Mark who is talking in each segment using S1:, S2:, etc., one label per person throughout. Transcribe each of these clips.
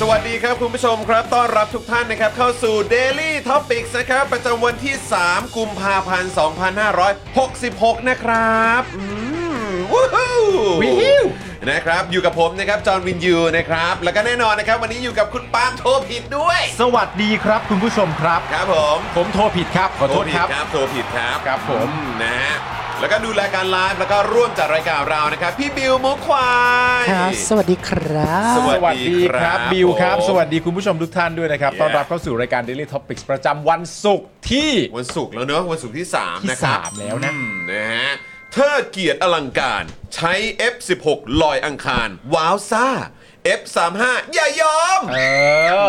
S1: สวัสดีครับคุณผู้ชมครับ ต้อนรับทุกท่านนะครับ เข้าสู่ Daily Topics นะครับ ประจำวันที่ 3 กุมภาพันธ์ 2566 นะครับอืมวู้ฮู้
S2: วิว
S1: นะครับอยู่กับผมนะครับ จอห์นวินยูนะครับ แล้วก็แน่นอนนะครับ วันนี้อยู่กับคุณปาล์มโทรผิดด้วย
S3: สวัสดีครับคุณผู้ชมครับ
S1: ครับผม
S3: ผมโทรผิดครับ ขอโทษ
S1: ผิ
S3: ค
S1: ด
S3: รับ
S1: ครับโทรผิดครับ
S3: ครับผม
S1: อืนะฮะแล้วก็ดูรายการไลฟ์แล้วก็ร่วมจัดรายการเรานะครับ พี่บิวมุกควาย
S4: ครับสวัสดีครับ
S1: สวัสดี
S3: ครับ
S1: ครับ
S3: บิวครับ
S1: ผม
S3: สวัสดีคุณผู้ชมทุกท่านด้วยนะครับ
S1: Yeah
S3: ต้อนรับเข้าสู่รายการ Daily Topics ประจำวันศุกร์ที่
S1: วันศุกร์แล้วเนอะวันศุกร์ที่
S3: ที่
S1: 3 นะครับ
S3: สามแล้วนะ
S1: อืมนะฮะเธอเกียรติอลังการใช้ F16 ลอยอังคาร ว้าวซ่า F35 อย่ายอม
S3: เอออ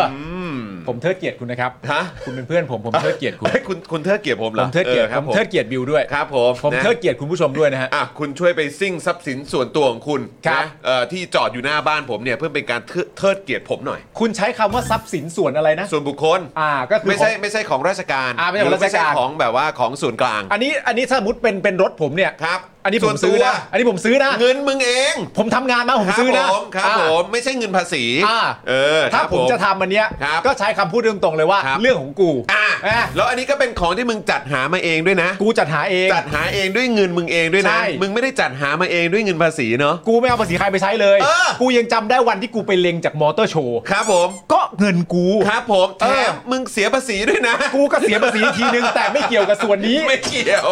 S3: ผมเทิดเกียรติคุณนะครับ
S1: ฮะ
S3: คุณเป็นเพื่อนผมผมเทิดเกียรติคุณ
S1: เฮ้ยคุณคุณเธอเกียรติผม เหร
S3: ผ
S1: อ
S3: มเทิดเกียรติ
S1: ออครับ
S3: ผม
S1: ผม
S3: เทิดเกียรติบิวด้วย
S1: ครับผม
S3: ผม
S1: นะ
S3: เทิดเกียรติคุณผู้ชมด้วยนะฮะ
S1: อ่ะคุณช่วยไปซิ่งทรัพย์สินส่วนตัวของคุณ
S3: ครับ
S1: นะเอ่อที่จอดอยู่หน้าบ้านผมเนี่ยเพื่อเป็นการเทิเทิดเกียรติผมหน่อย
S3: คุณใช้คำว่าทรัพย์สินส่วนอะไรนะ
S1: ส่วนบุคคล
S3: อ่าก็คือ
S1: ไม่ใช่
S3: ของ
S1: ไม่ใช่ของราชการ
S3: อ่ะไม่ใช่ของ
S1: หอ
S3: ราชการ
S1: ไม่ใช่ของแบบว่าของส่วนกลาง
S3: อันนี้อันนี้ถ้าสมมติเป็นเป็นรถผมเนี่ย
S1: ครับ
S3: อันนี้
S1: ส่
S3: ผ
S1: วน
S3: มซื้อ
S1: ตัว
S3: นะอันนี้ผมซื้อนะ
S1: เงินมึงเอง
S3: ผมทำงานมาผม
S1: ครับ
S3: ซื้อนะ
S1: ผมครับ
S3: อ่า
S1: ผมไม่ใช่เงินภาษี
S3: อ่า
S1: เออค
S3: ถ้า
S1: รับ
S3: ผมจะทำอันเนี้ย
S1: ครับ
S3: ก็ใช้คำพูดตรงๆเลยว่า
S1: ครับ
S3: เรื่องของกู
S1: อ่ะ
S3: อ่ะ
S1: แล้วอันนี้ก็เป็นของที่มึงจัดหามาเองด้วยนะ
S3: กูจัดหาเอง
S1: จัดหาเองด้วยเงินมึงเองด้วยนะ
S3: ใช่
S1: มึงไม่ได้จัดหามาเองด้วยเงินภาษีเนาะ
S3: กูไม่เอาภาษีใครไปใช้เลย
S1: เออ
S3: กูยังจำได้วันที่กูไปเล็งจากมอเตอร์โชว์
S1: ครับผม
S3: ก็เงินกู
S1: ครับผมแถ
S3: เออ
S1: มมึงเสียภาษีด้วยนะ
S3: กูก็เสียภาษีทีนึง แต่ไม่เกี่ยวกับส่วนนี้
S1: ไม่เกี่ยว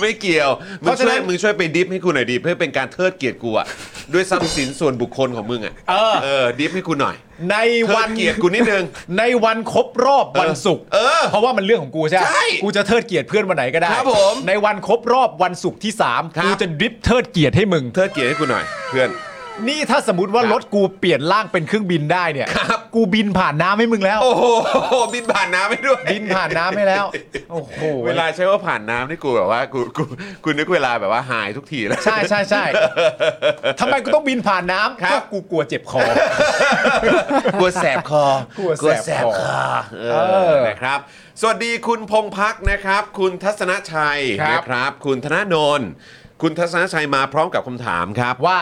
S1: ไม่เกี่ยว มึง
S3: เพราะฉะ
S1: ช่ว
S3: นั้
S1: ย
S3: น
S1: มึงช่วยไปดิฟให้กูหน่อยดิเพื่อเป็นการเทิดเกียรติกูอะด้วยทรัพย์สินส่วนบุคคลของมึงอะ
S3: เออ
S1: เออดิฟให้กูหน่อย
S3: ใน
S1: เทิ
S3: วั
S1: ด
S3: น
S1: เกียรติกูนิดนึง
S3: ในวันครบรอบวันศุกร์
S1: เออ
S3: เพราะว่ามันเรื่องของกูใช่ไหม
S1: ใช่
S3: กูจะเทิดเกียรติเพื่อนวันไหนก็ได้
S1: ครับผม
S3: ในวันครบรอบวันศุกร์ที่สาม
S1: ครับ
S3: กูจะดริปเทิดเกียรติให้มึง
S1: เทิดเกียรติให้กูหน่อย เพื่อน
S3: นี่ถ้าสมมติว่า
S1: ครับ
S3: รถกูเปลี่ยนร่างเป็นเครื่องบินได้เนี่ย
S1: ครับ
S3: กูบินผ่านน้ำให้มึงแล้ว
S1: โอ้โหบินผ่านน้ำไปด้วย
S3: บินผ่านน้ำให้แล้ว โอ้โห
S1: เวลาใช้ว่าผ่านน้ำนี่กูแบบว่ากูกูกูนึกเวลาแบบว่าหายทุกที แล้ว
S3: ใช่ใช่ใช่ทำไมกูต้องบินผ่านน้ำ
S1: ครับ
S3: ก็กูกลัวเจ็บคอ
S1: กลัวแสบคอก
S3: ลัวแสบคอ
S1: เอ
S3: เอ
S1: อ
S3: อ
S1: นะครับ สวัสดีคุณพงพักนะครับ คุณทัศนชัย
S3: ครับ
S1: นะครับ คุณธนาโนนคุณทัศนชัยมาพร้อมกับคำถามครับ
S3: ว่า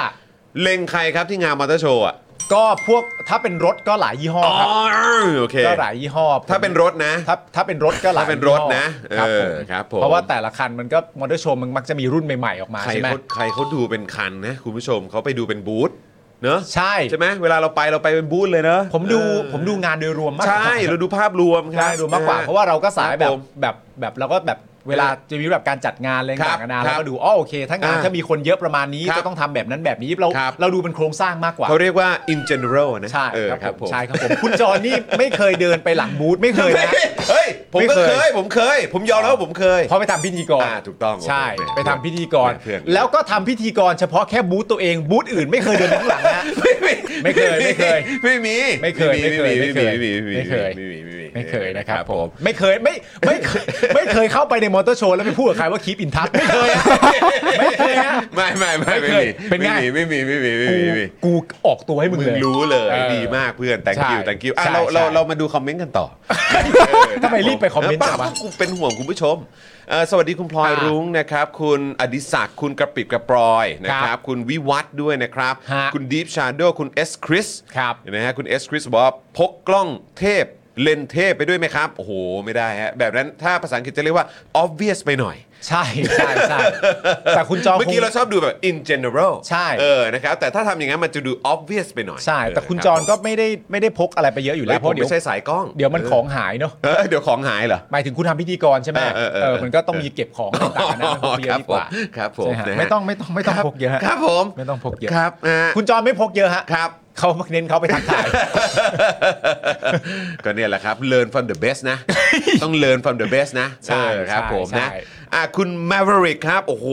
S1: เล็งใครครับที่งานมอเตอร์โชว์อ่ะ
S3: ก็พวกถ้าเป็นรถก็หลายยี่ห้อ
S1: อ๋อ
S3: ครับ
S1: โอเค
S3: ก็หลายยี่ห้อ
S1: ถ้าเป็นรถนะ
S3: ถ้าถ้าเป็นรถก็หลาย
S1: ถ้าเป็นรถนะ
S3: ยี่ห้อครับ
S1: เออ
S3: ผม
S1: ครับผม
S3: เพราะว่าแต่ละคันมันก็มอเตอร์โชว์มันมักจะมีรุ่นใหม่ๆออกมา
S1: ใคร
S3: ใช่ไหม
S1: เขาใครเขาดูเป็นคันนะคุณผู้ชมเขาไปดูเป็นบูธเนอะ
S3: ใช่
S1: ใช่ไหมเวลาเราไปเราไปเป็นบูธเลยเนอะ
S3: ผมดู
S1: เออ
S3: ผมดูงานโดยรวมมากกว่า
S1: ใช่เราดูภาพรวมครับ
S3: ใช่ดูมากกว่า เพราะว่าเราก็สายแบ
S1: ครับ
S3: บ
S1: ผม
S3: แบบแบบเราก็แบบเวลาจะมีแบบการจัดงานอะไร
S1: ครั
S3: ต่า
S1: บ
S3: งๆนานา
S1: ครั
S3: เรา
S1: บ
S3: ก็ดูอ๋อโอเค ถ้างาน
S1: อ่า
S3: ถ้ามีคนเยอะประมาณนี้
S1: ครับ
S3: จะต้องทำแบบนั้นแบบนี้เรา
S1: ครับ
S3: เราดูเป็นโครงสร้างมากกว่า
S1: เขาเรียกว่า in general นะ
S3: ใช่
S1: เออ
S3: ครับผ
S1: ผ
S3: ม
S1: ม
S3: ใช่ครับผม คุณจอนี่ไม่เคยเดินไปหลังบูธไม่เคยนะ
S1: เฮ้ย ผมก็
S3: ไม่
S1: เค
S3: เค
S1: ย
S3: ย
S1: ผมเคย ผมยอมแล้วว่าผมเคย
S3: เพราะไปทำพิธีกร
S1: อ่าถูกต้อง
S3: ใช่
S1: โอเค
S3: ไปทำพิธีกร
S1: เพื่อน
S3: แล้วก็ทำพิธีกรเฉพาะแค่บูธตัวเองบูธอื่นไม่เคยเดินไปข้างหลังนะ ไม่เคยไม่เคย
S1: ไม่มี
S3: ไม่เคยไม่เคย
S1: ไม่มี
S3: ไม่เคย
S1: ไม่มีไม่มี
S3: ไม่เคย
S1: ไม่มีไม่มีไม่มี
S3: ไม่เคยนะครับผมไม่เคยไม่ไม่เคย ไม่เคยเข้าไปในมอเตอร์โชว์แล้วไปพูดกับใครว่าคีปอินทัชไม่เค ยอะไม่เคยนะ
S1: ไม่ไม่ไม่ไม่มี
S3: ไม่เคยเป็นไง
S1: ไม่มีไม่มีไม่
S3: กู
S1: มีไม่มี
S3: กูออกตัวให้มึง
S1: มึง
S3: เลย
S1: รู้เลย
S3: เออ
S1: ดีมากเพื่อน thank you
S3: ใช่
S1: thank you อ่ะ
S3: ใช่
S1: เราเรา
S3: ใช่
S1: เรามาดูคอมเมนต์กันต่อ
S3: ทำไมรีบไปคอมเมนต์จัง
S1: ป
S3: วะ
S1: ล่ากูเป็นห่วงคุณผู้ชมเอ่อสวัสดีคุณพลอย
S3: อ่ารุ้
S1: รุ้งนะครับ คุณอดิศักดิ์คุณกระปิดกระปรอยนะค
S3: ค
S1: รั
S3: รับ บ
S1: คุณวิวัฒน์ด้วยนะครับ
S3: ฮะ
S1: คุณดีฟชาโดคุณเอสคริส
S3: ครับ
S1: นะฮะคุณเอสคริสบอกว่าพกกล้องเทพเลนส์เทพไปด้วยไหมครับ โอ้โห ไม่ได้ฮะแบบนั้นถ้าภาษาอังกฤษจะเรียกว่า obvious ไปหน่อย
S3: ใช่ใช่ ใช่แต่คุณจอม
S1: เมื่อกี้
S3: คง
S1: เราชอบดูแบบ in general
S3: ใช่
S1: เออนะครับแต่ถ้าทำอย่างนั้นมันจะดู obvious ไปหน่อย
S3: ใช่ แต่คุณ
S1: เ
S3: จอนก็ไม่ได้ไม่ได้พกอะไรไปเยอะอยู่
S1: ฮ้
S3: แล้
S1: ยว ผ
S3: เพราะ
S1: ม
S3: เดี๋ยว
S1: ไม่ใช่สายกล้อง
S3: เดี๋ยวมันของหายเนาะ
S1: เออเดี๋ยวของหายเหรอ
S3: หมายถึงคุณทำพิธีกรใช่ไหม
S1: เออเออเออ
S3: เออมันก็ต้องมีเก็บของต่างๆนะมันพกเยอะดีกว่า
S1: ครับผม
S3: ใช่ฮะ
S1: นะฮะ
S3: ไม่ต้องไม่ต้องไม่ต้องพกเยอะฮะ
S1: ครับผม
S3: ไม่ต้องพกเยอะ
S1: ครับนะฮะ
S3: คุณจอนไม่พกเยอะฮะ
S1: ครับ
S3: เขาเน้นเขาไปทักทาย
S1: ก็เนี่ยแหละครับ learn from the best นะ ต้อง learn from the best นะ
S3: ใช่
S1: เออครับ
S3: ใช่
S1: ผมนะ
S3: ใช่
S1: อ่ะคุณ Maverick ครับ โอ้โห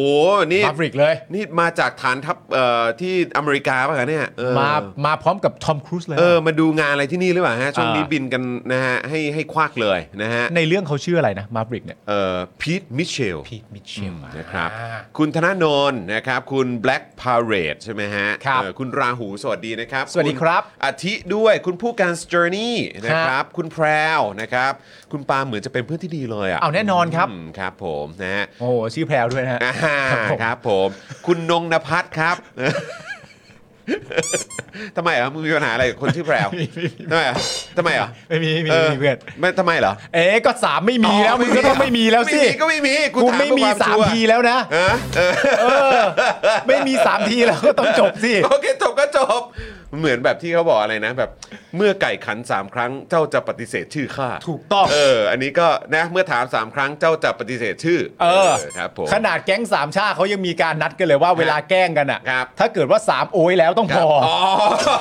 S1: นี่
S3: มาฟริกเลย
S1: นี่มาจากฐานทัพเอ่อที่อเมริกาป่ะคะเนี่ยเออ
S3: มามาพร้อมกับทอมครูซเลย
S1: เออมาดูงานอะไรที่นี่หรือเปล่าฮะ ช่วงนี้
S3: อ่า
S1: บินกันนะฮะ ให้ให้ควักเลยนะฮะ
S3: ในเรื่องเขาชื่ออะไรนะมาฟริกเนี่ย
S1: เอ่อพีทมิเชล
S3: พีทมิเชล
S1: นะครับ คุณธนาโนนนะครับ คุณ Black Parade ใช่ไหมฮะ
S3: ครับ
S1: เอ่อคุณราหูสวัสดีนะครับ
S3: สวัสดีครับ
S1: ณอาทิด้วยคุณผู้การ Journey นะครับ คุณแพรวนะครับ คุณปาเหมือนจะเป็นเพื่อนที่ดีเลยอ่ะ
S3: เอาแน่นอนครับ
S1: มครับผมนะฮะ
S3: โอ้โหชื่อแพรวด้วยนะฮะ
S1: อ่า
S3: ครับผม
S1: ครับผมคุณนงนภัทรครับ ทำไมอ่ะมึงมีปัญหาอะไรกับคนชื่อแพรวทำไมอ่ะทำไมอ่ะ
S3: ไม่มีไม่มี
S1: เออ
S3: ไม่มีเพื่อน
S1: ไม่ทำไมเหรอ
S3: เอ๊ะก็สามไม่มีแล้วมึงก็ต้องไม่มีแล้วสิ
S1: ไม่มีก็ไม่มีกู
S3: กู
S1: ถ
S3: ไม่มี
S1: เพื่อคว
S3: สาม
S1: ชัวร์
S3: ทีแล้วนะ
S1: ฮะเออ
S3: เออ ไม่มีสามทีแล้วก็ต้องจบสิ
S1: โอเคจบก็จบ เหมือนแบบที่เขาบอกอะไรนะ แบบ เมื่อไก่ขันสามครั้งเจ้าจะปฏิเสธชื่อข้า
S3: ถูกต้อง
S1: เออ อันนี้ก็นะเมื่อถามสามครั้งเจ้าจะปฏิเสธชื่อ
S3: เออ
S1: ครับผม
S3: ขนาดแก๊งสามชาเขายังมีการนัดกันเลยว่าเวลาแกล้งกันอ่ะ
S1: ครับ
S3: ถ้าเกิดว่าสามโอ้ยแล้วต้องพอ
S1: อ๋อ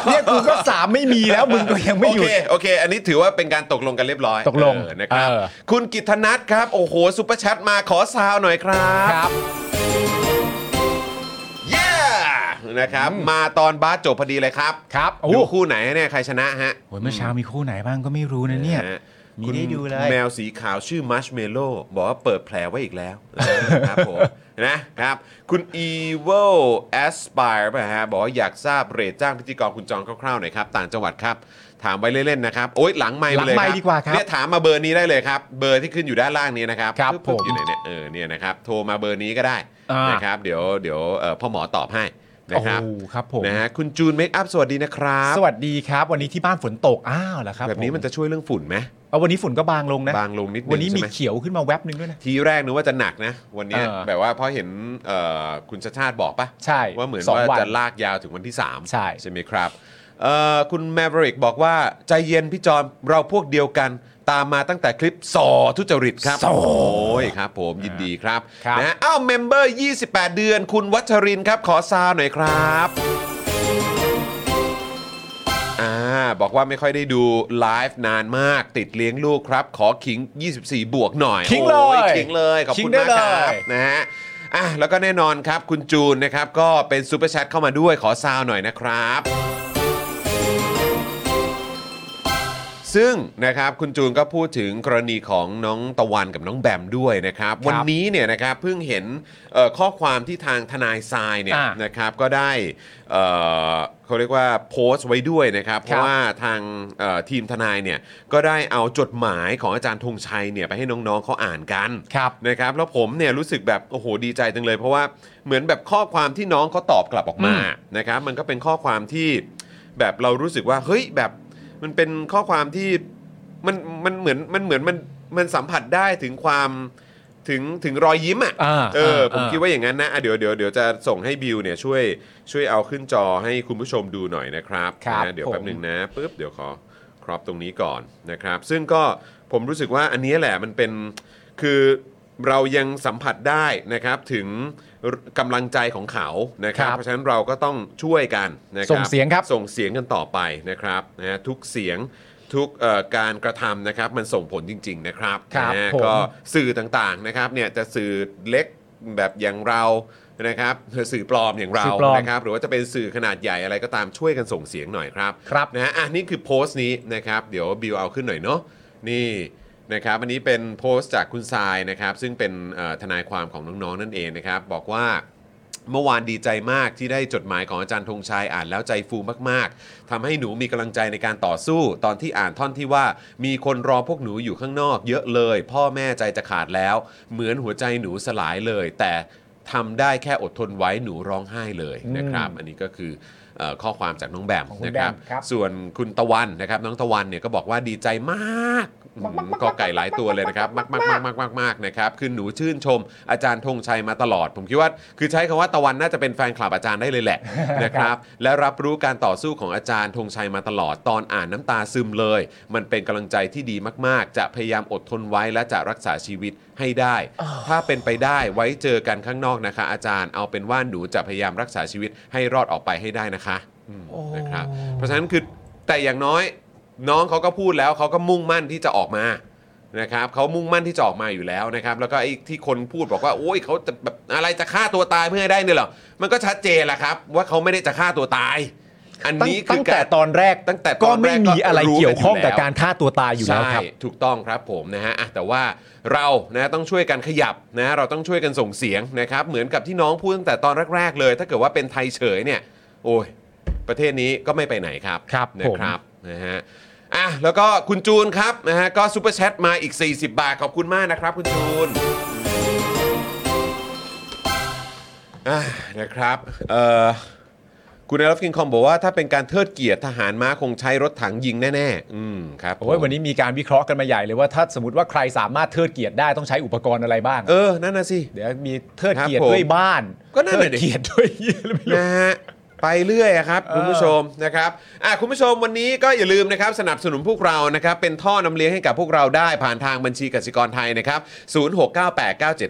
S3: เนี่ยกูก็สามไม่มี แล้วมึงก็ยังไม่หยุ
S1: โอ
S3: ด
S1: เคโอเค อันนี้ถือว่าเป็นการตกลงกันเรียบร้อย
S3: ตกลง
S1: เออนะครับ
S3: เออ
S1: คุณกิตนัทครับ โอ้โหซุปเปอร์แชทมาขอซาวหน่อยครับ
S3: ครับ
S1: เย้นะครับ มาตอนบาสจบพอดีเลยครับ
S3: ครับโอ้
S1: ดูคู่ไหนเนี่ยใครชนะฮะ
S3: โอ้ยเมื่อเช้ามีคู่ไหนบ้างก็ไม่รู้นะเนี่ย
S1: ะฮะ
S3: มี
S1: คุณ
S3: ได้ดูเลย
S1: แมวสีขาวชื่อมัชเมโลบอกว่าเปิดแผลไว้อีกแล้วเออครับ ผม นะครับ คุณ Evil Aspire ป่ะฮะบอกว่าอยากทราบเรทจ้างพิธีกรคุณจองคร่าวๆหน่อยครับ ต่างจังหวัดครับ ถามไว้เล่นๆนะครับ โอ๊ยหลังไมค์
S3: หลั
S1: มาง เลย
S3: ไมค์ดีกว่าครับ
S1: เนี่ยถามมาเบอร์นี้ได้เลยครับ เบอร์ที่ขึ้นอยู่ด้านล่างนี้นะครับ
S3: ครับ
S1: ปึ๊ปึ๊
S3: ผม
S1: อยู่ไหนเนี่ยเออเนี่ยนะครับโทรมาเบอร์นี้ก็ได้
S3: อ่าน
S1: นะครับเดี๋ยวเดี๋ยวเอ่อพ่อหมอตอบให้นะ
S3: โอ้โห
S1: ครับ
S3: ครับผม
S1: นะฮะคุณจูนเมคอัพสวัสดีนะครับ
S3: สวัสดีครับ วันนี้ที่บ้านฝนตกอ้าวเหรอครับ
S1: แบบนี้
S3: ผ
S1: มันจะช่วยเรื่องฝุ่นไหม
S3: เอาวันนี้ฝุ่นก็บางลงนะ
S1: บางลงนิดนึง
S3: วันนี้มี
S1: ใช่ไหม
S3: เขียวขึ้นมาแวบหนึงด้วยนะ
S1: ทีแรกนึกว่าจะหนักนะ วันเนี้ย
S3: เออ
S1: แบบว่าเพราะเห็นเอ่อคุณชาชาติบอกปะ
S3: ใช่
S1: ว่าเหมือน
S3: สง
S1: ว่า
S3: วัน
S1: จะลากยาวถึงวันที่ 3
S3: ใช่
S1: ใช่ไหมครับเอ่อคุณแมวริกบอกว่า ใจเย็นพี่จอมเราพวกเดียวกัน ตามมาตั้งแต่คลิปสอทุจริตครับ
S3: ส่อ
S1: โอ้ยครับผมยินดีครับ
S3: ครับ
S1: นะฮะอ้าวเมมเบอร์ 28 เดือน คุณวัชรินทร์ครับ ขอซาวหน่อยครับอ่าบอกว่าไม่ค่อยได้ดูไลฟ์นานมากติดเลี้ยงลูกครับ ขอขิง 24 บวกหน่อย
S3: คิงเลย
S1: โอ้ขิงเลย ขอบ
S3: คิ
S1: คุ
S3: ง
S1: ณ
S3: ได้
S1: มากครับ
S3: เลย
S1: นะฮะอ่ะแล้วก็แน่นอนครับ คุณจูนนะครับ ก็เป็นซูเปอร์แชทเข้ามาด้วยขอซาวหน่อยนะครับ ซึ่งนะครับคุณจูนก็พูดถึงกรณีของน้องตะวันกับน้องแบมด้วยนะครับ วันนี้เนี่ยนะครับเพิ่งเห็นเอ่อข้อความที่ทางทนายทรายเนี่ย
S3: อ่าน
S1: นะครับก็ได้เอ่อเขาเรียกว่าโพสต์ไว้ด้วยนะครับ เพราะว่าทางเอ่อทีมทนายเนี่ยก็ได้เอาจดหมายของอาจารย์ธงชัยเนี่ยไปให้น้องๆเขาอ่านกัน
S3: ครับ
S1: นะครับแล้วผมเนี่ยรู้สึกแบบโอ้โหดีใจจังเลย เพราะว่าเหมือนแบบข้อความที่น้องเขาตอบกลับออกมา
S3: อืม
S1: นะครับมันก็เป็นข้อความที่แบบเรารู้สึกว่าเฮ้ยแบบมันเป็นข้อความที่มันมันเหมือนมันเหมือนมันมันสัมผัสได้ถึงความถึงถึงรอยยิ้ม
S3: อ่า
S1: อะ่ะเออ
S3: อ่า
S1: ผม
S3: อ่า
S1: คิดว่าอย่างนั้นนะอ่ะเดี๋ยวเดี๋ยวเดี๋ยวจะส่งให้บิวเนี่ยช่วยช่วยเอาขึ้นจอให้คุณผู้ชมดูหน่อยนะครับ
S3: ครับ
S1: นะเดี๋ยว
S3: ผม
S1: แป๊บหนึ่งนะปุ๊บเดี๋ยวขอครอบตรงนี้ก่อนนะครับ ซึ่งก็ผมรู้สึกว่าอันนี้แหละมันเป็นคือเรายังสัมผัสได้นะครับถึงกำลังใจของเขานะครับ
S3: ครับ
S1: เพราะฉะนั้นเราก็ต้องช่วยกันนะครั
S3: ส่งเสียงครับ
S1: ส่งเสียงกันต่อไปนะครับนะฮะทุกเสียงทุกเอ่อการกระทำนะครับ มันส่งผลจริง ๆ นะครับ
S3: ครับ
S1: นะฮะ
S3: ผม
S1: ก็สื่อต่างๆนะครับเนี่ยจะสื่อเล็กแบบอย่างเรานะครับสื่อปลอมอย่างเรา
S3: สื่
S1: เรา
S3: อปลอม
S1: นะครับหรือว่าจะเป็นสื่อขนาดใหญ่อะไรก็ตามช่วยกันส่งเสียงหน่อยครับ
S3: ครับ
S1: นะฮะอ่ะนี่คือโพสต์นี้นะครับ เดี๋ยวบิวเอาขึ้นหน่อยเนาะ นี่นะครับอันนี้เป็นโพสต์จากคุณทรายนะครับ ซึ่งเป็นเอ่อทนายความของน้องๆนั่นเองนะครับ บอกว่าเมื่อวานดีใจมากที่ได้จดหมายของอาจารย์ธงชัยอ่านแล้วใจฟูมากๆทำให้หนูมีกำลังใจในการต่อสู้ ตอนที่อ่านท่อนที่ว่ามีคนรอพวกหนูอยู่ข้างนอก เยอะเลย พ่อแม่ใจจะขาดแล้ว เหมือนหัวใจหนูสลายเลย แต่ทำได้แค่อดทนไว้หนูร้องไห้เลยนะครับ อันนี้ก็คือเอ่อข้อความจากน้องแบม
S3: ของคุณ
S1: นะครั
S3: แบมครับ
S1: ส่วนคุณตะวันนะครับน้องตะวันเนี่ยก็บอกว่าดีใจมากอืมก็ไก่หลายตัวเลยนะครับ มากมากมากมากมากมากนะครับคือหนูชื่นชมอาจารย์ธงชัยมาตลอด ผมคิดว่า คือใช้คำว่าตะวันน่าจะเป็นแฟนคลับอาจารย์ได้เลยแหละ นะครับและรับรู้การต่อสู้ของอาจารย์ธงชัยมาตลอดตอนอ่านน้ำตาซึมเลย มันเป็นกำลังใจที่ดีมากๆ จะพยายามอดทนไว้และจะรักษาชีวิตให้ได้ ถ้าเป็นไปได้ไว้เจอกันข้างนอกนะคะ อาจารย์เอาเป็นว่าหนูจะพยายามรักษาชีวิตให้รอดออกไปให้ได้นะคะอืมนะครับ เพราะฉะนั้นคือแต่อย่างน้อยน้องเขาก็พูดแล้วเขาก็มุ่งมั่นที่จะออกมานะครับเขามุ่งมั่นที่จะออกมาอยู่แล้วนะครับแล้วก็ไอ้ที่คนพูดบอกว่าโอ้ยเขาจะแบบอะไรจะฆ่าตัวตายเพื่อให้ได้เนี่ยเหรอมันก็ชัดเจนแหละครับ ว่าเขาไม่ได้จะฆ่าตัวตาย อัน
S3: ตั้ง
S1: นี้คือ
S3: ตั้งแต่
S1: าร
S3: ตอนแรก
S1: ตั้งแต่ต
S3: ก็
S1: อนแรก
S3: ไม่มีอะไร
S1: ก็รู้
S3: เกี่ยวข้อง
S1: กัอ
S3: กัน บ
S1: ยู่แล้ว
S3: การฆ่าตัวตายอยู่แล้วครับ
S1: ใช่ถูกต้องครับผมนะฮะอ่ะแต่ว่าเรานะต้องช่วยกันขยับนะเราต้องช่วยกันส่งเสียงนะครับเหมือนกับที่น้องพูดตั้งแต่ตอนแรก ๆ เลย ถ้าเกิดว่าเป็นไทยเฉยเนี่ยโอ้ยประเทศนี้ก็ไม่ไปไหนครับ
S3: ครับ
S1: นะ
S3: ผม
S1: ครับนะฮะอ่ะแล้วก็คุณจูนครับนะฮะก็ซูเปอร์แชทมาอีก 40 บาท ขอบคุณมากนะครับ คุณจูนอ่ะนะครับเอ่อ คุณนายรัฟกินคอมบอกว่าถ้าเป็นการเทิดเกียรติทหารม้าคงใช้รถถังยิงแน่ๆ อืมครับผม
S3: โอ้ยวันนี้มีการวิเคราะห์กันมาใหญ่เลยว่าถ้าสมมติว่าใครสามารถเทิดเกียรติได้ต้องใช้อุปกรณ์อะไรบ้าง
S1: เออ นั่นน่ะสิ
S3: เดี๋ยวมีเทิดเกียร
S1: ค
S3: ติ
S1: รับผม
S3: ด้วยบ้าน
S1: ก็นั่น
S3: เทิ
S1: น่ะ
S3: ด
S1: ดิ
S3: เกียรติด้วยเหี้ยอะไรไม่ รู้
S1: นะฮะไปเรื่อยอะครับ
S3: เออ
S1: คุณผู้ชมนะครับอ่ะคุณผู้ชมวันนี้ก็อย่าลืมนะครับสนับสนุนพวกเรานะครับเป็นท่อนำเลี้ยงให้กับพวกเราได้ผ่านทางบัญชีกสิกรไทยนะครับ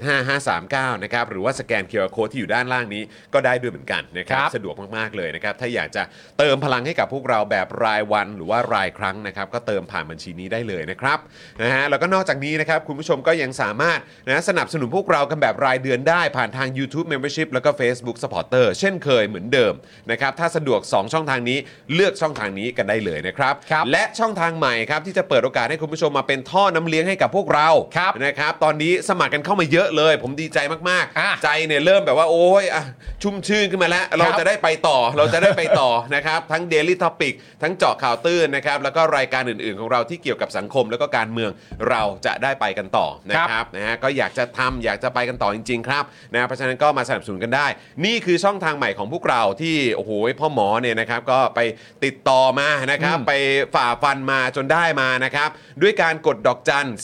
S1: 0698975539 นะครับหรือว่าสแกนเคอร์โคที่อยู่ด้านล่างนี้ก็ได้ด้วยเหมือนกันนะครับ
S3: ครับ
S1: สะดวกมากๆเลยนะครับ ถ้าอยากจะเติมพลังให้กับพวกเราแบบรายวันหรือว่ารายครั้งนะครับ ก็เติมผ่านบัญชีนี้ได้เลยนะครับนะฮะแล้วก็นอกจากนี้นะครับคุณผู้ชมก็ยังสามารถนะสนับสนุนพวกเรากันแบบรายเดือนได้ผ่านทาง YouTube Membership แล้วก็ Facebook Supporter เช่นเคยเหมือนเดิมนะครับถ้าสะดวก 2 ช่องทางนี้เลือกช่องทางนี้กันได้เลยนะครับ
S3: ครับ
S1: และช่องทางใหม่ครับที่จะเปิดโอกาสให้คุณผู้ชมมาเป็นท่อน้ำเลี้ยงให้กับพวกเรา
S3: ครับ
S1: นะครับตอนนี้สมัครกันเข้ามาเยอะเลย ผมดีใจมาก
S3: อ่ะ
S1: ๆ ใจเนี่ยเริ่มแบบว่าโอ้ยอ่ะชุ่มชื่นขึ้นมาแล้ว เราจะได้ไปต่อเราจะได้ไปต่อ นะครับทั้ง Daily Topic ทั้งเจาะข่าวตื้นนะครับแล้วก็รายการอื่นๆ ของเราที่เกี่ยวกับสังคมแล้วก็การเมืองเราจะได้ไปกันต่อนะ
S3: ค
S1: ครับ รับ ครับนะฮะก็อยากจะทำอยากจะไปกันต่อจริง ๆ ครับนะฮะเพราะฉะนั้นก็มาสนับสนุนกันได้ นี่คือช่องทางใหม่ของพวกเราที่โอ้โหพ่อหมอเนี่ยนะครับก็ไปติดต่อมานะครับไปฝ่าฟันมาจนได้มานะครับด้วยการกดดอกจัน 489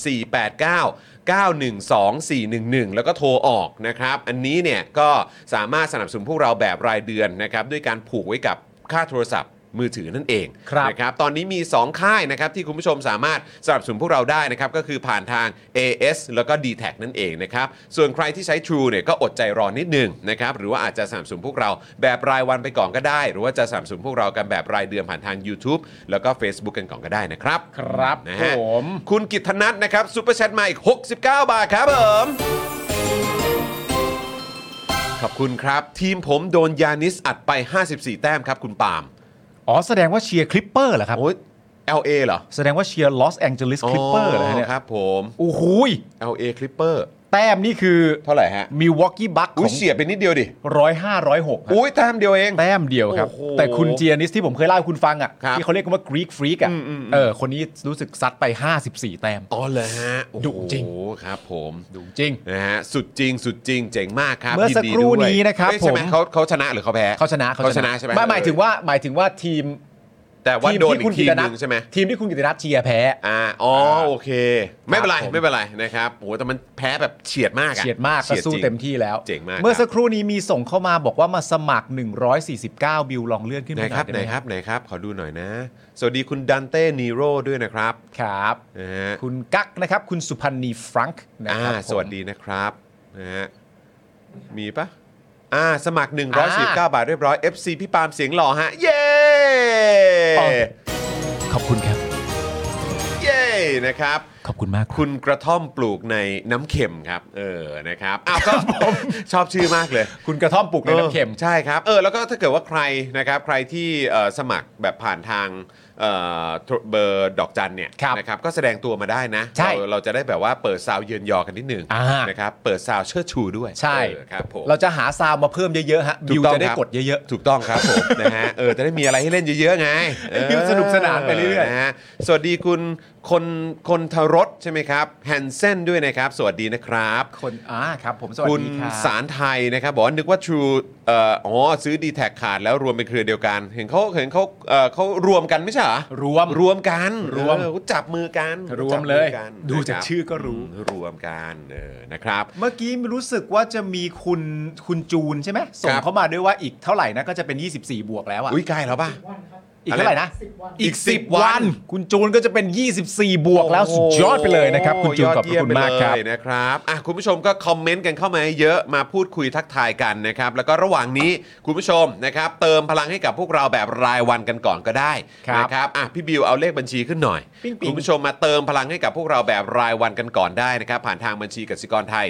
S1: 912411 แล้วก็โทรออกนะครับ อันนี้เนี่ยก็สามารถสนับสนุนพวกเราแบบรายเดือนนะครับด้วยการผูกไว้กับค่าโทรศัพท์มือถือนั่นเอง
S3: ครับ
S1: นะครับตอนนี้มี 2 ค่ายนะครับที่คุณผู้ชมสามารถสนับสนุนพวกเราได้นะครับก็คือผ่านทาง AS แล้วก็ d t แทนั่นเองนะครับส่วนใครที่ใช้ True เนี่ยก็อดใจรอนิดหนึงนะครับหรือว่าอาจจะสนับสนุนพวกเราแบบรายวันไปก่อนก็ได้ หรือว่าจะสนับสนุนพวกเรากันแบบรายเดือนผ่านทาง YouTube แล้วก็ Facebook กันก่อนก็ได้นะครับ
S3: ครับ
S1: นะ
S3: ผ
S1: ฮะ
S3: ม
S1: คุณกิตธนัทนะครับซูเปอร์แชทมาอีก 69 บาทครับผมขอบคุณครับ ทีมผมโดนยานิสอัดไป 54 แต้มครับคุณปาล์ม
S3: อ๋อแสดงว่าเชียร์คลิปเปอร์เหรอครับ
S1: โอ้ย LA เหรอ
S3: แสดงว่าเชียร์ลอสแองเจลิสคลิปเปอร์เหรอฮะเนี่ย
S1: ครับผม
S3: โอ้โหย
S1: LA Clipper
S3: แต้มนี่คือ
S1: เท่าไหร่ฮะ
S3: มิวอกกี้บัคข
S1: อุ้
S3: อย ง
S1: เฉียดไปนิดเดียวดิ
S3: ร้อยห้าร้อยหก
S1: อุ้ยแต้มเดียวเอง
S3: แต้มเดียวครับ
S1: โอ้โห
S3: แต่คุณเจียนิสที่ผมเคยเล่าให้คุณฟังอ่ะ
S1: ครับ
S3: ที่เขาเรียกกันว่ากรีกฟรีกอ่ะ
S1: อืมอืมอืม
S3: เออคนนี้รู้สึกซัดไป 54 แต้ม
S1: อ๋อเหรอฮะ
S3: ดุจริง
S1: โอ้โหครับผม
S3: ดูจริง
S1: นะฮะสุดจริงสุดจริงเจ๋งมากครับ
S3: เมื่อสัก
S1: ยิดี
S3: ครู่
S1: ด้วย
S3: นี้นะครับ
S1: เอ้ยใช่ไหม
S3: ผม
S1: เขาเขาชนะหรือเขาแพ้
S3: เขาชนะ
S1: เขาชนะใช่ไหม
S3: ไม่หมายถึงว่าหมายถึงว่าทีม
S1: แต่ว่า
S3: ทีม
S1: โดน
S3: ที่
S1: อี
S3: คุ
S1: ก
S3: ณ
S1: ที
S3: กิ
S1: ม
S3: ต
S1: ห
S3: นั
S1: นึ่งใช่ไหม
S3: ทีมที่คุณกิตนัทเชียร์แพ้
S1: อ่าอ๋อโอเค ไม่เป็นไร
S3: ครับผม
S1: ไม่เป็นไรนะครับโอ้โหแต่มันแพ้แบบเฉียดมากอะ
S3: เฉียดมากก็
S1: ฉียด
S3: สู้
S1: จริง
S3: เต็มที่แล้ว
S1: เจ๋งมากครับ
S3: เมื่อสักครู่นี้มีส่งเข้ามาบอกว่ามาสมัคร 149 บิวลองเลื่อนขึ้น
S1: ไหน
S3: มาหน่อย
S1: ครับไหน
S3: ด้หม
S1: ครับไหนครับขอดูหน่อยนะ สวัสดีคุณดันเต้นีโร่ด้วยนะครับ
S3: ครับ
S1: นะฮะ
S3: คุณกั๊กนะครับ คุณสุพันธ์นีฟรังค์นะ
S1: อ่า
S3: ครับ
S1: สวัส
S3: ผม
S1: ดีนะครับนะฮะมีปะอ่าสมัคร
S3: อ่
S1: 149
S3: า
S1: บาทเรียบร้อย FC พี่ปาล์มเสียงหล่อฮะ เย้
S3: ขอบคุณครับ
S1: เย้นะครับ
S3: ขอบคุณมากครับ
S1: คุณกระท่อมปลูกในน้ำเค็มครับ เออนะครับอ้าวก็ชอบชื่อมากเลย
S3: คุณกระท่อมปลูกในน้ำเค็ม
S1: ออใช่ครับเออแล้วก็ถ้าเกิดว่าใครนะครับใครที่เอ่อสมัครแบบผ่านทางเอ่อโทรเบอร์ดอกจันเนี่ย
S3: ครับ
S1: นะครับก็แสดงตัวมาได้นะ
S3: ใช่
S1: เราเราจะได้แบบว่าเปิดซาวเยินยอกันนิดหนึ่ง
S3: อ่าน
S1: นะครับเปิดซาวเชิดชูด้วย
S3: ใช่
S1: เออครับผม
S3: เราจะหาซาวมาเพิ่มเยอะๆฮะ
S1: ถู
S3: บิว
S1: ต้อง
S3: จะได้
S1: ครับ
S3: กดเยอะ
S1: ถูกต้องครับผม นะฮะเออจะได้มีอะไรให้เล่นเยอะ ๆไง
S3: ให้บิวสนุกสนานไปเรื่อยๆ
S1: นะฮะสวัสดีคุณคนคนทรสใช่ไหมครับแฮนเซนด้วยนะครับ สวัสดีนะครับ
S3: ๆ คนอ่าครับ ผมสวัส
S1: คุณ
S3: ดีครับ
S1: สารไทยนะครับบอกว่านึกว่า True เอ่ออ๋อซื้อดีแท็ขาดแล้วรวมเป็นเครือเดียวกัน เห็นเขาเห็นเขาเอ่อเขารวมกันไม่ใช่เหรอ
S3: รวม
S1: รวมกัน
S3: รวม
S1: เออเขาจับมือกัน
S3: รวมเลย
S1: จับอกัน
S3: ดูจา
S1: นะค
S3: ก
S1: รับ
S3: ชื่อก็รู้
S1: มรวมกันเออนะครับ
S3: เมื่อกี้รู้สึกว่าจะมีคุณคุณจูนใช่ไหมส่
S1: ค
S3: ง
S1: รับ
S3: เข้ามาด้วยว่าอีกเท่าไหร่นะก็จะเป็น 24 บวกแล้วอ่ะ
S1: อุ้ยใกล้แล้วป่ะ
S3: อีกเท่าไหร่นะ
S1: อีกสิบวัน
S3: คุณจูนก็จะเป็น 24 บวกแล้วสุดยอดไปเลยนะครับ คุณจูน
S1: ยด
S3: ขอบพระ
S1: เยี่ย
S3: คุณมากครับ
S1: ไปเลยนะครับอ่ะคุณผู้ชมก็คอมเมนต์กันเข้ามาเยอะมาพูดคุยทักทายกันนะครับแล้วก็ระหว่างนี้คุณผู้ชมนะครับเติมพลังให้กับพวกเราแบบรายวันกันก่อนก็ได้
S3: ครับ
S1: นะครับอ่ะพี่บิวเอาเลขบัญชีขึ้นหน่อย
S3: ปิ๊งๆ
S1: คุณผู้ชมมาเติมพลังให้กับพวกเราแบบรายวันกันก่อนได้นะครับผ่านทางบัญชีกสิกรไทย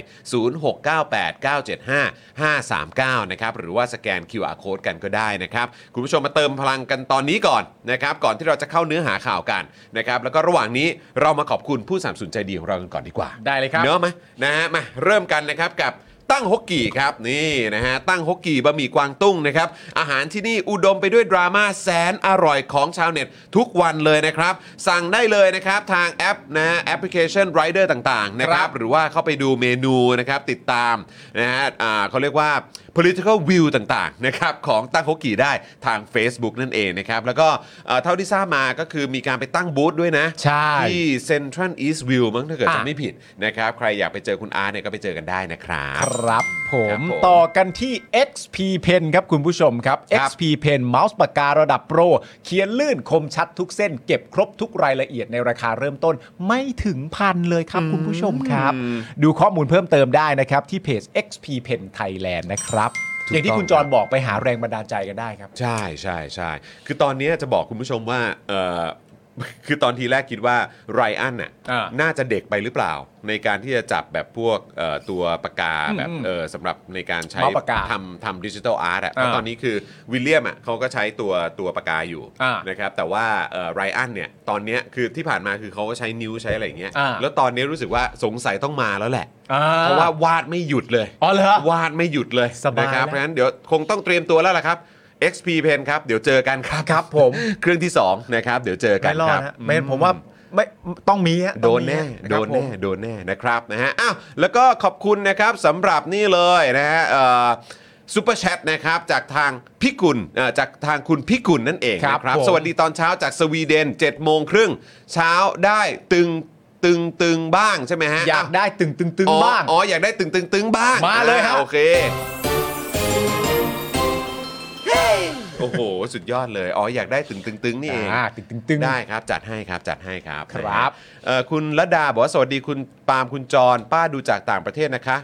S1: 0698975539นะครับหรือว่าสแกน QR code กันก็ได้นะครับคุณผู้ชมมาเติมพลังกันตอนนี้ก่อนนะครับก่อนที่เราจะเข้าเนื้อหาข่าวกันนะครับแล้วก็ระหว่างนี้เรามาขอบคุณผู้สามสนุนใจดีของเรากันก่อนดีกว่า
S3: ได้เลยครับ
S1: เนอะมานะฮะมาเริ่มกันนะครับกับตั้งฮกกี่ครับนี่นะฮะตั้งฮกกี่บะหมี่กวางตุ้งนะครับอาหารที่นี่อุดมไปด้วยดราม่าแสนอร่อยของชาวเน็ตทุกวันเลยนะครับ สั่งได้เลยนะครับทางแอปนะฮะแอปพลิเคชัน Rider ต่างๆนะค
S3: ค
S1: รั
S3: รับ บ
S1: หรือว่าเข้าไปดูเมนูนะครับติดตามนะฮะอ่าเขาเรียกว่า political view ต่างๆนะครับของตั้งฮกกี่ได้ทาง Facebook นั่นเองนะครับแล้วก็เอ่อเท่าที่ทราบมาก็คือมีการไปตั้งบูธด้วยนะ
S3: ใช่
S1: ที่เซ็นทรัลอีสต์วิวมั้งถ้าเกิด
S3: อ่ะ
S1: จำไม่ผิดนะครับ ใครอยากไปเจอคุณอาร์ตเนี่ยก็ไปเจอกันได้นะครับ
S3: ครับผ
S1: ครับผ
S3: ม
S1: ม
S3: ต่อกันที่ XP Pen ครับคุณผู้ชมครับ
S1: ครับ
S3: XP Pen เมาส์ปากการะดับโปร เขียนลื่นคมชัดทุกเส้น เก็บครบทุกรายละเอียดในราคาเริ่มต้นไม่ถึงพันเลยครับคุณผู้ชมครับ ดูข้อมูลเพิ่มเติมได้นะครับ ที่เพจ XP Pen Thailand นะครับ
S1: ถูก
S3: อย่างที่คุณจ
S1: ต้องค
S3: ร
S1: รับ
S3: บอกไปหาแรงบันดาลใจกันได้ครับ
S1: ใช่ใช่ใช่คือตอนเนี้ยจะบอกคุณผู้ชมว่าเออ คือตอนทีแรกคิดว่าไรอันน่ะ
S3: อ่า
S1: น่าจะเด็กไปหรือเปล่า ในการที่จะจับแบบพวกเอ่อตัวปากกา
S3: อืม
S1: แบบ
S3: อืม
S1: เออสำหรับในการใช้
S3: เมาส์ปากกา
S1: ทำทำดิจิทัลอาร์ตอ่ะเพราะ
S3: อ่า
S1: ตอนนี้คือวิลเลียมอ่ะเขาก็ใช้ตัวตัวปากกาอยู่
S3: อ่า
S1: นะครับแต่ว่าไรอันเนี่ยตอนเนี้ยคือที่ผ่านมาคือเขาก็ใช้นิ้วใช้อะไรอย่างเงี้ย
S3: อ่า
S1: แล้วตอนนี้รู้สึกว่าสงสัยต้องมาแล้วแหละ
S3: เพ
S1: เพราะว่าวาดไม่หยุดเลย
S3: อ๋อเหรอ
S1: วาดไม่หยุดเลย
S3: สบาย
S1: นะครับเพ
S3: แล้ว
S1: ราะฉะนั้นเดี๋ยวคงต้องเตรียมตัวแล้วล่ะครับ XP Pen ครับ เดี๋ยวเจอกันครับ
S3: ครับผม
S1: เครื่องที่ 2 นะครับ เดี๋ยวเจอกัน
S3: ไม่รอ
S1: ค
S3: ด
S1: รับ
S3: ฮะไม่ผมว่าไม่ต้องมีฮะ
S1: โด
S3: ต้อง
S1: น
S3: มี
S1: แน่
S3: ฮะ
S1: โดนแน่
S3: ครับผม
S1: โดนแน่นะครับนะฮะอ้าวแล้วก็ขอบคุณนะครับสำหรับนี่เลยนะฮะซูเปอร์แชทนะครับ จากทางพิกุลเอ่อจากทางคุณพิกุลนั่นเอง
S3: ครับ
S1: นะครับ
S3: ผม
S1: สวัสดีตอนเช้าจากสวีเดน7จ็ดโมงครึ่งเช้าได้ตึงตึงตึงบ้างใช่ไหมฮะ
S3: อยากได้ตึงตึงตึงๆๆบ้าง
S1: อ๋อ อยากได้ตึงตึงตึงบ้าง
S3: มาเลยครับ
S1: อ่โอเค โอ้โห สุดยอดเลย อ๋อ อยากได้ตึงตึงตึงนี่เอง
S3: อ่าตึงตึงตึงๆๆ
S1: ได้ครับ จัดให้ครับ จัดให้ครับ
S3: ครับ
S1: นะฮะเอ่อคุณละดาบอกว่าสวัสดีคุณปาล์มคุณจร ป้าดูจากต่างประเทศนะคะ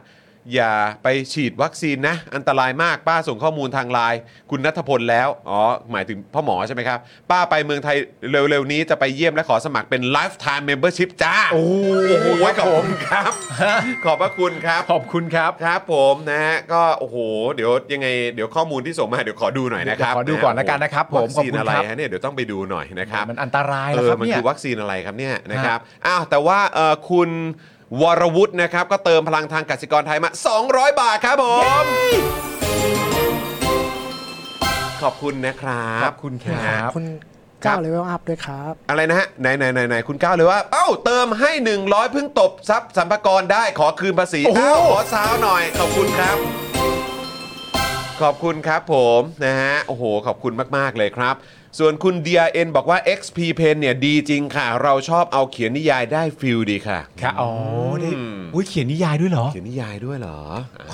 S1: อย่าไปฉีดวัคซีนนะ อันตรายมากป้าส่งข้อมูลทางไลน์คุณนัทพลแล้ว อ๋อ หมายถึงพ่อหมอใช่ไหมครับ ป้าไปเมืองไทยเร็วๆ นี้จะไปเยี่ยมและขอสมัครเป็น lifetime membership จ้า โอ้โหขอบคุณครับ ขอบพระคุณครับ
S3: ขอบคุณครับ
S1: ครับผมนะฮะก็โอ้โห เดี๋ยวยังไงเดี๋ยวข้อมูลที่ส่งมาเดี๋ยวขอดูหน่อยนะครับ
S3: เดี๋ยวขอดูก่อนละกันนะครับผม
S1: วัซีน
S3: ขอบคุณ
S1: อะไร
S3: ครับ
S1: ฮะเนี่ยเดี๋ยวต้องไปดูหน่อยนะครับ
S3: มันอันตราย
S1: เอ
S3: แล้ว
S1: อ
S3: ครับ
S1: มัน
S3: เนี่ย
S1: คือวัคซีนอะไรครับเนี่ยนะครับอ้าวแต่ว่าเอ่อคุณวรวุฒินะครับ ก็เติมพลังทางกสิกรไทยมา 200 บาทครับผม ขอบคุณนะครับ
S3: ขอบคุณครับ
S1: นะฮะ
S4: คุณก้าวเลเวลอัพด้วยครับ
S1: อะไรนะฮะไหนไหนไหนไหนคุณก้าวเลยว่า เอ้า เติมให้ 100 เพิ่งตบทรัพย์สัมภากรได้ขอคืนภาษี
S3: โอ้โห
S1: เอ้าขอซาวหน่อย ขอบคุณครับ ขอบคุณครับผมนะฮะโอ้โห ขอบคุณมาก ๆ เลยครับ ส่วนคุณ DRN บอกว่า XP Pen เนี่ยดีจริงค่ะ เราชอบเอาเขียนนิยายได้ฟิลดีค่ะ
S3: ครับอ๋อได้อุ้ยเขียนนิยายด้วยเหรอ
S1: เขียนนิยายด้วยเหรอ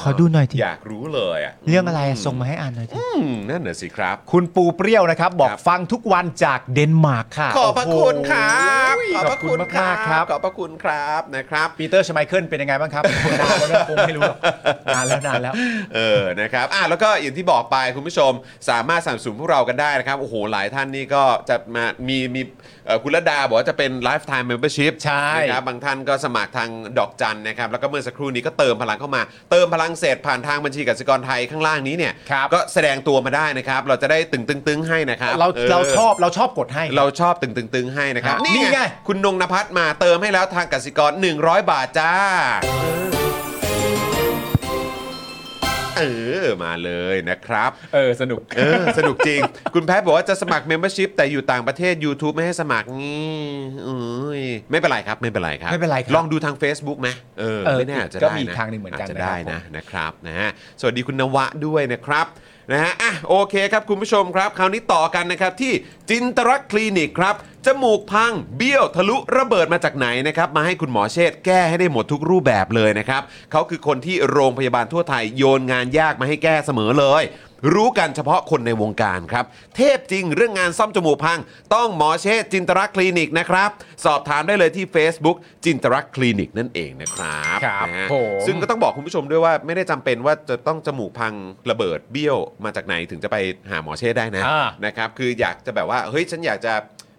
S3: ขอดูหน่อยที
S1: อยากรู้เลยอ่ะ
S3: เรื่องอะไรอะส่งมาให้อ่านหน่อยที
S1: อืมนั่นน่ะสิครับ
S3: คุณปูเปรี้ยวนะครับ บอก
S1: ครับ
S3: ฟังทุกวันจากเดนมาร์กค่ะ
S1: ขอบพระคุณครับ
S3: โอ้โห
S1: ขอบพระคุณ
S3: ขอบ
S1: ค
S3: มากๆค
S1: รั
S3: รั
S1: บบ ขอบพระคุณครับนะครับ
S3: ปีเตอร์ชไมเคิลเป็นยังไง บ้างครับ นานแล้วนะผมไม่รู้หรอกนานแล้วนานแล้ว
S1: เออ นะครับ อ่ะ แล้วก็อย่างที่บอกไปคุณผู้ชมสามารถสนับสนุนพวกเรากันได้นะครับ โอ้โห หลาย ท่านนี่ก็จะมามีมีเอ่อคุณระดาบอกว่าจะเป็น lifetime membership
S3: ใช่
S1: นะครับบางท่านก็สมัครทางดอกจันนะครับ แล้วก็เมื่อสักครู่นี้ก็เติมพลังเข้ามา เติมพลังเสร็จผ่านทางบัญชีกสิกรไทยข้างล่างนี้เนี่ย
S3: ครับ
S1: ก็แสดงตัวมาได้นะครับ เราจะได้ตึงตึงๆๆให้นะครับ
S3: เรา
S1: ออ
S3: เราชอบเราชอบกดให้
S1: เราชอบตึงตึงตึงให้นะครับ
S3: ฮะ
S1: นี่
S3: นี่ไง
S1: ไง คุณนงนภัสมาเติมให้แล้วทางกสิกร 100 บาทจ้า เออ มาเลยนะครับ
S3: เออสนุก
S1: เออ สนุกจริง คุณแพทย์บอกว่าจะสมัคร Membership แต่อยู่ต่างประเทศ YouTube ไม่ให้สมัครงี้เอ้ยไม่เป็นไรครับ ไม่เป็นไรครับ
S3: ไม่เป็นไรครับ
S1: ลองดูทาง Facebook ไหมเออ
S3: เออ
S1: ไม่แน่อาจจะ
S3: ก็
S1: ได้
S3: มีอี
S1: นะ
S3: กทางหนึ่งเหมือนกัน
S1: อาจจะ
S3: นะครั
S1: ได้
S3: บ
S1: นะ นะครับนะฮะสวัสดีคุณนวะด้วยนะครับนะฮะอ่ะโอเคครับคุณผู้ชมครับ คราวนี้ต่อกันนะครับที่จินตรักษณ์คลินิกครับ จมูกพังเบี้ยวทะลุระเบิดมาจากไหนนะครับ มาให้คุณหมอเชษฐ์แก้ให้ได้หมดทุกรูปแบบเลยนะครับเขาคือคนที่โรงพยาบาลทั่วไทยโยนงานยากมาให้แก้เสมอเลย รู้กันเฉพาะคนในวงการครับ เทพจริงเรื่องงานซ่อมจมูกพัง ต้องหมอเชษฐ์จินตรักษณ์คลินิกนะครับ สอบถามได้เลยที่ Facebook จินตรักษณ์คลินิกนั่นเองนะครับ
S3: ครับ
S1: นะฮะ
S3: ผม
S1: ซึ่ง ก็ต้องบอกคุณผู้ชมด้วยว่าไม่ได้จำเป็นว่าจะต้องจมูกพังระเบิดเบี้ยวมาจากไหนถึงจะไปหาหมอเชษฐ์ได้นะ
S3: อ่า
S1: นะครับคืออยากจะแบบว่าเฮ้ยฉันอยากจะ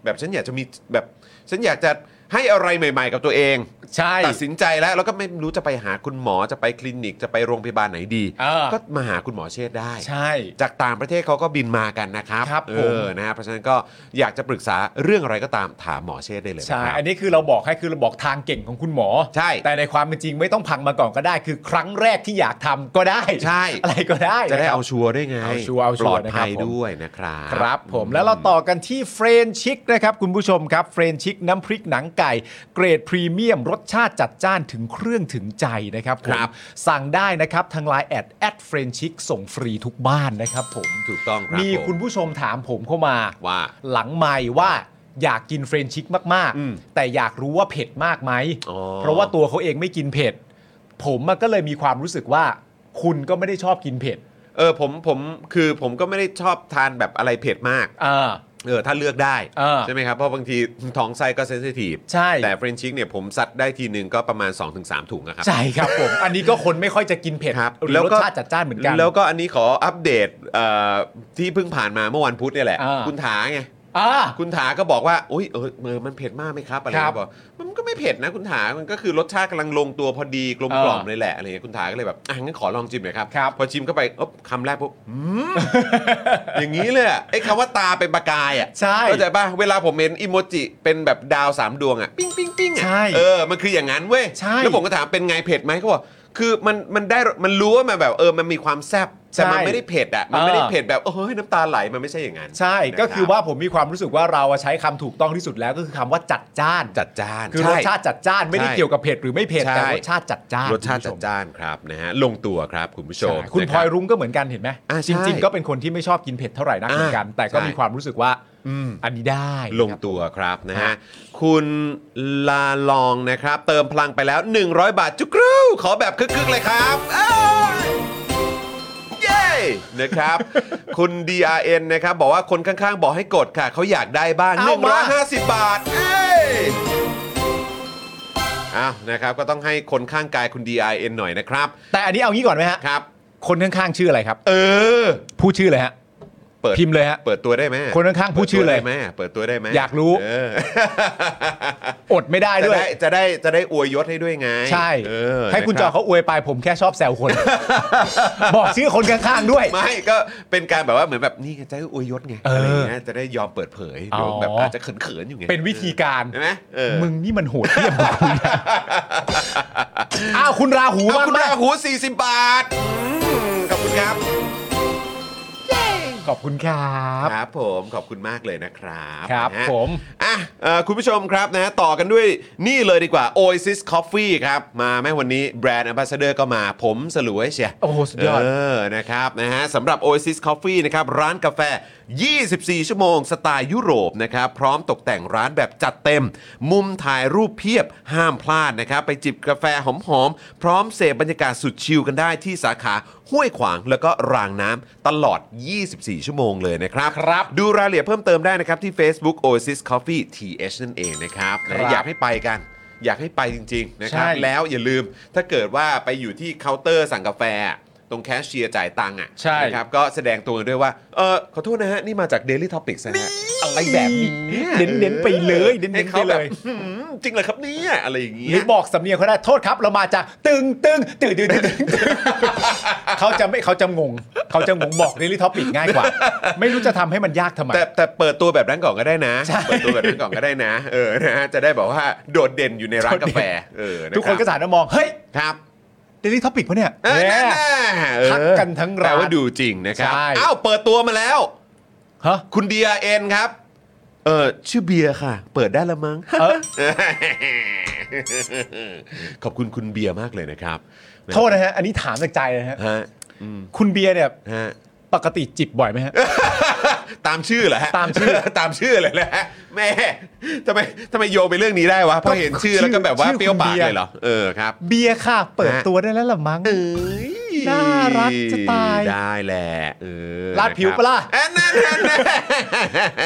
S1: แบบฉันอยากจะมีแบบฉันอยากจะให้อะไรใหม่ ๆ กับตัวเอง
S3: ใช่
S1: ตัดสินใจแล้วแล้วก็ไม่รู้จะไปหาคุณหมอจะไปคลินิกจะไปโรงพยาบาลไหนดี
S3: อ่า
S1: ก็มาหาคุณหมอเชษฐ์ได้
S3: ใช่
S1: จากต่างประเทศเขาก็บินมากันนะครับ
S3: ครับ
S1: เอ
S3: ผม
S1: อนะฮะเพราะฉะนั้นก็อยากจะปรึกษาเรื่องอะไรก็ตามถามหมอเชษฐ์ได้เลย
S3: ใช่
S1: นะครับ
S3: อันนี้คือเราบอกให้คือเราบอกทางเก่งของคุณหมอ
S1: ใช่
S3: แต่ในความเป็นจริงไม่ต้องพังมาก่อนก็ได้ คือครั้งแรกที่อยากทำก็ได้
S1: ใช่
S3: อะไรก็ได้
S1: จะได้
S3: นค
S1: เอา
S3: รับ
S1: ชัวร์ด้วยไง
S3: เอาชัวร์เอาชั
S1: ปล
S3: ว
S1: อ
S3: ร์
S1: ดภัย
S3: นะค
S1: ด้
S3: รับผม
S1: วยนะครับ
S3: ครับผมแล้วเราต่อกันที่เฟรนชิกนะครับคุณผู้ชมครับเฟรนชิกน้ำพริกหนังไก่ เกรดพรีเมียม รสชาติจัดจ้านถึงเครื่องถึงใจนะครับผม
S1: ครับ
S3: สั่งได้นะครับทางไลน์แอดแอดเฟรนชิกส่งฟรีทุกบ้านนะครับผม
S1: ถูกต้องครับ
S3: มี
S1: ผ
S3: คุณผู้ชมถามผมเข้ามา
S1: ว่า
S3: หลังไม่ว่าอยากกินเฟรนชิกมาก
S1: อืม
S3: ๆ แต่อยากรู้ว่าเผ็ดมากไหม
S1: อ๋อ
S3: เพราะว่าตัวเขาเองไม่กินเผ็ด ผมอะก็เลยมีความรู้สึกว่า คุณก็ไม่ได้ชอบกินเผ็ด
S1: เออผมผมคือผมก็ไม่ได้ชอบทานแบบอะไรเผ็ดมาก
S3: อ่า
S1: เออถ้าเลือกได้
S3: เออ
S1: ใช่ไหมครับ เพราะบางทีท้องไส้ก็เซนซิทีฟ
S3: ใช่
S1: แต่เฟรนชิกเนี่ยผมซัดได้ทีหนึ่งก็ประมาณ 2-3 ถุงนะครับ
S3: ใช่ครับผม อันนี้ก็คนไม่ค่อยจะกินเผ็ด
S1: ครับ
S3: หรือรสชาติจัดจ้านเหมือนกัน
S1: แล้วก็อันนี้ขออัปเดตเอ่อที่เพิ่งผ่านมาเมื่อวันพุธเนี่ยแหละ
S3: อ่า
S1: คุณถาไง
S3: อ่า
S1: คุณถาก็บอกว่าอุ้ยเออเออมันเผ็ดมากไหมครับอะไร
S3: ครับ
S1: บอกมันก็ไม่เผ็ดนะคุณถามันก็คือรสชาติกำลังลงตัวพอดีกลมกล่อม
S3: เออ
S1: เลยแหละอะไรเงี้ยคุณถาก็เลยแบบอ่ะงั้นขอลองชิมหน่อยครับ
S3: ครับ
S1: พอชิมเข้าไปอ๊บคำแรกปุ๊บอืม อย่างนี้เลยอะไอ้คำว่าตาเป็นประกายอ่ะ
S3: ใช่
S1: เข้าใจป่ะเวลาผมเห็นอิโมจิเป็นแบบดาวสามดวงอ่ะปิ้งปิ้งปิ้งอ่ะ
S3: ใช่
S1: เออมันคืออย่างนั้นเว้ย
S3: ใช่
S1: แล้วผมก็ถามเป็นไงเผ็ดไหมเขาบอกคือมันมันได้มันรู้ว่ามันแบบเออมันมีความแซ่บแต่มัน
S3: ใช่
S1: ไม่ได้เผ็ดอ่ะมันไม่ได้
S3: เออ
S1: เผ็ดแบบโอ้ยน้ำตาไหลมันไม่ใช่อย่างนั้น
S3: ใช่
S1: นะ
S3: ก็คือ
S1: รับ
S3: ว่าผมมีความรู้สึกว่าเราอะใช้คำถูกต้องที่สุดแล้วก็คือคำว่าจัดจ้าน
S1: จัดจ้าน
S3: คือร
S1: ใช่
S3: สชาติจัดจ้านไม่ได้
S1: ใช่
S3: เกี่ยวกับเผ็ดหรือไม่เผ็ด
S1: ใช่
S3: แต่รสชาติจัดจ้าน
S1: รสชาติ
S3: คุณผู้
S1: จั
S3: ม
S1: ดจ้านครับนะฮะลงตัวครับคุณผู้ชม
S3: ใช่คุณ
S1: นะ
S3: พ
S1: รั
S3: ลอบ ยรุ้งก็เหมือนกันเห็นไหม
S1: อ่าใช่
S3: จริง ๆ ก็เป็นคนที่ไม่ชอบกินเผ็ดเท่าไหร่นักเหมือนกัน
S1: อ่า
S3: แต่ก็
S1: ใช่
S3: มีความรู้สึกว่าอันนี้ได้
S1: ลง
S3: ครับ
S1: ตัวครับนะฮะ
S3: ฮะ
S1: คุณลาลองนะครับ เติมพลังไปแล้ว 100 บาทจุกรูขอแบบคึกๆเลยครับเอ้ยเย้ นะครับ คุณ DRN นะครับบอกว่าคนข้างๆ บอกให้กดค่ะ เขาอยากได้บ้าง
S3: เอามา
S1: 150 บาทเอ้ยอ้าวนะครับก็ต้องให้คนข้างกายคุณ DRN หน่อยนะครับ
S3: แต่อันนี้เอางี้ก่อนไหมฮะ
S1: ครับ
S3: คนข้างๆชื่ออะไรครับ
S1: เออ
S3: พูดชื่อเลยฮะ
S1: เปิด
S3: พิมพ์เลยฮะ
S1: เปิดตัวได้ไหม
S3: คนข้างๆพูดชื่อเลย
S1: ปิตัวไไหมเปิดตัวได้ไหม
S3: อยากรู้
S1: เออ
S3: อดไม่ได้
S1: จะ
S3: ด้วย
S1: ได้จะได้จะได้อวยยศให้ด้วยไง
S3: ใช่
S1: เออ
S3: ให้คุณจอ
S1: นะรับ
S3: เขาอวยไปผมแค่ชอบแซวคน บอกชื่อคนข้างๆด้วย
S1: ไม่ก็เป็นการแบบว่าเหมือนแบบนี่ไงจะได้อวยยศไง
S3: เอออ
S1: อะไรอย่างเงี้ยจะได้ยอมเปิดเผยเดี๋ยว
S3: อ๋อ
S1: แบบอาจจะเขินๆอยู่ไง
S3: เป็นวิธีการ
S1: ใช่ไหมเออ
S3: มึงนี่มันโหดเหี้ยมกว่าคุณนะอ้าวคุณราหู
S1: ขอบ
S3: บ้าง
S1: คุณ
S3: ไหม
S1: มากหู40 บาทอืมขอบคุณครับ
S3: ขอบคุณครับ
S1: ครับผมขอบคุณมากเลยนะครับ
S3: ครับ
S1: นะฮะ
S3: ผม
S1: อ่ะเอ่อคุณผู้ชมครับนะต่อกันด้วยนี่เลยดีกว่า Oasis Coffee ครับ มาแม้วันนี้แบรนด์ Ambassador ก็มาผมสลวยเชีย
S3: โอ้โหสุดยอด
S1: เออนะครับนะฮะสำหรับ Oasis Coffee นะครับร้านกาแฟ 24 ชั่วโมง สไตล์ยุโรปนะครับ พร้อมตกแต่งร้านแบบจัดเต็ม มุมถ่ายรูปเพียบห้ามพลาดนะครับ ไปจิบกาแฟหอมๆ พร้อมเสพบรรยากาศสุดชิลกันได้ที่สาขาห้วยขวางแล้วก็รางน้ำตลอด 24 ชั่วโมงเลยนะครับ
S3: ครับ
S1: ดูรายละเอียดเพิ่มเติมได้นะครับ ที่ Facebook Oasis Coffee TH นั่นเองนะครับ
S3: ครับ
S1: นะอยากให้ไปกัน อยากให้ไปจริง ๆ นะครับ
S3: ใช่
S1: แล้วอย่าลืมถ้าเกิดว่าไปอยู่ที่เคาน์เตอร์สั่งกาแฟ ตรงแคชเชียร์จ่ายตังค์อ่ะ
S5: ใช่
S1: นะครับก็แสดงตัวด้วยว่าเออขอโทษนะฮะ นี่มาจาก Daily Topics นะฮะ
S3: อะไรแบบนี้เน้นๆไปเลยเน้นๆ
S1: ให้ขา
S3: ไปเลย
S1: แบบอื้อหือจริงเหรอครับเนี่ยอะไรอย่าง
S3: ห
S1: เงี้
S3: รื
S1: ย
S3: อบอกสำเนียงเขาได้โทษครับ เรามาจากตึงตึงตึงตึงตึงตึงตึงเขาจะไม่เขาจะงง เขาจะงงบอกในลิทอปิกง่ายกว่า ไม่รู้จะทำให้มันยากทำไม
S1: แต่แต่เปิดตัวแบบนั้นก่อนก็ได้นะ เปิดตัวแบบนั้นก่อนก็ได้นะ เออนะฮะจะได้บอกว่าโดดเด่นอยู่ในร้านกาแฟเออ
S3: ทุกคนก็สานมามอง เฮ้ย
S1: ครับ
S3: เดลิทอปิกปะเนี่ย
S1: เออ
S3: แหม
S1: แน่ๆเออ
S3: ทักกันทั้งร้าน
S1: แปลว่าดูจริงนะครับ
S3: ใช่
S1: อ้าวเปิดตัวมาแล้ว
S3: ฮะ
S1: คุณเดียเอ็นครับ เออชื่อเบียร์ค่ะ เปิดได้และมั้ง
S3: เออ
S1: ขอบคุณคุณเบียร์มากเลยนะครับ
S3: โทษนะฮะ อันนี้ถามจากใจนะฮะ
S1: ฮะอืม
S3: คุณเบียร์เนี่ย
S1: ฮะ
S3: ปกติจิบบ่อยไหมฮะ
S1: ตามชื่อเหรอฮะ
S3: ตามชื่อ
S1: ตามชื่อเลยแหละฮะแม่ทำไมทำไมโยงไปเรื่องนี้ได้วะเพราะเห็นชื่อแล้วก็แบบว่าเปรี้ยวปากเลยเหรอเออครับ
S3: เบียร์ค่ะ เปิดตัวได้แล้วเหรอมั้ง
S1: เอ้ย
S3: น่ารักจะตาย
S1: ได้แหละเออ
S3: ลาดผิวปะล่ะ
S1: แอนนั่นนั่นนั่น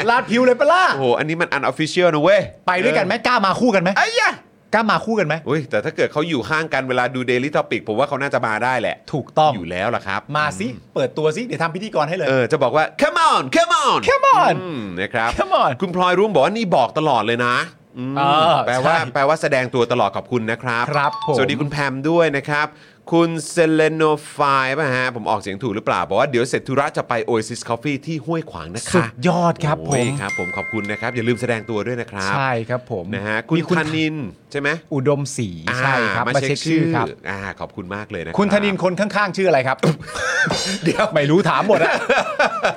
S3: ลาดผิวเลยปะล่ะ
S1: โอ้โห อันนี้มันอันออฟฟิเชียลนะเว้ย
S3: ไปด้วยกันไหมกล้ามาคู่กันไหม
S1: ไอ้ยะ
S3: กล้ามาคู่กันไหม
S1: อุ้ยแต่ถ้าเกิดเขาอยู่ข้างกันเวลาดู Daily Topic ผมว่าเขาน่าจะมาได้แหละ
S3: ถูกต้อง
S1: อยู่แล้วล่ะครับ
S3: มาสิ เปิดตัวสิ เดี๋ยวทำพิธีกรให้เลย
S1: เออ จะบอกว่า come on come on
S3: Come on
S1: อืมนะครับ
S3: Come on
S1: คุณพลอยรุ่มบอกว่านี่บอกตลอดเลยนะอืม
S3: เออ
S1: แปลว่า
S3: ใช่
S1: แปลว่าแสดงตัวตลอดขอบคุณนะครับ
S3: ครับผม
S1: สวัสดีคุณแพมด้วยนะครับ คุณเซเลโนไฟป่ะฮะ ผมออกเสียงถูกหรือเปล่า บอกว่าเดี๋ยวเสร็จธุระจะไป Oasis Coffee ที่ห้วยขวางนะคะ
S3: สุดยอดครับผ
S1: โอ้ย
S3: ม
S1: ครับผมขอบคุณนะครับ อย่าลืมแสดงตัวด้วยนะครับ
S3: ใช่ครับผม
S1: นะฮะคุณ
S3: มี
S1: ธนินใช่ไหม
S3: อุดมศรีใช่ครับ
S1: อ่
S3: มาเช็คชื่อครับ
S1: อ่าขอบคุณมากเลยนะรับ
S3: คุณธนินคนข้างๆ ชื่ออะไรครับ เดี๋ยวไม่รู้ถามหมดอะ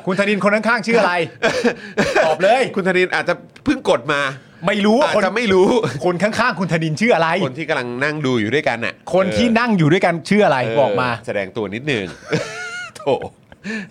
S3: คุณธนินคนข้างๆ ชื่ออะไร ตอบเลย
S1: คุณธนินอาจจะเพิ่งกดมา
S3: ไม่รู้ว่า
S1: อาจ
S3: คน
S1: จะไม่รู้
S3: คนข้างๆ คุณธนินชื่ออะไร
S1: คนที่กำลังนั่งดูอยู่ด้วยกันน่ะ
S3: คนที่นั่งอยู่ด้วยกันชื่ออะไร
S1: เ
S3: บอกมา
S1: แสดงตัวนิดนึ ง โถ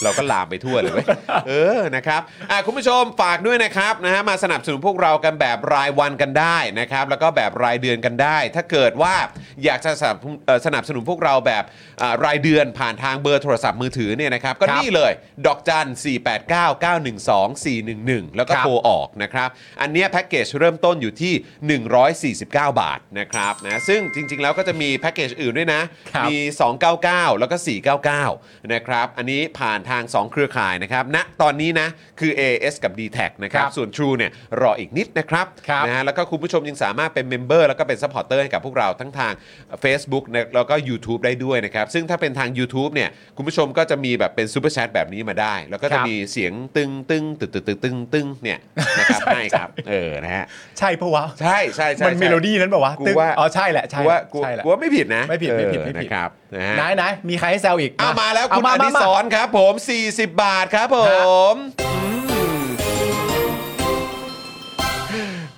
S1: เราก็ลามไปทั่วเลยเว้ยเออนะครับอ่ะคุณผู้ชมฝากด้วยนะครับนะฮะมาสนับสนุนพวกเรากันแบบรายวันกันได้นะครับ แล้วก็แบบรายเดือนกันได้ ถ้าเกิดว่าอยากจะสนับเอ่อสนับสนุนพวกเราแบบอ่ารายเดือนผ่านทางเบอร์โทรศัพท์มือถือเนี่ยนะครับ ก็
S3: ครับ
S1: นี่เลย ดอกจัน 4 8 9 9 1 2 4 1 1 แล้วก็
S3: ครับ
S1: โทรออกนะครับ อันเนี้ยแพ็กเกจเริ่มต้นอยู่ที่ 149 บาทนะครับนะซึ่งจริง ๆ แล้วก็จะมีแพ็กเกจอื่นด้วยนะ
S3: ครับ
S1: มี 299 แล้วก็ 499 นะครับ อันนี้ผ่านทาง 2 เครือข่ายนะครับณนะตอนนี้นะ คือ AS กับ d t แทนะครับ
S3: ครับ
S1: ส่วน True เนี่ยรออีกนิดนะครับ
S3: ครับ
S1: นะฮะแล้วก็คุณผู้ชมยังสามารถเป็นเมมเบอร์แล้วก็เป็นซัพพอร์เตอร์ให้กับพวกเราทั้งทาง Facebook นะแล้วก็ YouTube ได้ด้วยนะครับ ซึ่งถ้าเป็นทาง YouTube เนี่ยคุณผู้ชมก็จะมีแบบเป็นซูเปอร์แชทแบบนี้มาได้ แล้วก็
S3: ครั
S1: จะ
S3: บ
S1: มีเสียงตึงตึงตึงตึงตึงตึงตึงเนี่ยนะครับให้ครับเออนะฮะ
S3: ใช่ปะวะ
S1: ใช่ใช่ใช่
S3: มัน
S1: ใช่
S3: เมโลดี้นั้นปะวะ
S1: กู
S3: ตึ๊ง
S1: ว่า
S3: อ๋อใช่แหละใช่
S1: กูว่ากู
S3: ใช่แหละ
S1: กูว่าไม่ผิดนะ
S3: ไม่ผิดไม่ผิด
S1: เออ
S3: ไม่ผิด
S1: นะครับนะฮะ
S3: ไหนไหนมีใครให้แซวอีก
S1: เอามาแล้วคุณ
S3: เ
S1: อดิศรครับผม 40 บาทครับผมอืม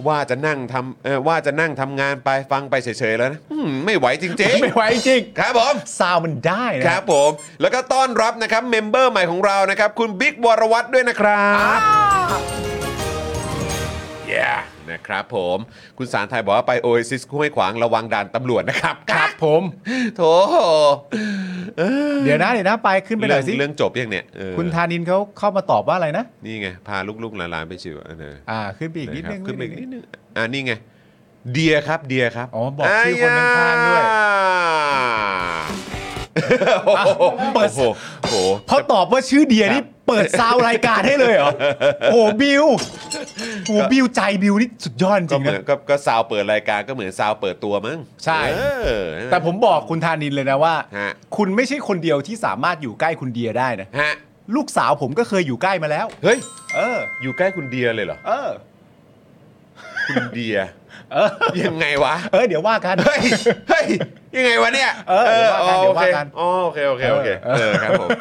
S1: ว่าจะนั่งทำเอ่อว่าจะนั่งทำงานไปฟังไปเฉยๆแล้วนะอืมไม่ไหวจริง
S3: ไม่ไหวจริง
S1: ๆ ครับผม
S3: ซาวมันได้นะ
S1: ครับผม แล้วก็ต้อนรับนะครับเมมเบอร์ใหม่ของเรานะครับ คุณบิ๊กวรวัตรด้วยนะครับเย้นะครับผม คุณสารไทยบอกว่าไปโอเอซิสห้วยขวางระวังด่านตำรวจนะครับ
S3: ครับผม
S1: โถ
S3: เดี๋ยวนะเดี๋ยวนะไปขึ้นไปหน่อยสิ
S1: เรื่องจบยังเนี่ยเออ
S3: คุณธานินเขาเข้ามาตอบว่าอะไรนะ
S1: นี่ไง พาลูกๆหลานๆไปชิวเออ
S3: อ่าขึ้นไปอีกนิดนึง
S1: ะครับขึ้นไปอีกนิดนึงอ่านี่ไง เดียครับเดียครับ
S3: อ๋อบอกชื่อคนข้างๆด้วย
S1: อ่ะ
S3: เปิด
S1: โอ้โหโอ้โห
S3: เขาตอบว่าชื่อเดียนี่
S1: ครับ
S3: เปิดซาวรายการให้เลยเหรอ โอ้โหบิวโอ้โหบิวใจบิวนี่สุดยอดจ
S1: ก็
S3: ริง
S1: เห
S3: ๆ
S1: มือ
S3: นะ
S1: นก็ก็ซาวเปิดรายการก็เหมือนซาวเปิดตัวมั้ง
S3: ใช่
S1: เออ
S3: แต่ผมบอกคุณธานินเลยนะว่า
S1: ฮะ
S3: คุณไม่ใช่คนเดียวที่สามารถอยู่ใกล้คุณเดียได้นะ
S1: ฮะ
S3: ลูกสาวผมก็เคยอยู่ใกล้มาแล้ว
S1: เฮ้ย
S3: เออ
S1: อยู่ใกล้คุณเดียเลยเหรอ
S3: เออ
S1: คุณเดีย
S3: เออ
S1: ยังไงวะ
S3: เออเดี๋ยวว่ากัน
S1: เฮ้ย เฮ้ย ยังไงวะเนี่ย
S3: เออเดี๋ยวว่ากัน
S1: เออ
S3: เดี๋ยว
S1: โอเค
S3: ว่ากัน
S1: อ๋อโอเค โอเค โอเค เออครับผม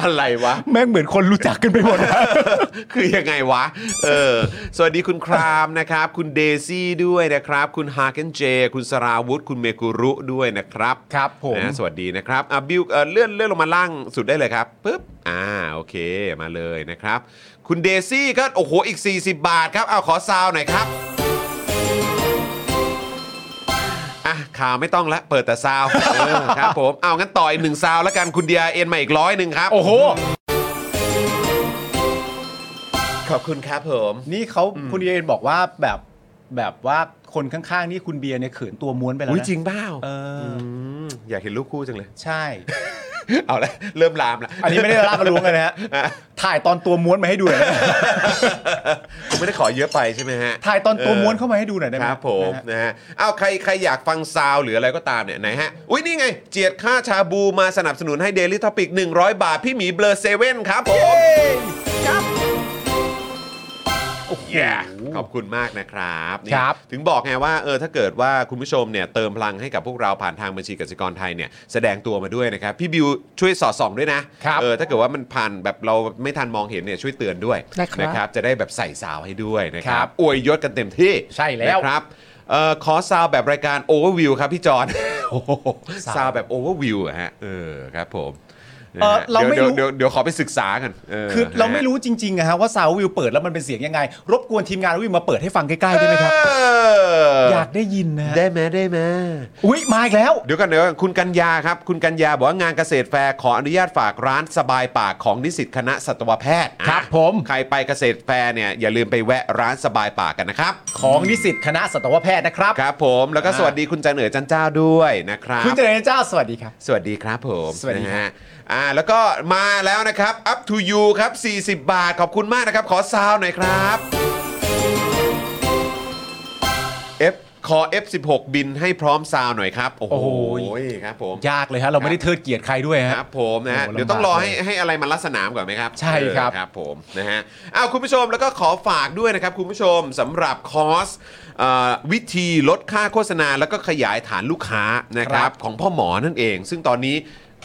S1: อะไรวะ
S3: แม่งเหมือนคนรู้จักกันไปหมดนะ
S1: คือยังไงวะ เออ สวัสดีคุณครามนะครับ คุณเดซี่ด้วยนะครับ คุณฮาเกนเจ คุณสราวุธ คุณเมกุรุด้วยนะครับ
S3: ครับผม
S1: นะสวัสดีนะครับอ่ะบิวเอ่อเลื่อนเลื่อนลงมาล่างสุดได้เลยครับปึ๊บ อ่า โอเค มาเลยนะครับ คุณเดซี่ก็ โอ้โห อีก 40 บาทครับ เอาขอซาวหน่อยครับ อ่ะ ข่าวไม่ต้องละ เปิดแต่ซาวเออครับผม เอางั้นต่ออีกหนึ่งซาวแล้วกัน คุณเดียเอ็นมาอีกร้อยหนึ่งครับ
S3: โอ้โห
S1: ขอบคุณครับผม
S3: นี่เขาคุณเดียเอนบอกว่าแบบแบบว่าคนข้างๆ นี่คุณเบียร์เนี่ยเขินตัวม้วนไปแล้ว
S1: อุ้ย
S3: นะ
S1: จริงเปล่า
S3: เอออ
S1: มอยากเห็นรูปคู่จังเลย
S3: ใช่
S1: เอาละเริ่มลามละ
S3: อันนี้ไม่ได้ลาบมาล้วงกันนะฮะถ่ายตอนตัวม้วนมาให้ดูหน่อยได้ไหม
S1: ผมไม่ได้ขอเยอะไปใช่ไหมฮะ
S3: ถ่ายตอนตัวม้วนเข้ามาให้ดูหน่อยได้ไหม
S1: ครับผม
S3: นะฮะ
S1: นะฮะเอาใครใครอยากฟังซาวหรืออะไรก็ตามเนี่ยไหนฮะ อุ้ยนี่ไง เจียดค่าชาบูมาสนับสนุนให้ Daily Topic 100 บาท พี่หมีเบลอเซเว่นครับผมครับโอ้โห yeah ขอบคุณมากนะครับนี่
S3: ครับ
S1: ถึงบอกไงว่าเออถ้าเกิดว่าคุณผู้ชมเนี่ยเติมพลังให้กับพวกเราผ่านทางบัญชีกสิกรไทยเนี่ยแสดงตัวมาด้วยนะครับ พี่บิวช่วยสอดส่องด้วยนะครับ เออถ้าเกิดว่ามันผ่านแบบเราไม่ทันมองเห็นเนี่ยช่วยเตือนด้วย
S4: ได้ครับ
S1: นะครับจะได้แบบใส่สาวให้ด้วยนะค
S3: ค
S1: รั
S3: รั
S1: บบ อวยยศกันเต็มที่
S3: ใช่แล้ว
S1: นะครับเอ่อขอซาวแบบรายการ Overview ครับพี่จอน โอ้โหซาวแบบ Overview อะฮะเออครับผมนะ
S3: เอ่อ
S1: ฮะ
S3: เราไม่รู้
S1: เดี๋ยวเดี๋ยวเดี๋ยวขอไปศึกษากันเ
S3: คือเราไม่
S1: นะฮะ
S3: รู้จริงๆนะฮะว่าซาวด์วิวเปิดแล้วมันเป็นเสียงยังไง รบกวนทีมงานวิวมาเปิดให้ฟังใกล้ๆได้ไหมครับ
S1: เอ
S3: อยากได้ยินนะฮะ
S1: ได้ไหมได้ไหม
S3: อุ้ยมาอีกแล้ว
S1: เดี๋ยวกันเดี๋ยวก่อนคุณกัญญาครับ คุณกัญญาบอกว่างานเกษตรแฟร์ขออนุญาตฝากร้านสบายปากของนิสิตคณะสัตวแพทย์
S3: ครับ
S1: อ่ะ
S3: ผม
S1: ใครไปเกษตรแฟร์เนี่ยอย่าลืมไปแวะร้านสบายปากกันนะครับ
S3: ของนิสิตคณะสัตวแพทย์นะครับ
S1: ครับผมแล้วก็สวัสดีคุณจันเหนือจันเจ้าด้วยนะครับ
S3: คุณเจริญเจ้าสวัสดีครับ
S1: สวัสดีครับผม
S3: สวัสดี
S1: นะ
S3: ครับ
S1: ฮะอ่าแล้วก็มาแล้วนะครับ up to you ครับ 40 บาท ขอบคุณมากนะครับ ขอซาวหน่อยครับ F ขอ F16 บินให้พร้อมซาวหน่อยครับ โอ้โหครับผม
S3: ยากเลยฮะเราไม่ได้เทิดเกียรติใครด้วยฮะ
S1: ครับผมนะฮะ
S3: โอ้โห
S1: เดี๋ยวต้องรอ
S3: ลำบาก
S1: ให้ให้อะไรมันลัดสนามก่อนไหมครับ
S3: ใช่ครับ
S1: เออครับผมนะฮะอ้าวคุณผู้ชมแล้วก็ขอฝากด้วยนะครับ คุณผู้ชมสำหรับคอร์สเอ่อวิธีลดค่าโฆษณา แล้วก็ขยายฐานลูกค้านะค
S3: ครั
S1: รับบ ของพ่อหมอนั่นเอง ซึ่งตอนนี้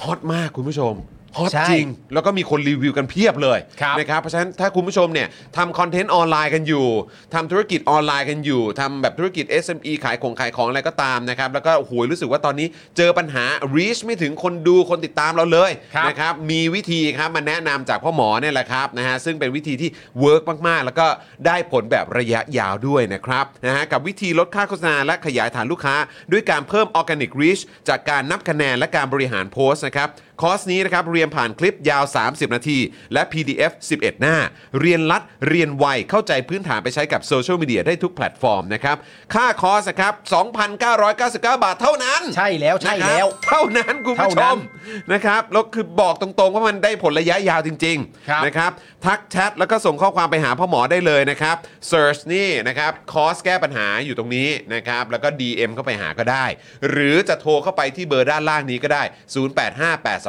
S1: ฮอตมากคุณผู้ชมฮอต
S3: ใช่
S1: จริง แล้วก็มีคนรีวิวกันเพียบเลย
S3: ครับ
S1: นะครับเพราะฉะนั้นถ้าคุณผู้ชมเนี่ยทำคอนเทนต์ออนไลน์กันอยู่ทำธุรกิจออนไลน์กันอยู่ทำแบบธุรกิจ SME ขายของขายของอะไรก็ตามนะครับแล้วก็โอ้โหรู้สึกว่าตอนนี้เจอปัญหา reach ไม่ถึงคนดูคนติดตามเราเลย
S3: ครับ
S1: นะครับมีวิธีครับมาแนะนำจากพ่อหมอเนี่ยแหละครับนะฮะซึ่งเป็นวิธีที่เวิร์กมากๆ แล้วก็ได้ผลแบบระยะยาวด้วยนะครับนะฮะกับวิธีลดค่าโฆษณาและขยายฐานลูกค้า ด้วยการเพิ่มออร์แกนิกรีชจากการนับคะแนนและการบริหารโพสต์นะครับคอร์สนี้นะครับเรียนผ่านคลิปยาว 30 นาที และ PDF 11 หน้า เรียนรัดเรียนไวเข้าใจพื้นฐานไปใช้กับโซเชียลมีเดียได้ทุกแพลตฟอร์มนะครับค่าคอร์สนะครับ2,999 บาทเท่านั้น
S3: ใช่แล้วใช่แล้ว
S1: นะครับเท่านั้นคุณผู้
S3: เท่า
S1: ช
S3: นั้
S1: ม
S3: น
S1: นะครับแล้วคือบอกตรงๆว่ามันได้ผลระยะยาวจริง
S3: ครับ
S1: ๆนะครับทักแชทแล้วก็ส่งข้อความไปหาพ่อหมอได้เลยนะครับเซิร์ชนี่นะครับคอร์สแก้ปัญหาอยู่ตรงนี้นะครับแล้วก็ DM เข้าไปหาก็ได้ หรือจะโทรเข้าไปที่เบอร์ด้านล่างนี้ก็ได้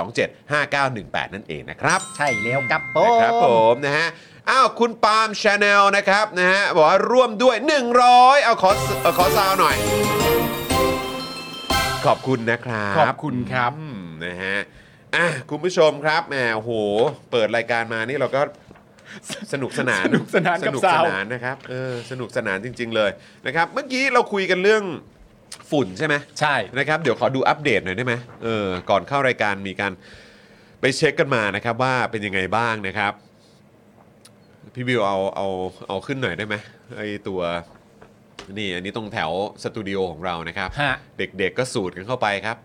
S1: 0858275918 นั่นเองนะครับ
S3: ใช่แล้วครับผ
S1: นะครับผม มนะฮะ อ้าว คุณปาล์มชาแนลนะครับนะฮะบอกว่าร่วมด้วย 100 เอาขอเอาขอซาวหน่อย ขอบคุณนะครับ
S3: ขอบคุณครับ
S1: อืมนะฮะอ่ะคุณผู้ชมครับแหมโอ้โห เปิดรายการมานี่เราก็สนุกสนาน
S3: สนุกสนาน
S1: ส
S3: กับ
S1: นุกส
S3: ซาว
S1: นานนะครับเออสนุกสนานจริง ๆ เลยนะครับ เมื่อกี้เราคุยกันเรื่องฝุ่นใช่ไหม
S3: ใช่
S1: นะครับเดี๋ยวขอดูอัปเดตหน่อยได้ไหมเออก่อนเข้ารายการมีการไปเช็คกันมานะครับว่าเป็นยังไงบ้างนะครับ พี่บิวเอาเอาเอาขึ้นหน่อยได้ไหมไอตัวนี่อันนี้ตรงแถวสตูดิโอของเรานะครับ
S3: ฮะ
S1: เด็กๆก็สูดกันเข้าไปครับ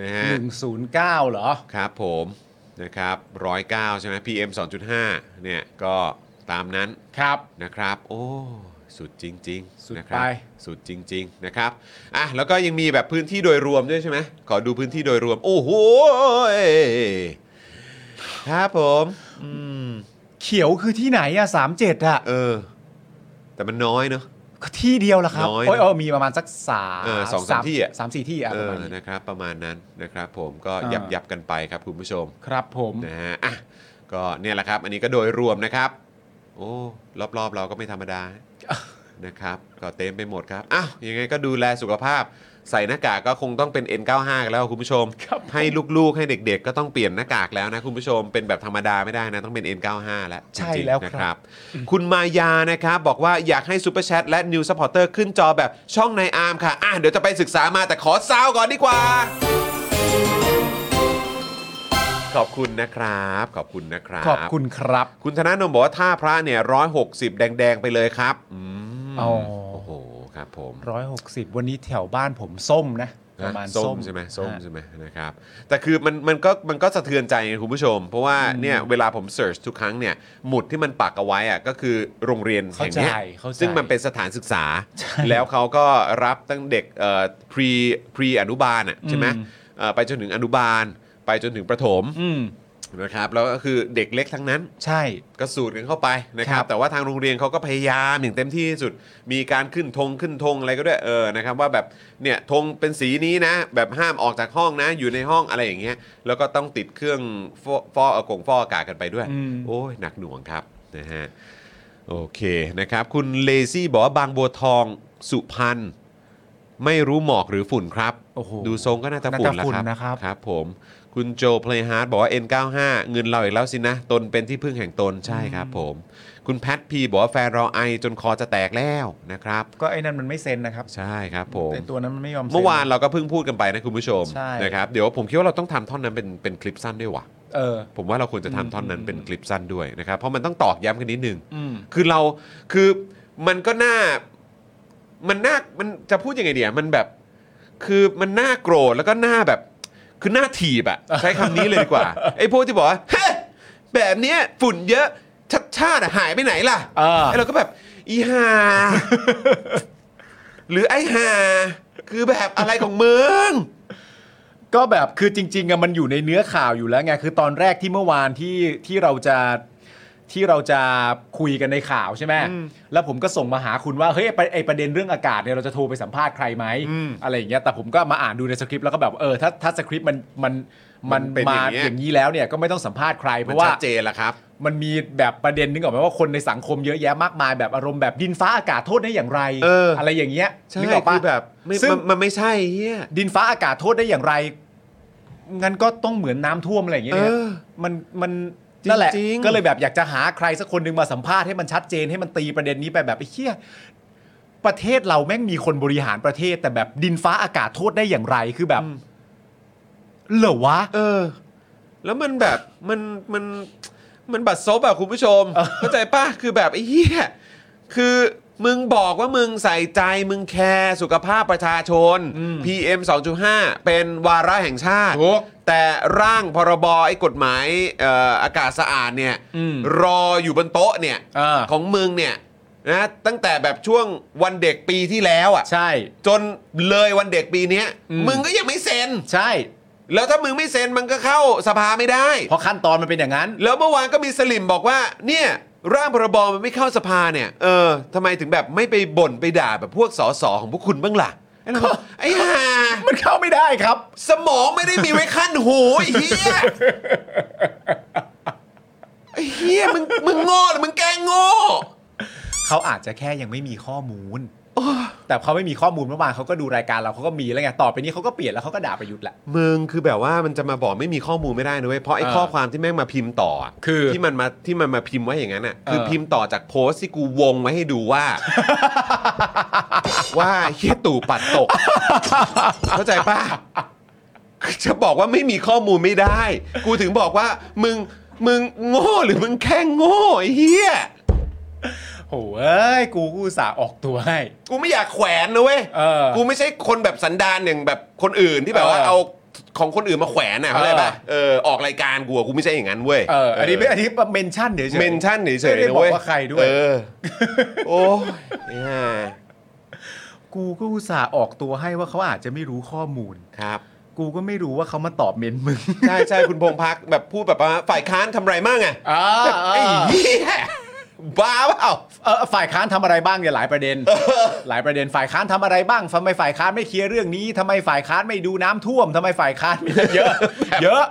S1: นะฮะ
S3: 109 เหรอ
S1: ครับผมนะครับร้อยเก้าใช่ไหม PM 2.5เนี่ยก็ตามนั้น
S3: ครับ
S1: นะครับ โอ้ สุดจริงๆ
S3: สุด
S1: นะครับ
S3: ไป
S1: สุดจริง ๆ นะครับอ่ะแล้วก็ยังมีแบบพื้นที่โดยรวมด้วยใช่ไหมขอดูพื้นที่โดยรวม โอ้โหครับผมอืม
S3: เขียวคือที่ไหนอะ37อะ
S1: เออ แต่มันน้อยเนอะ
S3: ก็ที่เดียวละครับ
S1: น้อยนะ
S3: โอ้ยเออมีประมาณสักสาม
S1: เออสองสามที่อะ
S3: สามสี่ที่อะ
S1: เออ
S3: ประมาณนี้
S1: นะครับ ประมาณนั้นนะครับ ผมก็
S3: อ่า
S1: ยับยับกันไปครับคุณผู้ชม
S3: ครับผม
S1: นะฮะอ่ะก็เนี่ยแหละครับ อันนี้ก็โดยรวมนะครับ โอ้รอบๆ เราก็ไม่ธรรมดา นะครับก็เต็มไปหมดครับอ้าวยังไงก็ดูแลสุขภาพ ใส่หน้ากากก็คงต้องเป็น N95 กันแล้วคุณผู้ชม ให้ลูกๆให้เด็กๆ ก็ต้องเปลี่ยนหน้ากากแล้วนะคุณผู้ชมเป็นแบบธรรมดาไม่ได้นะ ต้องเป็น N95 แล้ว
S3: ใช่
S1: จริงๆ
S3: แล้ว
S1: นะครับ คุณมายานะครับ บอกว่าอยากให้ซูเปอร์แชทและ New Supporter ขึ้นจอแบบช่องในอาร์มค่ะอ่ะ เดี๋ยวจะไปศึกษามาแต่ขอซาวก่อนดีกว่า ขอบคุณนะครับ ขอบคุณนะครับ
S3: ขอบคุณครับ
S1: คุณธนาโนมบอกว่าท่าพระเนี่ยร้อยหกสิบแดง ๆ ไปเลยครับอืม
S3: อ๋อ
S1: โอ้โหครับผม
S3: 160 วันนี้แถวบ้านผมส้มนะประมาณ
S1: ส้
S3: ส้
S1: ม
S3: ม
S1: ใช่ไหมส้ม
S3: ฮะ
S1: ใช่ไหมนะครับแต่คือมันมันก็มันก็สะเทือนใจไงคุณผู้ชม เพราะว่าเนี่ยเวลาผมเสิร์ชทุกครั้งเนี่ยหมุดที่มันปักเอาไว้อะก็คือโรงเรียนแห่งเนี้ย
S3: เข้าใจเข้าใจ
S1: ซึ่งมันเป็นสถานศึกษา แล้วเขาก็รับตั้งเด็กเอ่อพรีพรีอนุบาลอะใช่ไหม
S3: อืม
S1: เอ่อไปจนถึงอนุบาล ไป ไปจนถึงประถม
S3: อืม
S1: นะครับแล้วก็คือเด็กเล็กทั้งนั้น
S3: ใช่
S1: ก็สูดกันเข้าไปนะครับ
S3: ครับ
S1: แต่ว่าทางโรงเรียนเขาก็พยายามอย่างเต็มที่ที่สุด มีการขึ้นธงขึ้นธงอะไรก็ด้วยเออนะครับว่าแบบเนี่ยธงเป็นสีนี้นะ แบบห้ามออกจากห้องนะ อยู่ในห้องอะไรอย่างเงี้ยแล้วก็ต้องติดเครื่องฟอฟอกกงฟอกอากาศกันไปด้วย
S3: อืม
S1: โอ้ยหนักหน่วงครับนะฮะโอเคนะครับ คุณเลซี่บอกว่าบางบัวทองสุพรรณไม่รู้หมอกหรือฝุ่นครับ
S3: โอ้โห
S1: ดูทรงก็น่าจะฝุ่นแหล้ว
S3: น่าจะฝุ่น
S1: ครับ
S3: นะครับ
S1: ครับผมคุณโจเพลย์ฮาร์ดบอกว่า N95 เงินเราอีกแล้วสินะ ตนเป็นที่พึ่งแห่งตนใช่ครับผม คุณแพทพีบอกว่าแฟนเราไอจนคอจะแตกแล้วนะครับ
S3: ก็ไอ้นั่นมันไม่เซ็นนะครับ
S1: ใช่ครับผม
S3: ไอ้ตัวนั้นมันไม่ยอมซ็
S1: เมื่อวานเราก็เพิ่งพูดกันไปนะคุณผู้ชม
S3: ใช่
S1: นะครับเดี๋ยวผมคิดว่าเราต้องทำท่อนนั้นเป็นเป็นคลิปสั้นด้วยว่ะ
S3: เออ
S1: ผมว่าเราควรจะทำท่อนนั้นเป็นคลิปสั้นด้วยนะครับ เพราะมันต้องตอกย้ำกันนิดนึง
S3: อืม
S1: คือเราคือมันก็น่ามันน่ามันจะพูดยังไงเดียมันแบบคือมันน่าโกรธแล้วก็น่าแบบ คือหน้าถีบอะใช้คำนี้เลยดี กว่า ไอ้พวกที่บอกว่าเฮ้ยแบบเนี้ยฝุ่นเยอะชัดชาติอะหายไปไหนล่ะ
S3: เออ
S1: ไอ้เราก็แบบ อีหา หรือไอ้หา คือแบบอะไรของมึง
S3: ก็แบบคือจริงๆอะมันอยู่ในเนื้อข่าวอยู่แล้วไงคือตอนแรกที่เมื่อวานที่ที่เราจะที่เราจะคุยกันในข่าวใช่ไหมแล้วผมก็ส่งมาหาคุณว่าเฮ้ยไอ้ประไอประเด็นเรื่องอากาศเนี่ยเราจะโทรไปสัมภาษณ์ใครไหมอะไรอย่างเงี้ยแต่ผมก็มาอ่านดูในสคริปต์แล้วก็แบบเออถ้าถ้าสคริปต์มันมันมัน
S1: มันเป็น
S3: มา
S1: อย่างเงี้ย
S3: อย่างนี้แล้วเนี่ยก็ไม่ต้องสัมภาษณ์ใคร เพ
S1: มัน
S3: ราะว่า
S1: ชัดเจนละครับ
S3: มันมีแบบประเด็นนึงออกไหมว่าคนในสังคมเยอะแยะมากมายแบบอารมณ์แบบดินฟ้าอากาศโทษได้อย่างไร
S1: เอออ
S3: ไรอย่างเงี้ย
S1: ใช่
S3: นึกออกปะ
S1: คือแบบไม่
S3: ซึ่ง
S1: มันมันไม่ใช่เฮีย
S3: ดินฟ้าอากาศโทษได้อย่างไร งั้นก็ต้องเหมือนน้ำท่วมอะไรอย่างเงี้ย
S1: เออ
S3: มันมัน
S1: จริงๆ
S3: นั่นแหละ ก็เลยแบบอยากจะหาใครสักคนหนึ่งมาสัมภาษณ์ให้มันชัดเจนให้มันตีประเด็นนี้ไปแบบไอ้เหี้ยประเทศเราแม่งมีคนบริหารประเทศ แต่แบบดินฟ้าอากาศโทษได้อย่างไรคือแบบเหรอวะ
S1: เออ แล้วมันแบบมันมันมันบัดซบอะคุณผู้ชม เข้าใจป่ะ คือแบบไอ้เหี้ยคือมึงบอกว่ามึงใส่ใจมึงแคร์สุขภาพประชาชน PM 2.5 เป็นวาระแห่งชาติ
S3: ถูก
S1: แต่ร่างพรบไอ้กฎหมายเอ่ออากาศสะอาดเนี่ย
S3: อืม
S1: รออยู่บนโต๊ะเนี่ย
S3: เออ
S1: ของมึงเนี่ยนะตั้งแต่แบบช่วงวันเด็กปีที่แล้วอะ
S3: ใช่
S1: จนเลยวันเด็กปีเนี้ย
S3: อืม
S1: มึงก็ยังไม่เซ็น
S3: ใช่
S1: แล้วถ้ามึงไม่เซ็นมันก็เข้าสภาไม่ได้
S3: เพราะขั้นตอนมันเป็นอย่างนั้น
S1: แล้วเมื่อวานก็มีสลิมบอกว่า เนี่ย ร่างพรบมันไม่เข้าสภาเนี่ย เออทำไมถึงแบบไม่ไปบ่นไปด่าแบบพวกสสของพวกคุณบ้างล่ะ ไอ้เราบอกไอ้ห่า
S3: มันเข้าไม่ได้ครับ
S1: สมองไม่ได้มีไว้ขั้นหูไอ้เฮียไอ้เฮียมึงมึงโง่หรือมึงแกล้งโง่
S3: เขาอาจจะแค่ยังไม่มีข้อมูลแต่เขาไม่มีข้อมูลเมื่อวานเขาก็ดูรายการเราเขาก็มีแล้วไงต่อไปนี้เขาก็เปลี่ยนแล้วเขาก็ด่าประยุทธ์แหละ
S1: มึงคือแบบว่ามันจะมาบอกไม่มีข้อมูลไม่ได้นะเว้ยเพราะไอ้
S3: เออ
S1: ข้อความที่แม่งมาพิมพ์ต่ออะ
S3: คือ
S1: ที่มันมาที่มันมาพิมพ์ไว้อย่างนั้นอ่ะคือ
S3: เออ
S1: พิมพ์ต่อจากโพสต์ที่กูวงไว้ให้ดู ว่า ว่าเฮียตู่ปัดตก เข้าใจป่ะคือจะบอกว่าไม่มีข้อมูลไม่ได้ กูถึงบอกว่า มึงมึงโง่หรือมึงแค่โง่ไอ้เฮีย
S3: โหเอ้ย กูกูอุตสาห์ออกตัวให้
S1: กูไม่อยากแขวนนะเว้ย
S3: เออ
S1: กูไม่ใช่คนแบบสันดานอย่างแบบคนอื่นที่แบบว่า
S3: เออ
S1: เอาของคนอื่นมาแขวนน่ะเข้าใจป่ะ
S3: เออ
S1: เออออกรายการกูอะกูไม่ใช่อย่างนั้นเว้ย
S3: เอออันนี้ไม่อันนี้เมนชั่นเดี๋ยว
S1: เมนชั่นเฉยๆ
S3: ไม่ได้
S1: นะ
S3: บอก
S1: เว้ย
S3: ว่าใครด้วย
S1: เออ โอ้ยเนี่ย
S3: กูก็อุตส่าห์ออกตัวให้ว่าเขาอาจจะไม่รู้ข้อมูล
S1: ครับ
S3: กูก็ไม่รู้ว่าเขามาตอบเมนมึง
S1: ใช่ใช่คุณพงพักแบบพูดแบบว่าฝ่ายค้านทำไรมั่งอะ
S3: อ่า
S1: ไอ้เหี้ยบ้าเปล่า
S3: เออฝ่ายค้านทำอะไรบ้างเนี่ยหลายประเด็น หลายประเด็นฝ่ายค้านทำอะไรบ้างทำไมฝ่ายค้านไม่เคลียร์เรื่องนี้ทำไมฝ่ายค้านไม่ดูน้ำท่วมทำไมฝ่ายค้านไม่เย อะ เยอะ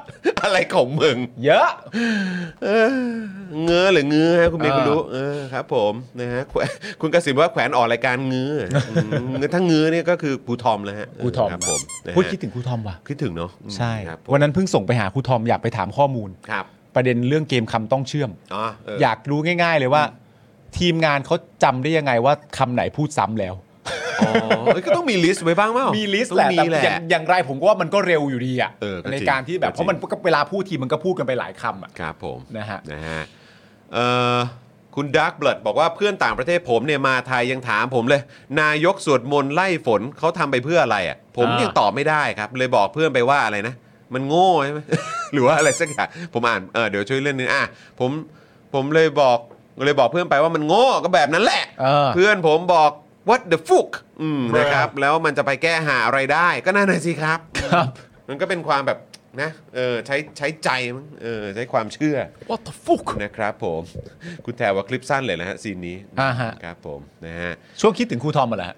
S1: อะไรของมึง
S3: เยอะ
S1: เออเงื้อหรือเงื้อฮะคุณเมย์
S3: เออ
S1: คุณรู้เออครับ ผมนะฮะแข วคุณกสินว่าแขวนออกรายการเงื้อ อืมถ้าเงื้อเนี่ยก็คือครูทอมแล้วฮะ
S3: ครูทอม
S1: ครับผมนะฮะ
S3: พูดคิดถึงครูทอมว่ะ
S1: คิดถึงเนาะ
S3: ใช่
S1: ครับผม
S3: วันนั้นเพิ่งส่งไปหาครูทอมอยากไปถามข้อมูล
S1: ครับ
S3: ประเด็นเรื่องเกมคำต้องเชื่อม
S1: อ๋อเออ
S3: อยากรู้ง่าย ๆ เลยว่า ทีมงานเขาจำได้ยังไงว่าคำไหนพูดซ้ำแล้ว
S1: อ๋อเอ้ยก็ต้องมีลิสต์ไว้บ้างเปล่า
S3: มี
S1: มี
S3: ลิสต์แหละแต่อย่างอย่างไรผมก็ว่ามันก็เร็วอยู่ดีอ่ะ
S1: เออก็จริง
S3: ในการที่แบ
S1: ก็
S3: บ
S1: จริง
S3: เพราะมันก็เวลาพูดทีมันก็พูดกันไปหลายคำอ่ะ
S1: ครับผม
S3: นะฮะ
S1: นะฮะเอ่อคุณดาร์กบลัดบอกว่าเพื่อนต่างประเทศผมเนี่ยมาไทยยังถามผมเลย นายกสวดมนต์ไล่ฝนเขาทำไปเพื่ออะไรอ่ะ ผม
S3: อ่ายั
S1: ยังตอบไม่ได้ครับ เลยบอกเพื่อนไปว่าอะไรนะ มันโง่ใช่ไหม หรือว่าอะไรสักอย่างผมอ่านเออเดี๋ยวช่วยเรื่องนึงอ่ะผมผมเลยบอกเลยบอกเพื่อนไปว่ามันโง่ก็แบบนั้นแหละ
S3: เออ
S1: เพื่อนผมบอก what the fuck อืมนะครับ แล้วมันจะไปแก้หาอะไรได้ ก็นั่นน่ะสิครับ
S3: ครับ
S1: มันก็เป็นความแบบ นะเออใช้ใช้ใจมั้งเออใช้ความเชื่อ
S3: What the fuck
S1: นะครับผมคุณแทวว่าคลิปสั้นเลยนะฮะซีนนี้
S3: อ่าฮะ
S1: ครับผมนะฮะ
S3: ช่วงคิดถึงครูทอมมาแล้ว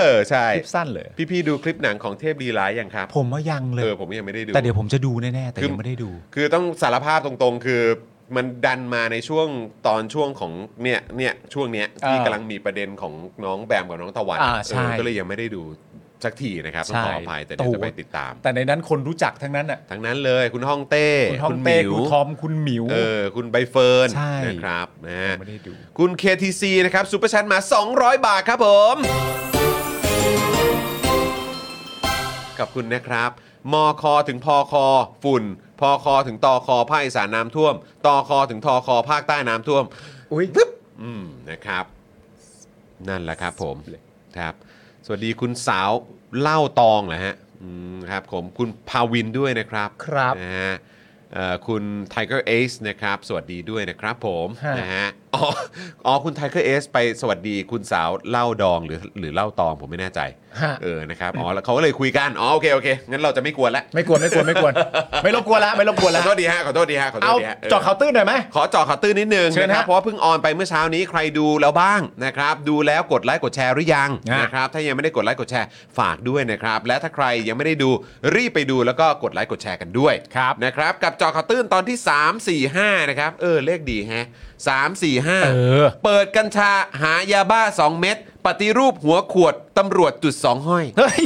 S1: เออใช่
S3: คลิปสั้นเลย
S1: พี่ๆดูคลิปหนังของเทพลีลายังครับ
S3: ผมว่ายังเล
S1: เอย อผมยังไม่ได้ดู
S3: แต่เดี๋ยวผมจะดูแน่ๆแต่
S1: คือ
S3: ยังไม่ได้ดู
S1: คือต้องสารภาพตรงๆ คือมันดันมาในช่วงตอนช่วงของเนี่ยเนี่ยช่วงเนี้ยที่กำลังมีประเด็นของน้องแบมกับน้องตะวัน
S3: อ่าใช่
S1: เออก็เลยยังไม่ได้ดูสักทีนะครับต้องขออภัยแต่เดี๋ยวจะไปติดตาม
S3: แต่ในนั้นคนรู้จักทั้งนั้นอ่ะ
S1: ทั้งนั้นเลยคุณห้องเต้
S3: คุณฮ่องเต้
S1: หมิว
S3: คุณทอมคุณหมิว
S1: เออคุณใบเฟิร์น
S3: ใช่
S1: นะครับนะฮะ
S3: ไม่ได้ดู
S1: คุณ KTC นะครับซูเปอร์ชันมา 200 บาทครับผม กับคุณนะครับ มอคอถึงพอคอฝุ่น พอคอถึงตอคอภาคอีสานน้ำท่วม ตอคอถึงทอคอภาคใต้น้ำท่วม
S3: อุ้ย
S1: อืมนะครับ นั่นแหละครับผมครับ สวัสดีคุณสาวเล่าตองเหรอฮะอืมครับผมคุณพาวินด้วยนะครับ
S3: ครับ
S1: นะฮะเอ่อคุณ Tiger Ace นะครับ สวัสดีด้วยนะครับผม
S3: ฮะ
S1: นะฮะอ๋ออ๋อคุณ Tiger Ace ไปสวัสดีคุณสาวเล่าดองหรือหรือเล่าตองผมไม่แน่ใจ
S3: ฮะ
S1: เออนะครับอ๋อแล้วเขาก็เลยคุยกันอ๋อโอเคโอเคงั้นเราจะไม่กวนละ
S3: ไม่กวนไม่กวนไม่กวนไม่รบกวนแล้วไม่รบกวน
S1: ข
S3: แล้
S1: อ
S3: ว
S1: โทษดีฮะขอโทษดีฮะขอโท
S3: เอา
S1: ษดีฮะ
S3: เจอเขาน์ตื้นหน่อยไหม
S1: ขอเจาะข่าวตื้นนิดนึง
S3: เชิญ
S1: นะครับ
S3: ฮะ
S1: เพราะว่าเพิ่งออนไปเมื่อเช้านี้ใครดูแล้วบ้างนะครับ ดูแล้วกดไลค์กดแชร์หรือยัง
S3: อ่ะ
S1: นะครับถ้ายังไม่ได้กดไลค์กดแชร์ฝากด้วยนะครับ และถ้าใครยังไม่ได้ดูรีบไปดูแล้วก็กดไลค์กดแชร์กันด้วย
S3: ครับ
S1: นะครับกับเจาะข่าวตื้นตอนที่ 3 4 5 นะครับ เออเลขดีแฮะ3 4 5
S3: เออ
S1: เปิดกัญชาหายาบ้า 2 เม็ดปฏิรูปหัวขวดตำรวจจุดสองห้อย
S3: เฮ้ย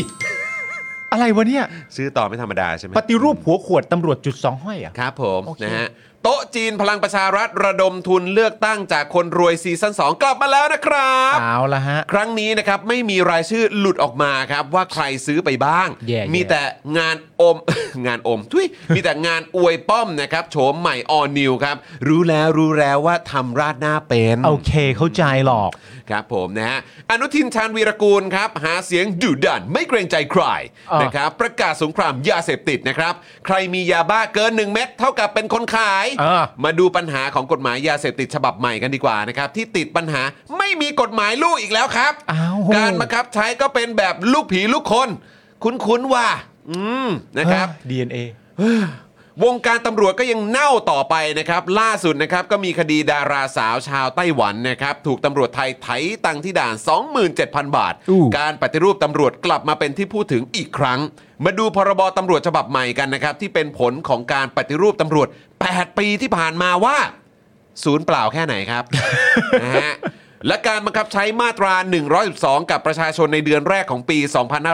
S3: อะไรวะ เนี่ย
S1: ชื่อต่อนไม่ธรรมดาใช่ไหม
S3: ปฏิรูปหัวขวดตำรวจจุดสองห้อยอ่ะ
S1: ครับผม
S3: โอเค
S1: นะฮะโต๊ะจีนพลังประชารัฐระดมทุนเลือกตั้งจากคนรวยซีซั่น2 กลับมาแล้วนะครับ
S3: เอาละฮะ
S1: ครั้งนี้นะครับไม่มีรายชื่อหลุดออกมาครับว่าใครซื้อไปบ้าง
S3: แย่ๆ
S1: มีแต่งานอม งานอมทุยมีแต่งานอวยป้อมนะครับโฉมใหม่ออนิวครับ รู้แล้วรู้แล้วว่าทำราดหน้าเป็น
S3: โอเคเข้าใจหรอก
S1: ครับผมนะฮะอนุทินชาญวีรกูลครับ หาเสียงดุดันไม่เกรงใจใคร
S3: เออ
S1: นะครับ ประกาศสงครามยาเสพติดนะครับ ใครมียาบ้าเกิน 1 เม็ดเท่ากับเป็นคนขาย
S3: เออ
S1: มาดูปัญหาของกฎหมายยาเสพติดฉบับใหม่กันดีกว่านะครับ ที่ติดปัญหาไม่มีกฎหมายลูกอีกแล้วครับ
S3: อ้าว
S1: การบังคับใช้ก็เป็นแบบลูกผีลูกคน คุ้นๆว่า อืมนะครับ
S3: เออ DNA
S1: วงการตำรวจก็ยังเน่าต่อไปนะครับ ล่าสุดนะครับก็มีคดีดาราสาวชาวไต้หวันนะครับ ถูกตำรวจไทยไถตังที่ด่าน 27,000 บาท
S3: อู้
S1: การปฏิรูปตำรวจกลับมาเป็นที่พูดถึงอีกครั้ง มาดูพรบตำรวจฉบับใหม่กันนะครับ ที่เป็นผลของการปฏิรูปตำรวจ 8 ปีที่ผ่านมาว่า ศูนย์เปล่าแค่ไหนครับ นะฮะและการบังคับใช้มาตรา 112 กับประชาชนในเดือนแรกของปี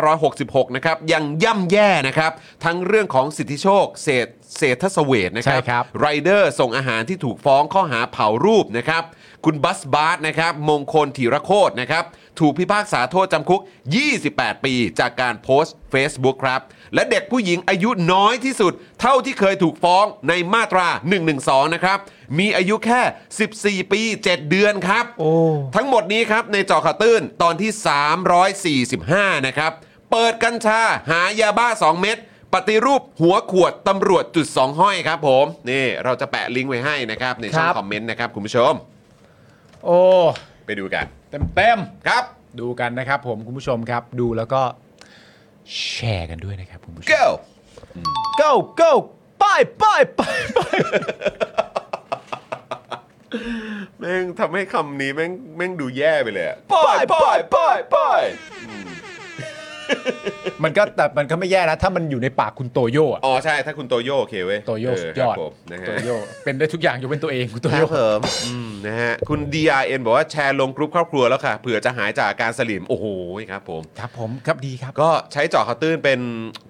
S1: 2566 นะครับ ยังย่ำแย่นะครับ ทั้งเรื่องของสิทธิโชค เศษเศรษฐเสเวทนะครั
S3: ใช่ครับ
S1: ไรเดอร์ส่งอาหารที่ถูกฟ้องข้อหาเผารูปนะครับ คุณบัสบาร์นะครับ มงคลธีรโคตรนะครับ ถูกพิพากษาโทษจำคุก 28 ปี จากการโพสต์ Facebook ครับ และเด็กผู้หญิงอายุน้อยที่สุด เท่าที่เคยถูกฟ้องในมาตรา 112 นะครับ มีอายุแค่ 14 ปี 7 เดือนครับ
S3: โอ้
S1: ทั้งหมดนี้ครับ ในเจอข่าวตื้นตอนที่ 345 นะครับ เปิดกัญชาหายาบ้า 2 เม็ดปฏิรูปหัวขวดตำรวจจุดสองห้อยครับผม นี่เราจะแปะลิงก์ไว้ให้นะครับ ในช่อง
S3: ครับ
S1: คอมเมนต์นะครับ คุณผู้ชม
S3: โอ้
S1: ไปดูกัน
S3: เต็มเต็ม
S1: ครับ
S3: ๆดูกันนะครับผมคุณผู้ชมครับดูแล้วก็แชร์กันด้วยนะครับคุณผู้ชม
S1: go
S3: go go ไปไปไปไป
S1: แม่งทำให้คำนี้แม่งแม่งดูแย่ไปเลยอะ
S3: ไปไปไปไปมันก็แต่มันก็ไม่แย่นะถ้ามันอยู่ในปากคุณโตโย่อะ
S1: อ๋อใช่ถ้าคุณโตโย่โอเคเว้ย
S3: โตโย่สุด
S1: เครับ
S3: ยอด
S1: ผมนะฮะ
S3: โตโย่เป็นได้ทุกอย่างยกเว้นตัวเองคุณโต
S1: ครั
S3: โย่
S1: บผมอืมนะฮะคุณ DRN บอกว่าแชร์ลงกรุ๊ปครอบครัวแล้วค่ะเผื่อจะหายจากอาการสลิมโอ้โหครับผม
S3: ครับผมครับดีครับ
S1: ก็ใช้เจาะข่าวตื้นเป็น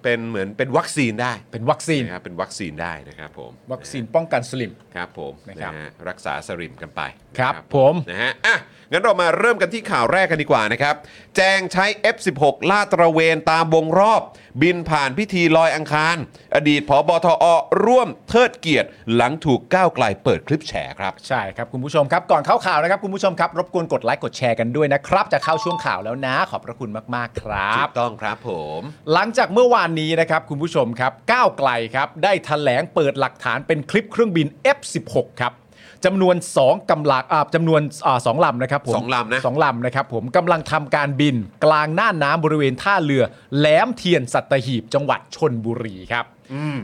S1: เป็นเหมือนเป็นวัคซีนได้
S3: เป็นวัคซีน
S1: นะครับเป็นวัคซีนได้นะครับผม
S3: วัคซีนป้องกันสลิม
S1: ครับผม
S3: นะครับ
S1: นะฮะรักษาสริมกันไป
S3: ครับ
S1: นะ
S3: ผม
S1: นะฮะอ่ะงั้นเรามาเริ่มกันที่ข่าวแรกกันดีกว่านะครับ แจงใช้ F16 ลาดตระเวนตามวงรอบ บินผ่านพิธีลอยอังคาร อดีตผบทอร่วมเทิดเกียรติหลังถูกก้าวไกลเปิดคลิปแฉครับ
S3: ใช่ครับ คุณผู้ชมครับ ก่อนเข้าข่าวนะครับ คุณผู้ชมครับ รบกวนกดไลค์กดแชร์กันด้วยนะครับ จะเข้าช่วงข่าวแล้วนะ ขอบพระคุณมาก ๆ ครับ
S1: ถูกต้องครับผม
S3: หลังจากเมื่อวานนี้นะครับ คุณผู้ชมครับก้าวไกลครับ ได้ถแถลงเปิดหลักฐานเป็นคลิปเครื่องบิน F16 ครับ จ จำนวน 2กำลังอ่าจำนวนอ่าสองลำนะครับผม
S1: สองลำนะ
S3: สองลำนะครับผมกำลังทำการบินกลางน่านน้ำบริเวณท่าเรือ แหลมเทียนสัตหีบจังหวัดชนบุรีครับ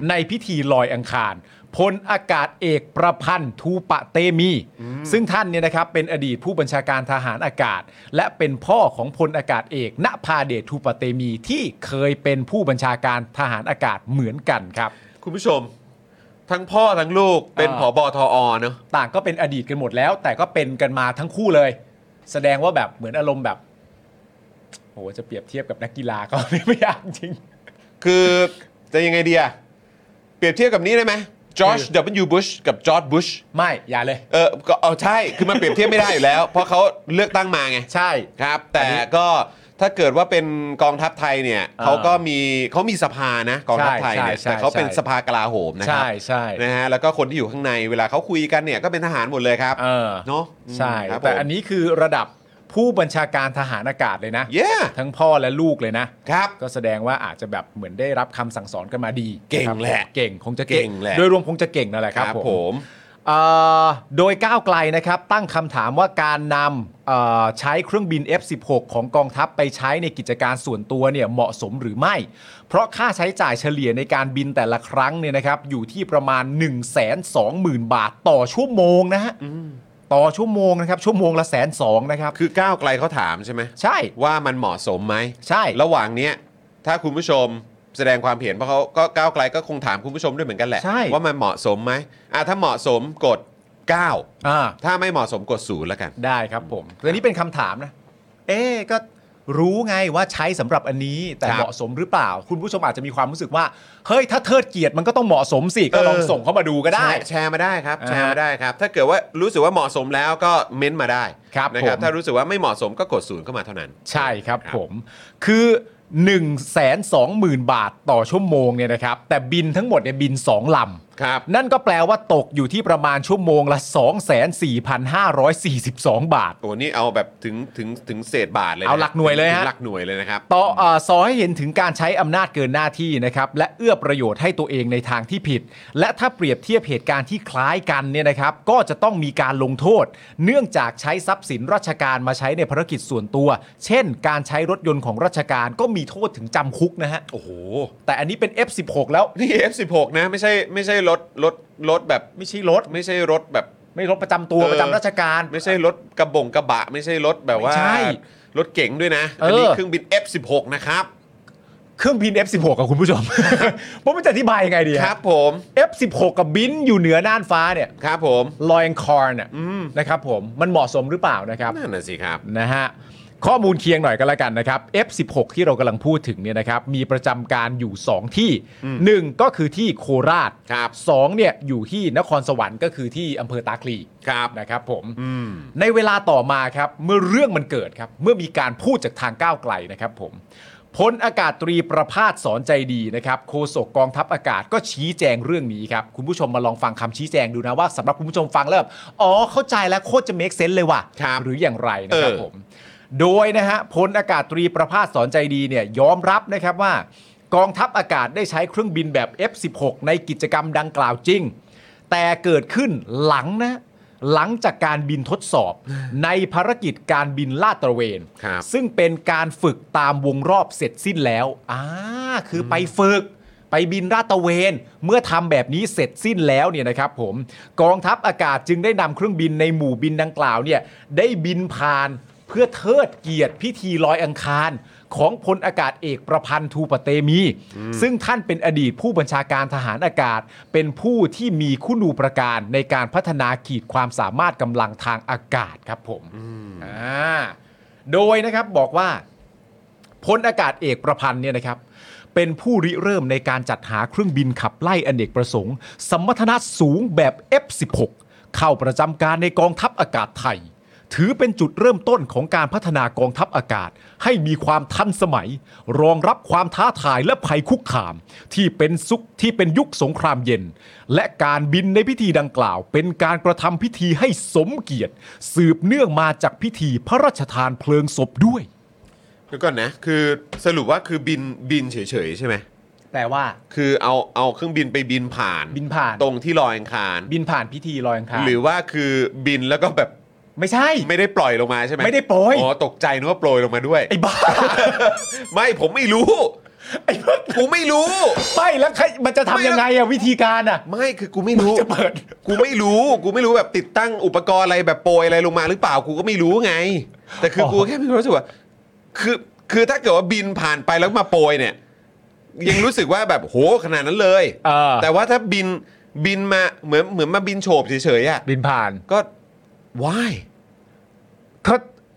S3: ในพิธีลอยอังคารพลอากาศเอกประพันธ์ทูปะเตมี ซึ่งท่านเนี่ยนะครับเป็นอดีตผู้บัญชาการทหารอากาศ และเป็นพ่อของพลอากาศเอกณภาเดชทูปะเตมีที่เคยเป็นผู้บัญชาการทหารอากาศเหมือนกันครับ
S1: คุณผู้ชม ทั้งพ่อทั้งลูกเป็นผ
S3: อ่า
S1: อบอทอเนอะ
S3: ต่างก็เป็นอดีตกันหมดแล้ว แต่ก็เป็นกันมาทั้งคู่เลย แสดงว่าแบบเหมือนอารมณ์แบบโอ้โหจะเปรียบเทียบกับนักกีฬาก็ ไม่ยากจริง
S1: คือจะยังไงดีอะเปรียบเทียบกับนี้ได้ไหมจอร์จ W. Bush กับจอร์จบุช
S3: ไม่อย่าเลย
S1: เออก็เอาใช่ คือมันเปรียบเทียบไม่ได้อยู่แล้ว เพราะเขาเลือกตั้งมาไง
S3: ใช่
S1: ครับ แต่ก็ถ้าเกิดว่าเป็นกองทัพไทยเนี่ย
S3: อ่า
S1: เขาก็มีเขามีสภานะกองทัพไทยเนี่ย
S3: ใช่ใช่
S1: แต่เขาเป็น
S3: ใช่
S1: สภากลาโหมนะค
S3: ใช่
S1: รับ
S3: ใช่
S1: นะฮะแล้วก็คนที่อยู่ข้างในเวลาเขาคุยกันเนี่ยก็เป็นทหารหมดเลยครับ
S3: เออ
S1: เนาะ
S3: ใช่
S1: ครับ
S3: แต่
S1: ผม
S3: อันนี้คือระดับผู้บัญชาการทหารอากาศเลยนะ
S1: Yeah
S3: ทั้งพ่อและลูกเลยนะ
S1: ครับ
S3: ก็แสดงว่าอาจจะแบบเหมือนได้รับคำสั่งสอนกันมาดี
S1: เก่ง
S3: ครับ
S1: แหละ
S3: เก่งคงจะ
S1: เก่งแหละ
S3: โดยรวมคงจะเก่งนั่นแหละครับผม
S1: ม
S3: เอ่อโดยก้าวไกลนะครับตั้งคำถามว่าการนำเอ่อใช้เครื่องบิน F16 ของกองทัพไปใช้ในกิจการส่วนตัวเนี่ยเหมาะสมหรือไม่ เพราะค่าใช้จ่ายเฉลี่ยในการบินแต่ละครั้งเนี่ยนะครับอยู่ที่ประมาณ 1 2 0 0 0 0 บาทต่อชั่วโมงนะฮะต่อชั่วโมงนะครับชั่วโมงละแสนสองนะครับ
S1: คือก้าวไกลเขาถามใช่ไหม
S3: ใช่
S1: ว่ามันเหมาะสมไหม
S3: ใช่
S1: ระหว่างเนี้ยถ้าคุณผู้ชมแสดงความเห็นเพราะเขาก็ก้าวไกลก็คงถามคุณผู้ชมด้วยเหมือนกันแหละ
S3: ใช่
S1: ว่ามันเหมาะสมไหมอ่ะถ้าเหมาะสมกด 9
S3: อ่า
S1: ถ้าไม่เหมาะสมกดศูนย์แล้วกัน
S3: ได้ครับผมแต่นี่เป็นคำถามนะ เอ๊ะก็รู้ไงว่าใช้สำหรับอันนี้แต่
S1: ครับ
S3: เหมาะสมหรือเปล่า คุณผู้ชมอาจจะมีความรู้สึกว่าเฮ้ยถ้าเทิดเกียรติมันก็ต้องเหมาะสมสิ ก็ลอง
S1: เออ
S3: ส่งเข้ามาดูก็ได้
S1: แชร์แชร์มาได้ครับ
S3: อ่า
S1: แชร์มาได้ครับ ถ้าเกิดว่ารู้สึกว่าเหมาะสมแล้วก็เม้นต์มาได้
S3: ครับ
S1: นะครั
S3: ผ
S1: บ
S3: ม
S1: ถ้ารู้สึกว่าไม่เหมาะสมก็กดศูนย์เข้ามาเท่านั้น
S3: ใช่ครับผมคือ1นึ่งแสนสองหมื่นบาทต่อชั่วโมงเนี่ยนะครับ แต่บินทั้งหมดเนี่ยบิน 2 ลำ
S1: ครับ
S3: นั่นก็แปลว่าตกอยู่ที่ประมาณชั่วโมงละ 24,542 บาท
S1: โอ้นี่เอาแบบถึงถึงถึงเศษบาทเลยนะ
S3: เอาหลักหน่วยเลยฮะ
S1: ถึงหลักหน่วยเลยนะครับ
S3: ต่อเออสอให้เห็นถึงการใช้อำนาจเกินหน้าที่นะครับและเอื้อประโยชน์ให้ตัวเองในทางที่ผิด และถ้าเปรียบเทียบเหตุการณ์ที่คล้ายกันเนี่ยนะครับก็จะต้องมีการลงโทษ เนื่องจากใช้ทรัพย์สินราชการมาใช้ในภารกิจส่วนตัว เช่น การใช้รถยนต์ของราชการก็มีโทษถึงจำคุกนะฮะ
S1: โอ้โห
S3: แต่อันนี้เป็น F16 แล้ว
S1: นี่ F16 นะไม่ใช่ไม่ใช่รถรถรถแบบ
S3: ไม่ใช่รถ
S1: ไม่ใช่รถแบบ
S3: ไม่รถประจำตัว
S1: เออ
S3: ประจำราชการ
S1: ไม่ใช่รถกระบงกระบะ ไม่ใช่รถแบบว่า
S3: ไม่ใช่
S1: รถเก๋งด้วยนะ อันนี้
S3: เออ
S1: เครื่องบิน F16 นะครับ
S3: เครื่องบิน F16 กับคุณผู้ชม ผมไม่จะอธิบายยังไงดี
S1: ค
S3: ฮะ
S1: รับผม
S3: F16 กับบินอยู่เหนือน่านฟ้าเนี่ย
S1: ครับผม
S3: ลอยอังคารน่ะนะครับผมมันเหมาะสมหรือเปล่านะครับ
S1: นั่นน่ะสิครับ
S3: นะฮะข้อมูลเคียงหน่อยก็แล้วกันนะครับ F16 ที่เรากำลังพูดถึงเนี่ยนะครับมีประจำการอยู่ 2 ที่หนึ่งก็คือที่โคราช
S1: ครับ
S3: สองเนี่ยอยู่ที่นครสวรรค์ก็คือที่อำเภอตาคลี
S1: ครับ
S3: นะครับผม
S1: อืม
S3: ในเวลาต่อมาครับเมื่อเรื่องมันเกิดครับเมื่อมีการพูดจากทางก้าวไกลนะครับผมพลอากาศตรีประภาสสอนใจดีนะครับโฆษกกองทัพอากาศก็ชี้แจงเรื่องนี้ครับคุณผู้ชมมาลองฟังคำชี้แจงดูนะว่าสำหรับคุณผู้ชมฟังแล้วแบบอ๋อเข้าใจแล้วโคตรจะ make sense เลยว่ะ
S1: ครับ
S3: หรืออย่างไรนะครับ
S1: เออ
S3: ผม โดยนะฮะพลอากาศตรีประภาสสอนใจดีเนี่ยยอมรับนะครับว่า กองทัพอากาศได้ใช้เครื่องบินแบบ F16 ในกิจกรรมดังกล่าวจริง แต่เกิดขึ้นหลังนะ หลังจากการบินทดสอบ ในภารกิจการบินลาดตระเวน
S1: ครับ
S3: ซึ่งเป็นการฝึกตามวงรอบเสร็จสิ้นแล้วอ่าคือไปฝึก ไปบินลาดตระเวน เมื่อทำแบบนี้เสร็จสิ้นแล้วเนี่ยนะครับผมกองทัพอากาศจึงได้นำเครื่องบินในหมู่บินดังกล่าวเนี่ยได้บินผ่านเพื่อเทิดเกียรติพิธีลอยอังคาร ของพลอากาศเอกประพันธ์ทูปเตมี ซึ่งท่านเป็นอดีตผู้บัญชาการทหารอากาศ เป็นผู้ที่มีคุณูปการในการพัฒนาขีดความสามารถกำลังทางอากาศครับผมอ่าโดยนะครับบอกว่า พลอากาศเอกประพันธ์เนี่ยนะครับ เป็นผู้ริเริ่มในการจัดหาเครื่องบินขับไล่อเนกประสงค์ สมรรถนะสูงแบบ F16 เข้าประจำการในกองทัพอากาศไทย ถือเป็นจุดเริ่มต้นของการพัฒนากองทัพอากาศ ให้มีความทันสมัย รองรับความท้าทายและภัยคุกคาม ที่เป็นซุกที่เป็นยุคสงครามเย็น และการบินในพิธีดังกล่าว เป็นการกระทำพิธีให้สมเกียรติ สืบเนื่องมาจากพิธีพระราชทานเพลิงศพด้วย
S1: เดี๋ยวก่อนนะ คือสรุปว่าคือบินบินเฉยๆใช่ไหม
S3: แปลว่า
S1: คือเอาเอาเครื่องบินไปบินผ่าน
S3: บินผ่าน
S1: ตรงที่ลอยอังคาร
S3: บินผ่านพิธีลอยอังคาร
S1: หรือว่าคือบินแล้วก็แบบ
S3: ไม่ใช่
S1: ไม่ได้ปล่อยลงมาใช่ไหม
S3: ไม่ได้โปรย
S1: อ๋อตกใจนึกว่าโปรยลงมาด้วย
S3: ไอ้บ้า
S1: ไม่ผมไม่รู้
S3: ไอ้บ้า
S1: กูไม่รู้
S3: ไม่แล้วใครมันจะทำยังไงอะวิธีการอะ
S1: ไม่คือกูไม่รู้
S3: มึงจะเปิด
S1: กูไม่รู้กูไม่รู้แบบติดตั้งอุปกรณ์อะไรแบบโปรยอะไรลงมาหรือเปล่ากูก็ไม่รู้ไง แต่คือกูแค่มีความรู้สึกว่าคือคือถ้าเกิดว่าบินผ่านไปแล้วมาโปรยเนี่ย ยังรู้สึกว่าแบบโหขนาดนั้นเลย
S3: เออ
S1: แต่ว่าถ้าบินบินมาเหมือนเหมือนมาบินโฉบเฉยๆอ่ะ
S3: บินผ่าน
S1: ก็ว้าย
S3: ก็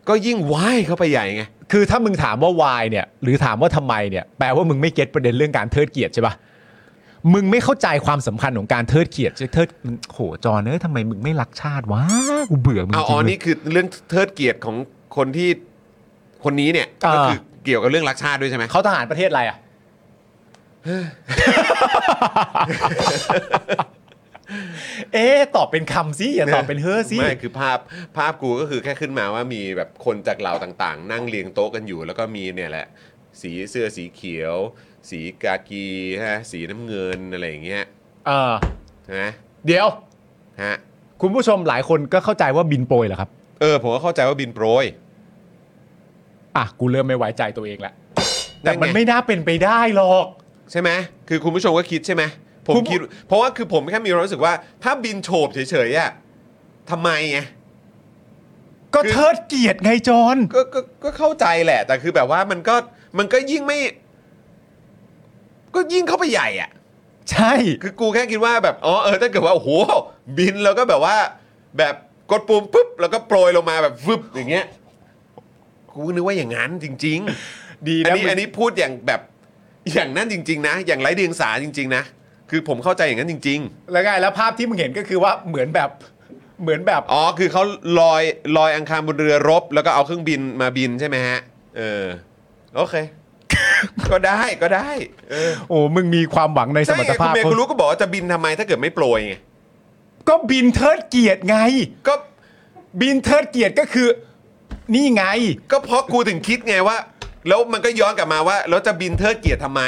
S1: ก็ยิ่งว้ายเข้าไปใหญ่ไง
S3: คือถ้ามึงถามว่าวายเนี่ย หรือถามว่าทำไมเนี่ยแปลว่ามึงไม่เก็ตประเด็นเรื่องการเทิดเกียรติใช่ปะมึงไม่เข้าใจความสำคัญของการเทิดเกียรติเทิดโหจอเนอะทำไมมึงไม่รักชาติวะกูเบื่อมึงจ
S1: เอา
S3: ริง
S1: อ๋อ
S3: เลย
S1: นี่คือเรื่องเทิดเกียรติของคนที่คนนี้เนี่ย
S3: อ่า
S1: ก็คือเกี่ยวกับเรื่องรักชาติด้วยใช่ไหม
S3: เขาทหารประเทศอะไรอ่ ะ เอ๊ะตอบเป็นคำสิอย่าตอบเป็นเฮ้อสิ
S1: ไม่คือภาพภาพกูก็คือแค่ขึ้นมาว่ามีแบบคนจากเหล่าต่างๆ นั่งเรียงโต๊ะกันอยู่ แล้วก็มีเนี่ยแหละ สีเสื้อสีเขียว สีกากีฮะสีน้ำเงินอะไรอย่างเงี้ย
S3: เออ
S1: นะ
S3: เดี๋ยว
S1: ฮะ
S3: คุณผู้ชมหลายคนก็เข้าใจว่าบินโปรยเหรอครับ
S1: เออผมก็เข้าใจว่าบินโปรย
S3: อ่ะ กูเริ่มไม่ไว้ใจตัวเองละแต่
S1: นั่นไง
S3: มันไม่น่าเป็นไปได้หรอก
S1: ใช่ไหมคือคุณผู้ชมก็คิดใช่ไหมผม
S3: คุณผู้
S1: คิด เพราะว่าคือผมแค่มีความรู้สึกว่า ถ้าบินโฉบเฉยๆอะทำไมไง
S3: ก็
S1: คือ
S3: เทิดเกียรติไงจอน
S1: ก็ก็ก็เข้าใจแหละ แต่คือแบบว่ามันก็มันก็ยิ่งไม่ ก็ยิ่งเข้าไปใหญ่อะ
S3: ใช่
S1: คือกูแค่คิดว่าแบบอ๋อเออถ้าเกิดว่าโอ้โหบินแล้วก็แบบว่า แบบกดปุ่มปุ๊บแล้วก็โปรยลงมาแบบฟึบอย่างเงี้ยกูนึกว่าอย่างนั้นจริง
S3: ดี
S1: ๆ อัน
S3: นะ
S1: นี้อันนี้พูดอย่างแบบอย่างนั้นจริง ๆ นะ อย่างไร้เดียงสาจริง ๆ นะคือผมเข้าใจอย่างนั้นจริง ๆ
S3: แล้วไงแล้วภาพที่มึงเห็นก็คือว่าเหมือนแบบเหมือนแบบ
S1: อ๋อ คือเขาลอยลอยอังคารบนเรือรบ แล้วก็เอาเครื่องบินมาบินใช่ไหมฮะ เออ โอเค ก็ได้ก็ได้ เออ
S3: โอ้มึงมีความหวังในส
S1: ใช่
S3: มรรถ
S1: ไงคุณ
S3: ภาพ
S1: เมย์คุณรู้ก็บอกว่าจะบินทำไมถ้าเกิดไม่โปรยไง
S3: ก็บินเทิดเกียรติไง
S1: ก็
S3: บินเทิดเกียรติก็คือ นี่ไง
S1: ก็เพราะกูถึงคิดไงว่า แล้วมันก็ย้อนกลับมาว่าแล้วจะบินเทิดเกียรติทำไม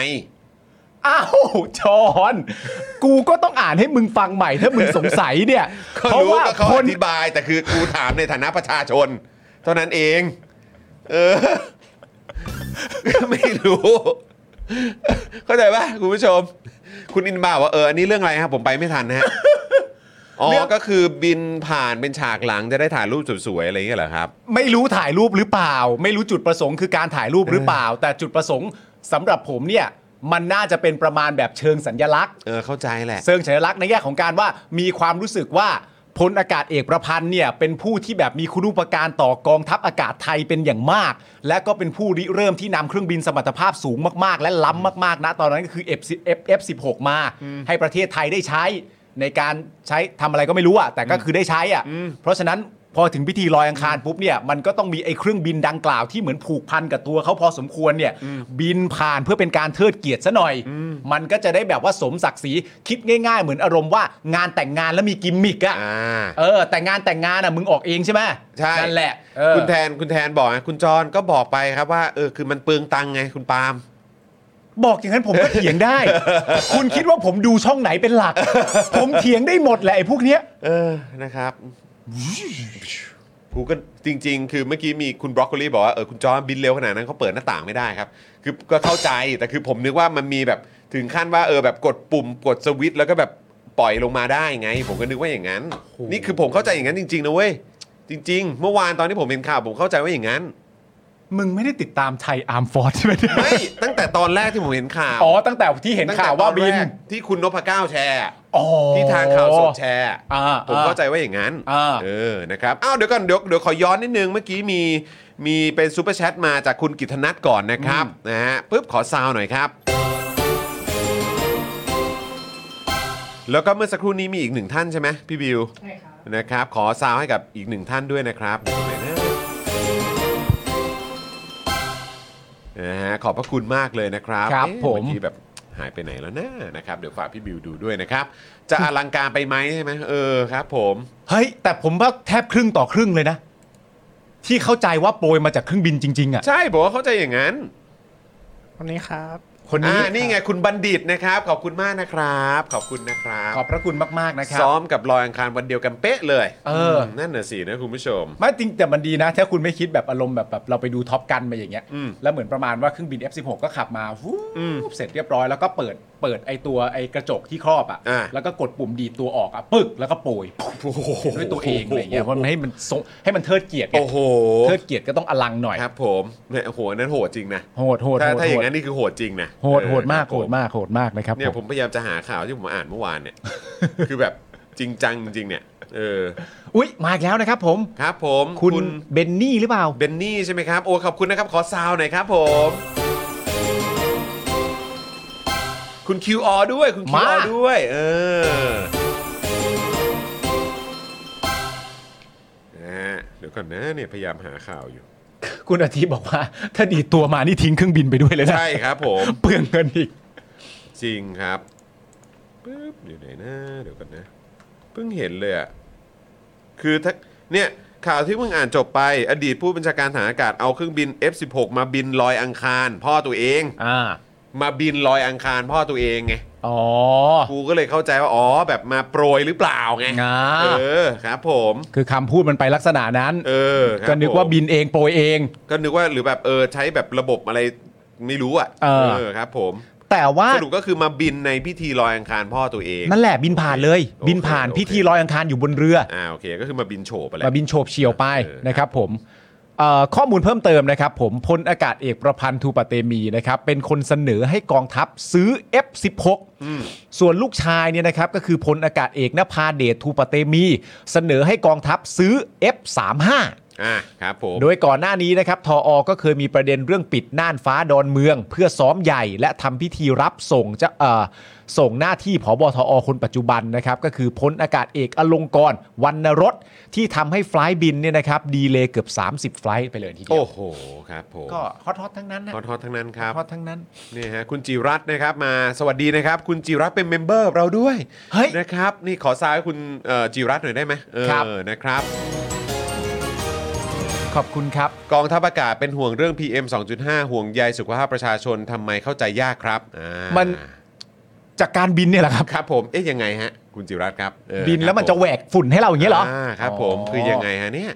S3: อ้าวจอน กูก็ต้องอ่านให้มึงฟังใหม่ถ้ามึงสงสัย เนี่ย
S1: ก็
S3: เพราะ
S1: รู้
S3: ว่า
S1: ก็เขา
S3: ค
S1: อน ธิบายแต่คือกูถามในฐานะประชาชน เท่านั้นเอง เออ ไม่รู้ เข้าใจป่ะคุณผู้ชม คุณอินบาบอกว่าเอออันนี้เรื่องอะไรครับผมไปไม่ทัน นะฮะอ๋อก็คือบินผ่านเป็นฉากหลังจะได้ถ่ายรูปสวยๆอะไรอย่างเงี้ยเหรอครับ
S3: ไม่รู้ถ่ายรูปหรือเปล่า ไม่รู้จุดประสงค์คือการถ่ายรูปหรือเปล่า แต่จุดประสงค์สำหรับผมเนี่ย มันน่าจะเป็นประมาณแบบเชิงสัญลักษณ์
S1: เออเข้าใจแหละ
S3: เชิงสัญลักษณ์ในแง่ของการว่ามีความรู้สึกว่าพลอากาศเอกประพันธ์เนี่ยเป็นผู้ที่แบบมีคุณูปการต่อกองทัพอากาศไทยเป็นอย่างมาก และก็เป็นผู้ริเริ่มที่นำเครื่องบินสมรรถภาพสูงมากๆ และล้ำมากๆนะตอนนั้นก็คือ F10 F F16 มา ให้ประเทศไทยได้ใช้ในการใช้ทำอะไรก็ไม่รู้อะแต่ก็คือได้ใช้อะเพราะฉะนั้นพอถึงพิธีลอยอังคารปุ๊บเนี่ยมันก็ต้องมีไอ้เครื่องบินดังกล่าวที่เหมือนผูกพันกับตัวเขาพอสมควรเนี่ยบินผ่านเพื่อเป็นการเทิดเกียรติซะหน่อย มันก็จะได้แบบว่าสมศักดิ์ศรีคิดง่ายๆ เหมือนอารมณ์ว่างานแต่งงานแล้วมีกิมมิกอะ
S1: อ่า
S3: เออ แต่งานแต่งงานอะมึงออกเองใช่ไหม
S1: ใช่
S3: นั่นแหละเออ
S1: คุณแทนคุณแทนบอกนะคุณจรก็บอกไปครับว่าเออคือมันเปลืองตังค์ไงคุณปาล์ม
S3: บอกอย่างนั้นผมก็เถียงได้ คุณคิดว่าผมดูช่องไหนเป็น หลัก ผมเถียงได้หมดแหละไอ้พวกเนี้ย
S1: เออ นะครับ กูก็จริง ๆ คือเมื่อกี้มีคุณบรอกโคลีบอกว่า เออ คุณจอห์นบินเร็วขนาดนั้นเขาเปิดหน้าต่างไม่ได้ครับ คือก็เข้าใจ แต่คือผมนึกว่ามันมีแบบถึงขั้นว่าเออแบบกดปุ่มกดสวิตช์แล้วก็แบบปล่อยลงมาได้ไง ผมก็นึกว่าอย่างนั้น นี่คือผมเข้าใจอย่างนั้นจริง ๆ นะเว้ย จริง ๆ เมื่อวานตอนที่ผมเห็นข่าวผมเข้าใจว่าอย่างนั้น
S3: มึงไม่ได้ติดตามไทยอาร์มฟอร์ดใช่ไหมเนี่ย
S1: ไม่ ตั้งแต่ตอนแรกที่ผมเห็นข่าว
S3: อ๋อตั้งแต่ที่เห็น
S1: ตั้งแต่
S3: ข่าวว่าบิ
S1: ตอน แรกที่คุณนพเก้าแชร์
S3: อ๋อ
S1: ที่ทางข่าวสดแชร์
S3: อ่า
S1: ผม
S3: อ่า
S1: เข้าใจว่าอย่างนั้น
S3: อ่า
S1: เออ นะครับ อ้าว เดี๋ยวก่อน เดี๋ยวเดี๋ยวขอย้อนนิดนึง เมื่อกี้มี มีเป็นซูเปอร์แชทมาจากคุณกิตนัทก่อนนะครับ นะฮะปุ๊บ ขอซาวหน่อยครับ แล้วก็เมื่อสักครู่นี้มีอีกหนึ่งท่านใช่ไหมพี่บิว ใช่ครับ นะครับ ขอซาวให้กับอีกหนึ่งท่านด้วยนะครับไหนนะนะฮะ ขอบพระคุณมากเลยนะครับ
S3: ครับ
S1: เอ๊ะ
S3: ผม
S1: เมื่อกี้แบบหายไปไหนแล้วนะนะครับ เดี๋ยวฝากพี่บิวดูด้วยนะครับ จะอลังการไปไหมใช่ไหมเออครับ ผม
S3: เฮ้ย แต่ผมว่าแทบครึ่งต่อครึ่งเลยนะ ที่เข้าใจว่าโปรยมาจากเครื่องบินจริง ๆ อ่ะ
S1: ใช่ผมว่าเข้าใจอย่างนั้น
S4: วันนี้ครับ
S3: คนนี้
S1: อ่านี่ไงคุณบัณฑิตนะครับ ขอบคุณมากนะครับ ขอบคุณนะครับ
S3: ขอบพระคุณมากๆนะครับ
S1: ซ้อมกับลอยอังคารวันเดียวกันเป๊ะเลย
S3: เอออื
S1: มนั่นน่ะสินะคุณผู้ชม
S3: ไม่จริงแต่มันดีนะ ถ้าคุณไม่คิดแบบอารมณ์แบบแบบเราไปดูท็อปกันมาอย่างเงี้ย
S1: อืม
S3: แล้วเหมือนประมาณว่าเครื่องบิน F16 ก็ขับมาวู
S1: อืม
S3: บเสร็จเรียบร้อยแล้วก็เปิดเปิดไอตัวไอกระจกที่ครอบ
S1: อ่า
S3: อะ่ะแล้วก็กดปุ่มดีดตัวออกอะ่ะปึกแล้วก็โปรยด้วยตัวเองอะไรเงี้ยเพราะมันให้มันทรงให้มันเทิดเกียรติไง
S1: โอ้โห
S3: เทิดเกียรติก็ต้องอลังหน่อย
S1: ครับผมเนี่ยโอ้โหนั่นโหดจริงนะ
S3: โหดโหด
S1: ถ้า
S3: โหด
S1: ถ้าอย่างนั้นนี่คือโหดจริงนะ
S3: โหดโหดมาก
S1: เออ
S3: โหดมากโหดมากนะครับ
S1: เนี่ย
S3: ผ
S1: ผม มพยายามจะหาข่าวที่ผมอ่านเมื่อวาน เนี่ย คือแบบจริงจังจริงๆเนี่ยเออ
S3: อุ๊ยมาอีกแล้วนะครับผม
S1: ครับผม
S3: คุณเบนนี่หรือเปล่า
S1: เบนนี่ใช่ไหมครับโอ้ขอบคุณนะครับขอซาวหน่อยครับผมคุณ QR ด้วยคุณ
S3: มา
S1: QR ด้วยเออนะฮะเดี๋ยวก่อนนะเนี่ยพยายามหาข่าวอยู่
S3: คุณอาทิตย์บอกว่า ถ้าดีดตัวมานี่ทิ้งเครื่องบินไปด้วยเลยนะ
S1: ใช่ครับผม
S3: เปลืองเงินอีก
S1: จริงครับปึ๊บอยู่ไหนนะเดี๋ยวกันนะ เพิ่งเห็นเลยอะคือถ้าเนี่ย ข่าวที่เพิ่งอ่านจบไป อดีตผู้บัญชาการทหารอากาศเอาเครื่องบิน F16 มาบินลอยอังคาร พ่อตัวเอง
S3: อ่า
S1: มาบินลอยอังคารพ่อตัวเองไง
S3: อ๋อ
S1: กูก็เลยเข้าใจว่าอ๋อแบบมาโปรยหรือเปล่าไง
S3: อ่า
S1: เออครับผม
S3: คือคำพูดมันไปลักษณะนั้น
S1: เออครับ
S3: ก็นึกว่า
S1: ผม
S3: บินเองโปรยเอง
S1: ก็นึกว่าหรือแบบเออใช้แบบระบบอะไรไม่รู้อ่ะ
S3: เออ
S1: ครับ ผม
S3: แต่ว่า
S1: สรุปก็คือมาบินในพิธีลอยอังคารพ่อตัวเอง
S3: นั่นแหละบินผ่านเลย
S1: โอเค
S3: บินผ่าน
S1: โอเค
S3: พิธีลอยอังคารอยู่บนเรือ
S1: อ่าโอเคก็คือมาบินโฉบไปแหล้ว
S3: มาบินโฉบเฉียวไป
S1: เออ
S3: นะครับผมเอ่อข้อมูลเพิ่มเติมนะครับผมพลอากาศเอกประพันธ์ทูปะเตมีนะครับเป็นคนเสนอให้กองทัพซื้อ F16 ส่วนลูกชายเนี่ยนะครับก็คือพลอากาศเอกนภาเดชทูปะเตมี เสนอให้กองทัพซื้อ F35
S1: อ่าครับผม
S3: โดยก่อนหน้านี้นะครับทออก็เคยมีประเด็นเรื่องปิดน่านฟ้าดอนเมือง เพื่อซ้อมใหญ่และทำพิธีรับส่งจะเอ่อส่งหน้าที่ผบทอคนปัจจุบันนะครับก็คือพลอากาศเอกอลงกรณ์วรรณรสที่ทำให้ไฟลท์บินเนี่ยนะครับดีเลย์เกือบ 30 ไฟลท์ไปเลยทีเดีย
S1: โอ้
S3: ว
S1: โหครับผม
S3: ก็ฮอตฮอตทั้งนั้นนะ
S1: ฮอตฮอตทั้งนั้นครับ
S3: ฮอตทั้งนั้น
S1: นี่ฮะคุณจิรัตน์นะครับมาสวัสดีนะครับ คุณจิรัตน์เป็นเมมเบอร์เราด้วย
S3: เฮ้ย
S1: นะครับนี่ขอซาวให้คุณเอ่อจิรัตน์หน่อยได้ไหมเออ
S3: ครับ
S1: นะครับ
S3: ขอบคุณครับ
S1: กองทัพอากาศเป็นห่วงเรื่อง PM 2.5 ห่วงใยสุขภาพประชาชนทำไมเข้าใจยากครับอ่า
S3: มัน จากการบินเนี่ยแหละครับ
S1: ครับผมเอ๊ะยังไงฮะคุณจิรัตน์ครับเออ
S3: บินแล้วมัน
S1: ค
S3: จะ
S1: รับผ
S3: แหวกฝุ่นให้เราอย่างเงี้ยเหรออา
S1: ครับผมคือยังไงฮะเนี่ย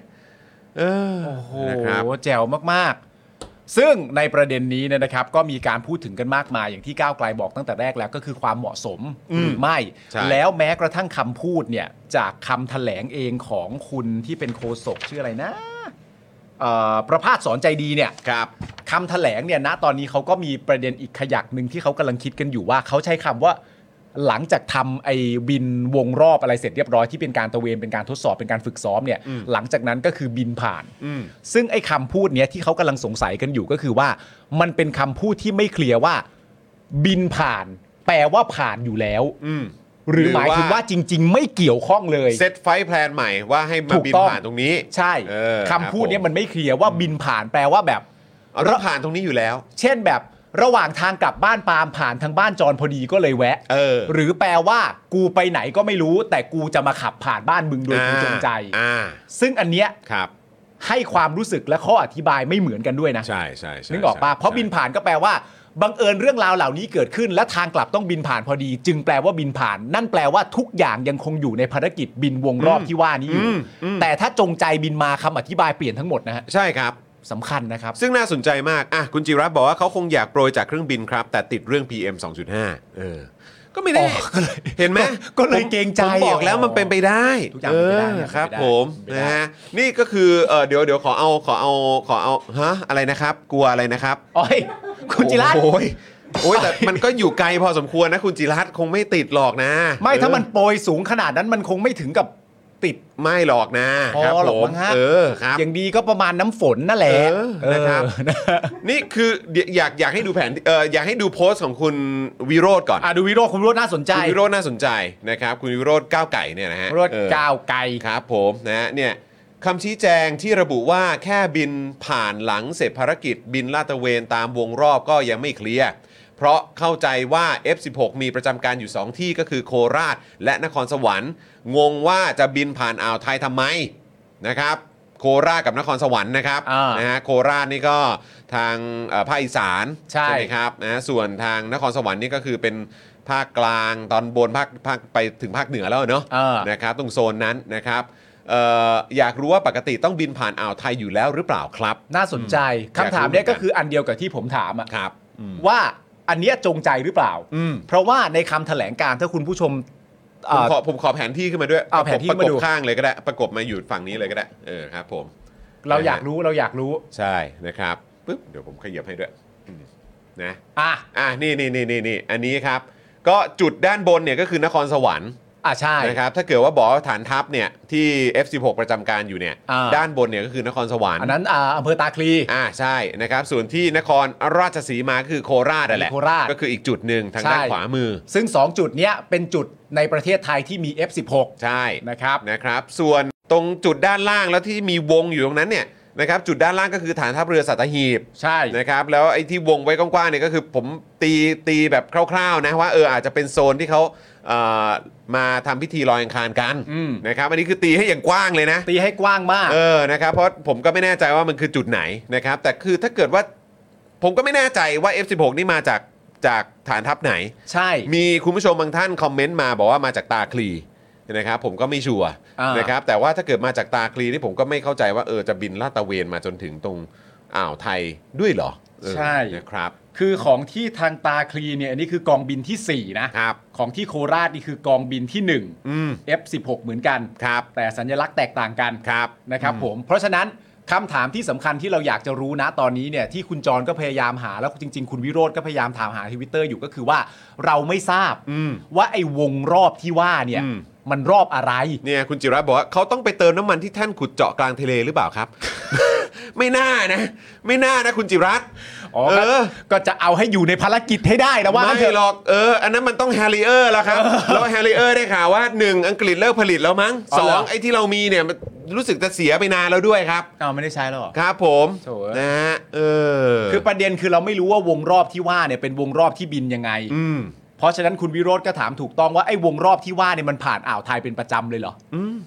S1: เออ
S3: โอ้โห
S1: นะครับ
S3: แจ๋วมากๆ ซึ่งในประเด็นนี้เนี่ยนะครับ ก็มีการพูดถึงกันมากมายอย่างที่ก้าวไกลบอกตั้งแต่แรกแล้วก็คือความเหมาะสมหรือไม่
S1: ใช่
S3: แล้วแม้กระทั่งคำพูดเนี่ย จากคำแถลงเองของคุณที่เป็นโคศกชื่ออะไรนะเอ่อประภาสสอนใจดีเนี่ย
S1: ครับ
S3: คำแถลงเนี่ยณตอนนี้เขาก็มีประเด็นอีกขยักหนึ่งที่เขากำลังคิดกันอยู่ว่าเขาใช้คำว่า หลังจากทำไอ้บินวงรอบอะไรเสร็จเรียบร้อยที่เป็นการตระเวนเป็นการทดสอบเป็นการฝึกซ้อมเนี่ย
S1: อืม
S3: หลังจากนั้นก็คือบินผ่าน
S1: อืม
S3: ซึ่งไอ้คำพูดเนี้ยที่เขากำลังสงสัยกันอยู่ก็คือว่า มันเป็นคำพูดที่ไม่เคลียร์ว่า บินผ่าน แปลว่าผ่านอยู่แล้ว
S1: อืม
S3: หรือหมายถึงว่าจริง ๆ ไม่เกี่ยวข้องเลย
S1: เซตไฟท์แพลนใหม่ว่าให้มา
S3: ถูก
S1: บิน
S3: ต้อง
S1: ผ่านตรงนี้
S3: ใช่
S1: เออ
S3: คำพูดเนี้
S1: ครั
S3: ย
S1: บผม
S3: มันไม่เคลียร์ว่าบินผ่านแปลว่าแบบ
S1: เอาต้องผ่านตรงนี้อยู่แล้ว
S3: เช่นแบบระหว่างทางกลับบ้านปาล์มผ่านทางบ้านจรพอดีก็เลยแวะ
S1: เออ
S3: หรือแปลว่ากูไปไหนก็ไม่รู้ แต่กูจะมาขับผ่านบ้านมึงโดยกูจงใจ
S1: อ่า
S3: ซึ่งอันเนี้ย
S1: ครับ
S3: ให้ความรู้สึกและข้ออธิบายไม่เหมือนกันด้วยนะ
S1: ใช่ใช่ใช่
S3: นึกออกปะ
S1: ใช่
S3: เพราะบินผ่านก็แปลว่าบังเอิญเรื่องราวเหล่านี้เกิดขึ้น และทางกลับต้องบินผ่านพอดี จึงแปลว่าบินผ่าน นั่นแปลว่าทุกอย่างยังคงอยู่ในภารกิจบินวงรอบที่ว่านี้อยู่แต่ถ้าจงใจบินมาคำอธิบายเปลี่ยนทั้งหมดนะฮะ
S1: ใช่ครับ
S3: สำคัญนะครับ
S1: ซึ่งน่าสนใจมากอ่ะคุณจิรัตน์บอกว่าเขาคงอยากโปรยจากเครื่องบินครับ แต่ติดเรื่อง PM 2.5 เออ ก็ไม่ได้
S3: อ๋อก็เลย
S1: เห็นไหม
S3: ก็เลย
S1: ผม
S3: เกรงใจ
S1: ผมบอกแล้วมันเป็นไปได้
S3: ทุกอย่างเป็นไปได้
S1: เออ
S3: ทุกอย่างเป็นไป
S1: ครับ
S3: ได้
S1: ผม
S3: เป็นไปได้
S1: นะฮะนี่ก็คือเออเดี๋ยวเดี๋ยวขอเอาขอเอาขอเอาฮะอะไรนะครับ กลัวอะไรนะครับ
S3: โอ้ยคุณจิรัตน์
S1: โอ้ยโอ้ยแต่มันก็อยู่ไกลพอสมควรนะ คุณจิรัตน์คงไม่ติดหรอกนะ
S3: ไม่ถ้ามัน
S1: เอ
S3: โปรยสูงขนาดนั้นมันคงไม่ถึงกับติด
S1: อไม่หรอกนะ
S3: พอ
S1: ครับ
S3: ห
S1: ผ
S3: รอก
S1: ม
S3: มั้งฮะ
S1: เออครับ
S3: อย่างดีก็ประมาณน้ำฝนนั่นแหละ
S1: เออนะครับ
S3: เออ
S1: นี่คือเดี๋ยวอยากอยากให้ดูแผนเอออยากให้ดูโพสต์ของคุณวิโรธก่อน
S3: อ่ะดูวิโรจน์คุณวิโรจน์น่าสนใจ
S1: คุณวิโรธน่าสนใจนะครับ คุณวิโรธก้าวไก่เนี่ยนะฮะ
S3: วิโรจน์
S1: เออ
S3: ก้าวไกล
S1: ครับผมนะฮะเนี่ยคำชี้แจงที่ระบุว่าแค่บินผ่านหลังเสร็จภารกิจบินลาดตระเวนตามวงรอบก็ยังไม่เคลียร์เพราะเข้าใจว่า F16 มีประจำการอยู่ 2 ที่ก็คือโคราชและนครสวรรค์ งงว่าจะบินผ่านอ่าวไทยทำไมนะครับ โค โคราชกับนครสวรรค์นะครับ
S3: อ่าน
S1: นะฮะโคราชนี่ก็ทางเอ่อภาคอีสาน
S3: ใช่
S1: ไหมครับนะฮะส่วนทางนครสวรรค์นี่ก็คือเป็นภาคกลางตอนบนภาคภาคไปถึงภาคเหนือแล้วเนาะ
S3: เออ
S1: นะครับตรงโซนนั้นนะครับเอ่ออยากรู้ว่าปกติต้องบินผ่านอ่าวไทยอยู่แล้วหรือเปล่าครับ
S3: น่าสนใจ
S1: อยากรู้
S3: คำถามเนี่ย
S1: เหมื
S3: ก็
S1: อนกัน
S3: คืออันเดียวกับที่ผมถามอะ
S1: ครับ
S3: ว่าอันเนี้ยจงใจหรือเปล่า
S1: อืม
S3: เพราะว่าในคำแถลงการถ้าคุณผู้ชม
S1: ผม
S3: เอ่อ
S1: ขอผมขอแผนที่ขึ้นมาด้วย
S3: เอาแผนที่
S1: ประกบ
S3: มาดู
S1: ข้างเลยก็ได้ ประกบมาอยู่ฝั่งนี้เลยก็ได้เออครับผม
S3: เราอยากรู้เราอยากรู้
S1: ใช่นะครับปึ๊บเดี๋ยวผมขยับให้ด้วยอืมนะ
S3: อ่ะ
S1: อ่ะนี่นี่นี่นี่นี่อันนี้ครับ ก็จุดด้านบนเนี่ยก็คือนครสวรรค์
S3: อ่ะใช่
S1: นะครับถ้าเกิดว่าบอกว่าฐานทัพเนี่ยที่ F16 ประจำการอยู่เนี่ย
S3: อ่า
S1: ด้านบนเนี่ยก็คือนครสวรรค์
S3: อันนั้นอ่าอำเภอตาคลี
S1: อ่าใช่นะครับส่วนที่นครราชสีมาก็คือโคราชนั่นแหละ
S3: โคราช
S1: ก็คืออีกจุดหนึ่งทางด้านขวามือ
S3: ซึ่ง 2 จุดเนี้ยเป็นจุดในประเทศไทยที่มี F16
S1: ใช่
S3: นะครับ
S1: นะครับ ส่วนตรงจุดด้านล่างแล้วที่มีวงอยู่ตรงนั้นเนี่ยนะครับจุดด้านล่างก็คือฐานทัพเรือสัตหีบ
S3: ใช่
S1: นะครับแล้วไอ้ที่วงไว้กว้างๆเนี่ยก็คือผมตีตีแบบคร่าวๆนะว่าเอออาจจะเป็นโซนที่เขาเอ่อมาทำพิธีลอยอังคารกัน
S3: อืม
S1: นะครับอันนี้คือตีให้อย่างกว้างเลยนะ
S3: ตีให้กว้างมาก
S1: เออ นะครับ เพราะผมก็ไม่แน่ใจว่ามันคือจุดไหนนะครับ แต่คือถ้าเกิดว่าผมก็ไม่แน่ใจว่า F16 นี่มาจากจากฐานทัพไหน
S3: ใช่
S1: มีคุณผู้ชมบางท่านคอมเมนต์มาบอกว่ามาจากตาคลีนะครับผมก็ไม่ชัวร์
S3: อ่าน
S1: นะครับแต่ว่าถ้าเกิดมาจากตาคลีนี่ผมก็ไม่เข้าใจว่าเออจะบินลาดตระเวนมาจนถึงตรงอ่าวไทยด้วยเหรอเออ
S3: ใช่
S1: นะครับ
S3: คือของที่ทางตาคลีเนี่ยอันนี้คือกองบินทีสี่ 4 นะ
S1: ครับ
S3: ของที่โคราชนี่คือกองบินที่
S1: อืม
S3: 1 F16 เหมือนกัน
S1: ครับ
S3: แต่สัญลักษณ์แตกต่างกัน
S1: ครับ
S3: นะครับผม เพราะฉะนั้นคำถามที่สำคัญที่เราอยากจะรู้นะตอนนี้เนี่ยที่คุณจรก็พยายามหาแล้วจริง ๆ คุณวิโรธก็พยายามถามหาทวิตเตอร์อยู่ก็คือว่าเราไม่ทราบ
S1: อืม
S3: ว่าไอ้วงรอบที่ว่าเนี่ย
S1: อืม
S3: มันรอบอะไร
S1: เนี่ยคุณจิรัตน์บอกว่าเขาต้องไปเติมน้ำมันที่แท่นขุดเจาะกลางทะเลหรือเปล่า ครับ ไม่น่านะ ไม่น่านะคุณจิรัตน์
S3: อ๋อ
S1: เออ
S3: ก็จะเอาให้อยู่ในภารกิจให้ได้นะว่างั้นเถ
S1: ไม่หร
S3: อะ
S1: อกเอออันนั้นมันต้องแฮร์รี่เออร์แล้วครับแล้วแฮร์รี่เออร์ได้ข่าวว่าหนึ่งอังกฤษเลิกผลิตแล้วมั้งสองไอ้ที่เรามีเนี่ยมันรู้สึกจะเสียไปนานแล้วด้วยครับ
S3: เอาไม่ได้ใช้แล้วเหรอ
S1: ครับผม
S3: โถ่เอ้ย
S1: นะฮะเออ
S3: คือประเด็นคือเราไม่รู้ว่าวงรอบที่ว่าเนี่ยเป็นวงรอบที่บินยังไง
S1: อืม
S3: เพราะฉะนั้นคุณวิโรธก็ถามถูกต้องว่าไอ้วงรอบที่ว่าเนี่ยมันผ่านอ่าวไทยเป็นประจำเลยเหรอ
S1: อืม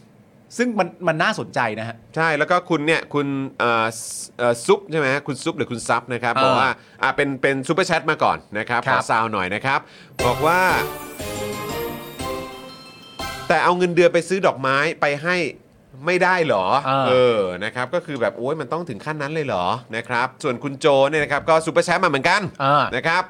S3: ซึ่งมันมันน่าสนใจนะฮะ
S1: ใช่แล้วก็คุณเนี่ยคุณเอ่อสเอ่อซุปใช่ไหมฮะคุณซุปหรือคุณซับนะครับ
S3: อ่า
S1: บอกว่าอ่าเป็นเป็นซูเปอร์แชทมาก่อนนะครับ
S3: ค
S1: ข
S3: รั
S1: อบ ซาวหน่อยนะครับ บอกว่า แต่เอาเงินเดือนไปซื้อดอกไม้ไปให้ไม่ได้เหรอ
S3: อ่า
S1: เออ นะครับ ก็คือแบบโอ้ยมันต้องถึงขั้นนั้นเลยเหรอ นะครับ ส่วนคุณโจเนี่ยนะครับ ก็ซูเปอร์แชทมาเหมือนกัน
S3: อ่า
S1: นะครับ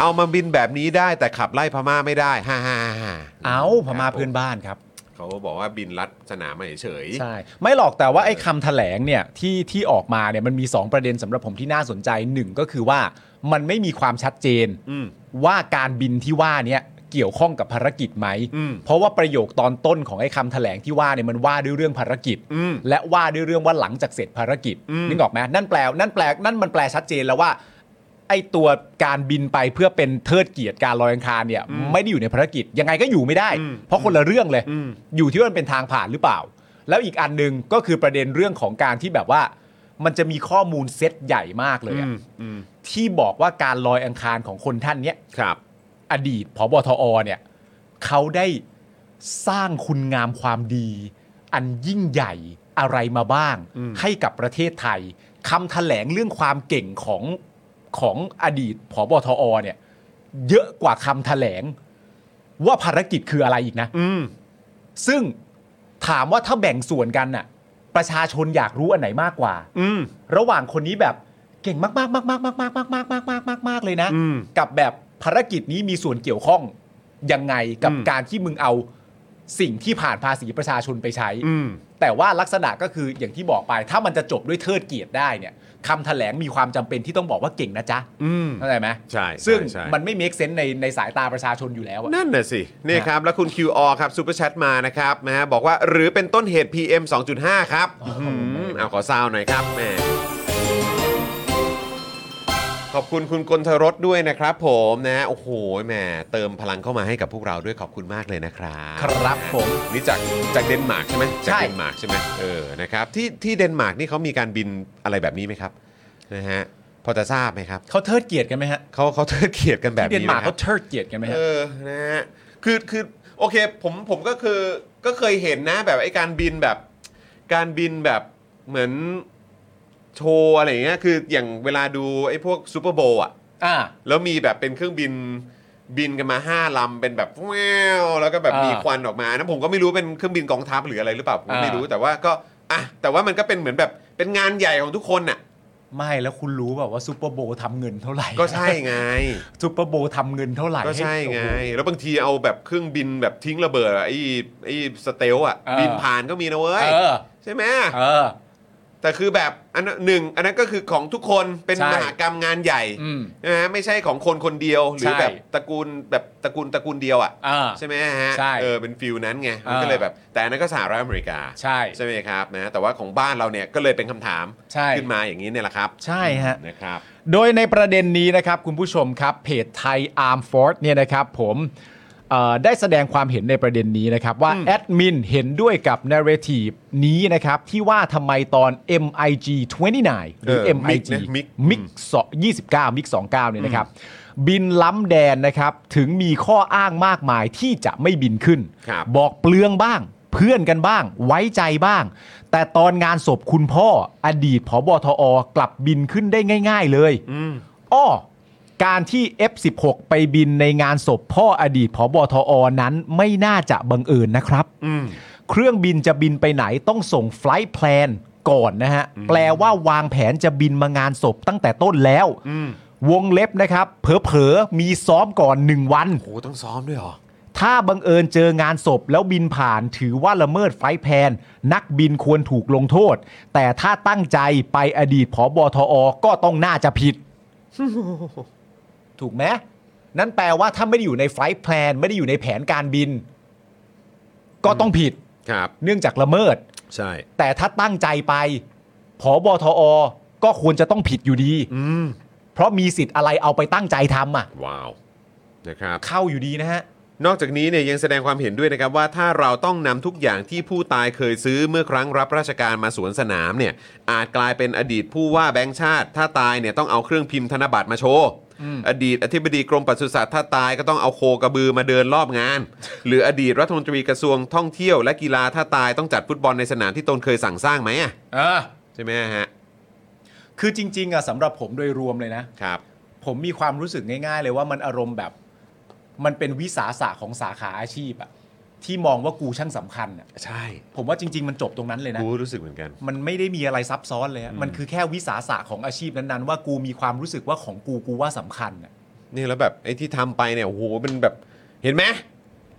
S1: เอามาบินแบบนี้ได้แต่ขับไล่พม่าไม่ได้ฮ่าฮ่าฮ่าฮ่า
S3: เอาพม่าเพื่อนบ้านครับ
S1: เขาบอกว่าบินลัดสนามมาเฉยๆ
S3: ใช่ ไม่หรอกแต่ว่าไอ้คำแถลงเนี่ยที่ที่ออกมาเนี่ยมันมี 2 ประเด็นสำหรับผมที่น่าสนใจหนึ่งก็คือว่ามันไม่มีความชัดเจน
S1: อืม
S3: ว่าการบินที่ว่าเนี่ยเกี่ยวข้องกับภารกิจไหม
S1: อืม
S3: เพราะว่าประโยคตอนต้นของไอ้คำแถลงที่ว่าเนี่ยมันว่าด้วยเรื่องภารกิจ
S1: อืม
S3: และว่าด้วยเรื่องว่าหลังจากเสร็จภารกิจ
S1: อืม
S3: นึกออกไหมนั่นแปลนั่นแปลนั่นมันแปลชัดเจนแล้วว่า ไอ้ตัวการบินไปเพื่อเป็นเทิดเกียรติการลอยอังคารเนี่ย ไม่ได้อยู่ในภารกิจยังไงก็อยู่ไม่ได้ เพราะคนละเรื่องเลย อยู่ที่ว่ามันเป็นทางผ่านหรือเปล่า แล้วอีกอันหนึ่งก็คือประเด็นเรื่องของการที่แบบว่า มันจะมีข้อมูลเซตใหญ่มากเลยอะ
S1: อืม
S3: ที่บอกว่าการลอยอังคารของคนท่านเนี้ย
S1: ครับ
S3: อดีตผบทอเนี่ยเขาได้สร้างคุณงามความดี อันยิ่งใหญ่อะไรมาบ้าง ให้กับประเทศไทยคำแถลงเรื่องความเก่งของของอดีตผบทอเนี่ยเยอะกว่าคำแถลง ว่าภารกิจคืออะไรอีกนะ
S1: อืม
S3: ซึ่งถามว่าถ้าแบ่งส่วนกันน่ะประชาชนอยากรู้อันไหนมากกว่า
S1: อืม
S3: ระหว่างคนนี้แบบเก่งมากๆมากๆมากๆมากๆมากๆมากๆมากๆมากๆเลยนะ
S1: อืม
S3: กับแบบภารกิจนี้มีส่วนเกี่ยวข้องยังไงกับ
S1: อืม
S3: การที่มึงเอาสิ่งที่ผ่านภาษีประชาชนไปใช้
S1: อืม
S3: แต่ว่าลักษณะก็คืออย่างที่บอกไป ถ้ามันจะจบด้วยเทิดเกียรติได้เนี่ยคำแถลงมีความจำเป็นที่ต้องบอกว่าเก่งนะจ๊ะ
S1: อืม
S3: เข้าใจไหม
S1: ใช่
S3: ซึ่ง
S1: ใช่
S3: มันไม่ make sense ในในสายตาประชาชนอยู่แล้วอะ
S1: นั่นน่ะสินี่ครับ แล้วคุณ QR ครับซูเปอร์แชทมานะครับนะฮะบอกว่าหรือเป็นต้นเหตุ PM 2.5 ครับหืมเอาขอซาวหน่อยครับแหมขอบคุณคุณกนทรสด้วยนะครับผมนะฮะโอ้โหแหมเติมพลังเข้ามาให้กับพวกเราด้วยขอบคุณมากเลยนะครับ
S3: ครับผม
S1: นี่จากจากเดนมาร์กใช่ไหมจา
S3: ใช่
S1: กเดนมาร์กใช่ไหมเออนะครับที่ที่เดนมาร์กนี่เขามีการบินอะไรแบบนี้ไหมครับนะฮะพอจะทราบไหมครับ
S3: เขาเทิดเกียรติกันไหมฮะ
S1: เขาเขาเทิดเกียรติกันแบบ
S3: ที่
S1: นี้
S3: เดน
S1: ไห
S3: มา
S1: ค
S3: ร์ก
S1: บ
S3: เขาเทิดเกียรติกันไหมฮะ
S1: เออ นะฮะ คือ คือ โอเค ผม ผมก็คือ ก็เคยเห็นนะแบบไอ้การบินแบบการบินแบบเหมือนโชว์อะไรอย่างเงี้ยคืออย่างเวลาดูไอ้พวกซูเปอร์โบว์อ่ะ
S3: อ่า
S1: แล้วมีแบบเป็นเครื่องบินบินกันมาห้าลำเป็นแบบแววแล้วก็แบบ
S3: อ่ามี
S1: มีควันออกมานะผมก็ไม่รู้เป็นเครื่องบินกองทัพหรืออะไรหรือเปล่าผมไม่
S3: อ่า
S1: รู้แต่ว่าก็อ่ะแต่ว่ามันก็เป็นเหมือนแบบเป็นงานใหญ่ของทุกคน น่ะ
S3: ไม่แล้วคุณรู้แบบว่าซูเปอร์โบว์ทำเงินเท่าไหร่
S1: ก็ใช่ไง
S3: ซูเปอร์โบว์ทำเงินเท่าไหร่
S1: ก็ใช่ไง
S3: โอ้โห
S1: แล้วบางทีเอาแบบเครื่องบินแบบทิ้งระเบิดอะไอ้ไอ้สเตลอะ
S3: เออ
S1: บินผ่านก็มีนะเว้ย
S3: เออ
S1: ใช่ไหม
S3: เออ
S1: แต่คือแบบอันนั้นหนึ่งอันนั้นก็คือของทุกคนเป็น
S3: ใช่
S1: มหากรรมงานใหญ่
S3: อืม
S1: ใช่ไหมไม่ใช่ของคนคนเดียวหรือ
S3: ใช่
S1: แบบตระกูลแบบตระกูลตระกูลเดียวอะ
S3: อ่า
S1: ใช่ไหมฮะ
S3: ใช่
S1: เออเป็นฟิลนั้นไงมัน
S3: เออ
S1: ก็เลยแบบ แต่อันนั้นก็สหรัฐอเมริกา
S3: ใช่
S1: ไหมครับนะแต่ว่าของบ้านเราเนี่ยก็เลยเป็นคำถาม
S3: ใช่
S1: ขึ้นมาอย่างนี้เนี่ยแหละครับ
S3: ใช่ฮะ
S1: นะครับ
S3: โดยในประเด็นนี้นะครับ คุณผู้ชมครับ เพจไทยอาร์มฟอร์ดเนี่ยนะครับผมเอ่อได้แสดงความเห็นในประเด็นนี้นะครับ ว่าแอดมินเห็นด้วยกับนาร์เรทีฟนี้นะครับ ที่ว่าทำไมตอน MIG 29 หรือ
S1: เออ Mig
S3: MIG
S1: นะ Mig
S3: มิกสองยี่สิบเก้ามิกสองเก้าเนี่ยนะครับ บินล้ำแดนนะครับ ถึงมีข้ออ้างมากมายที่จะไม่บินขึ้น
S1: ครับ
S3: บอกเปลืองบ้าง เพื่อนกันบ้าง ไว้ใจบ้าง แต่ตอนงานศพคุณพ่ออดีตผบทอกลับบินขึ้นได้ง่าย ๆ เลยอ้อการที่ F16 ไปบินในงานศพพ่ออดีตผบทอนั้นไม่น่าจะบังเอิญนะครับ
S1: อืม
S3: เครื่องบินจะบินไปไหนต้องส่งไฟลท์แพลนก่อนนะฮะ แปลว่าวางแผนจะบินมางานศพตั้งแต่ต้นแล้ว
S1: อืม
S3: วงเล็บนะครับ เผลอๆ มีซ้อมก่อน 1 วัน
S1: โหต้องซ้อมด้วยเหรอ
S3: ถ้าบังเอิญเจองานศพแล้วบินผ่านถือว่าละเมิดไฟลท์แพลนนักบินควรถูกลงโทษ แต่ถ้าตั้งใจไปอดีตผอบอทอก็ต้องน่าจะผิด ถูกไหมนั่นแปลว่าถ้าไม่ได้อยู่ในไฟลท์แพลนไม่ได้อยู่ในแผนการบิน ก็ต้องผิด
S1: ครับ
S3: เนื่องจากละเมิด
S1: ใช่
S3: แต่ถ้าตั้งใจไปผอบอทอ ก็ควรจะต้องผิดอยู่ดี
S1: อืม
S3: เพราะมีสิทธิ์อะไรเอาไปตั้งใจทำอ่ะ
S1: ว้าวนะครับ
S3: เข้าอยู่ดีนะฮะ
S1: นอกจากนี้เนี่ยยังแสดงความเห็นด้วยนะครับว่าถ้าเราต้องนำทุกอย่างที่ผู้ตายเคยซื้อเมื่อครั้งรับราชการมาสวนสนามเนี่ยอาจกลายเป็นอดีตผู้ว่าแบงค์ชาติ ถ้าตายเนี่ยต้องเอาเครื่องพิมพ์ธนบัตรมาโชว์อดีตอธิบดีกรมปศุสัตว์ถ้าตายก็ต้องเอาโคกระบือมาเดินรอบงาน หรืออดีตรัฐมนตรีกระทรวงท่องเที่ยวและกีฬาถ้าตายต้องจัดฟุตบอลในสนามที่ตนเคยสั่งสร้างไหมอะ
S3: เออ
S1: ใช่ไหมฮะ
S3: คือจริง ๆอ่ะสำหรับผมโดยรวมเลยนะ
S1: ครับ
S3: ผมมีความรู้สึกง่าย ๆ เลยว่ามันอารมณ์แบบ มันเป็นวิสาสะของสาขาอาชีพอ่ะ ที่มองว่ากูช่างสำคัญอ่ะ
S1: ใช่
S3: ผมว่าจริง ๆ มันจบตรงนั้นเลยนะ
S1: กูรู้สึกเหมือนกัน
S3: มันไม่ได้มีอะไรซับซ้อนเลยอะมันคือแค่วิสาสะของอาชีพนั้นๆ ว่ากูมีความรู้สึกว่าของกูกูว่าสำคัญอ่ะ
S1: นี่แล้วแบบไอ้ที่ทำไปเนี่ยโอ้โหเป็นแบบเห็นไหม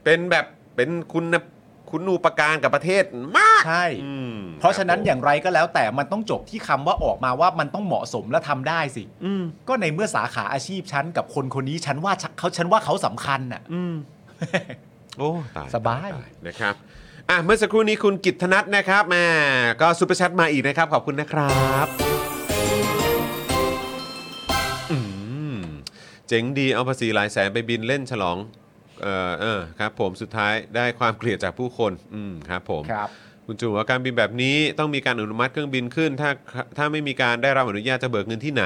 S1: เป็นแบบเป็นคุณนะคุณูปการกับประเทศมาก
S3: ใช่
S1: อืม
S3: เพราะฉะนั้น
S1: คบผม
S3: อย่างไรก็แล้วแต่มันต้องจบที่คำว่าออกมาว่ามันต้องเหมาะสมและทำได้สิ
S1: อืม
S3: ก็ในเมื่อสาขาอาชีพฉันกับคนคนนี้ฉันว่าชักเขาฉันว่าเขาสำคัญน่ะ
S1: อืมโอ้ตาย
S3: สบาย
S1: ตตนะครับอ่ะเมื่อสักครู่นี้คุณกิตธนัทนะครับแหม่ก็ซูเปอร์แชทมาอีกนะครับ ขอบคุณนะครับอืมเจ๋งดีเอาภาษีหลายแสนไปบินเล่นฉลองเออเออครับ ผมสุดท้ายได้ความเกลียดจากผู้คน อืมครับผม
S3: ครับ
S1: คุณจูนบอกว่าการบินแบบนี้ต้องมีการอนุมัติเครื่องบินขึ้น ถ้าถ้าไม่มีการได้รับอนุญาตจะเบิกเงินที่ไหน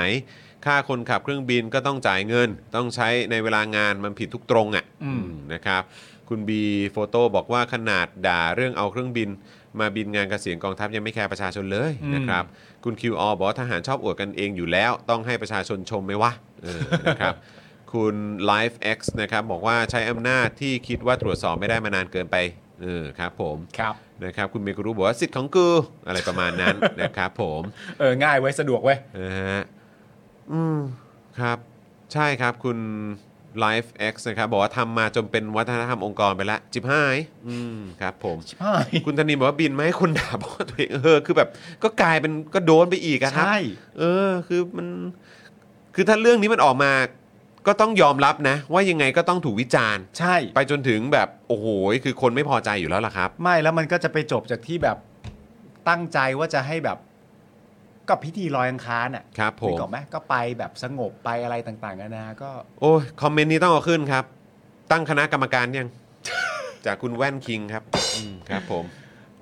S1: ค่าคนขับเครื่องบินก็ต้องจ่ายเงิน ต้องใช้ในเวลางานมันผิดทุกตรงอะ่ะ
S3: อืม
S1: อืมนะครับ คุณบีโฟโต้บอกว่าขนาดด่าเรื่องเอาเครื่องบิน มาบินงานกเกษียณกองทัพยังไม่แคร์ประชาชนเลย
S3: อืม
S1: นะครับ คุณ QR บอกว่าทหารชอบอวดกันเองอยู่แล้ว ต้องให้ประชาชนชมไหมวะเออนะครับ คุณ Life X นะครับบอกว่าใช้อำนาจที่คิดว่าตรวจสอบไม่ได้มานานเกินไปเออครับผม
S3: ครับ
S1: นะครับคุณเมกุรุบอกว่าสิทธิ์ของกูอะไรประมาณนั้น นะครับผม
S3: เออง่ายไว้สะดวกไว้ย
S1: นะฮะอืมครับ ใช่ครับคุณ Life X นะครับ บอกว่าทำมาจนเป็นวัฒนธรรมองค์กรไปแล้วจิบหายอืมครับผม คุณธนินบอกว่าบินไม่ให้คนด่าบอกว่าตัวเองเออคือแบบ ก็กลายเป็นก็โดนไปอีกอะครับ
S3: ใช่
S1: เออคือมันคือถ้าเรื่องนี้มันออกมาก็ต้องยอมรับนะ ว่ายังไงก็ต้องถูกวิจารณ์
S3: ใช่
S1: ไปจนถึงแบบโอ้โหคือคนไม่พอใจอยู่แล้วล่ะครับ
S3: ไม่แล้วมันก็จะไปจบจากที่แบบตั้งใจว่าจะให้แบบก็พิธีลอยอังคารน่ะ
S1: ครับผม
S3: นึกออกไหมก็ไปแบบสงบไปอะไรต่างๆนานาก็
S1: โอ้ยคอมเมนต์นี้ต้องเอาขึ้นครับ ตั้งคณะกรรมการยัง จากคุณแว่นคิงครับอืมครับผม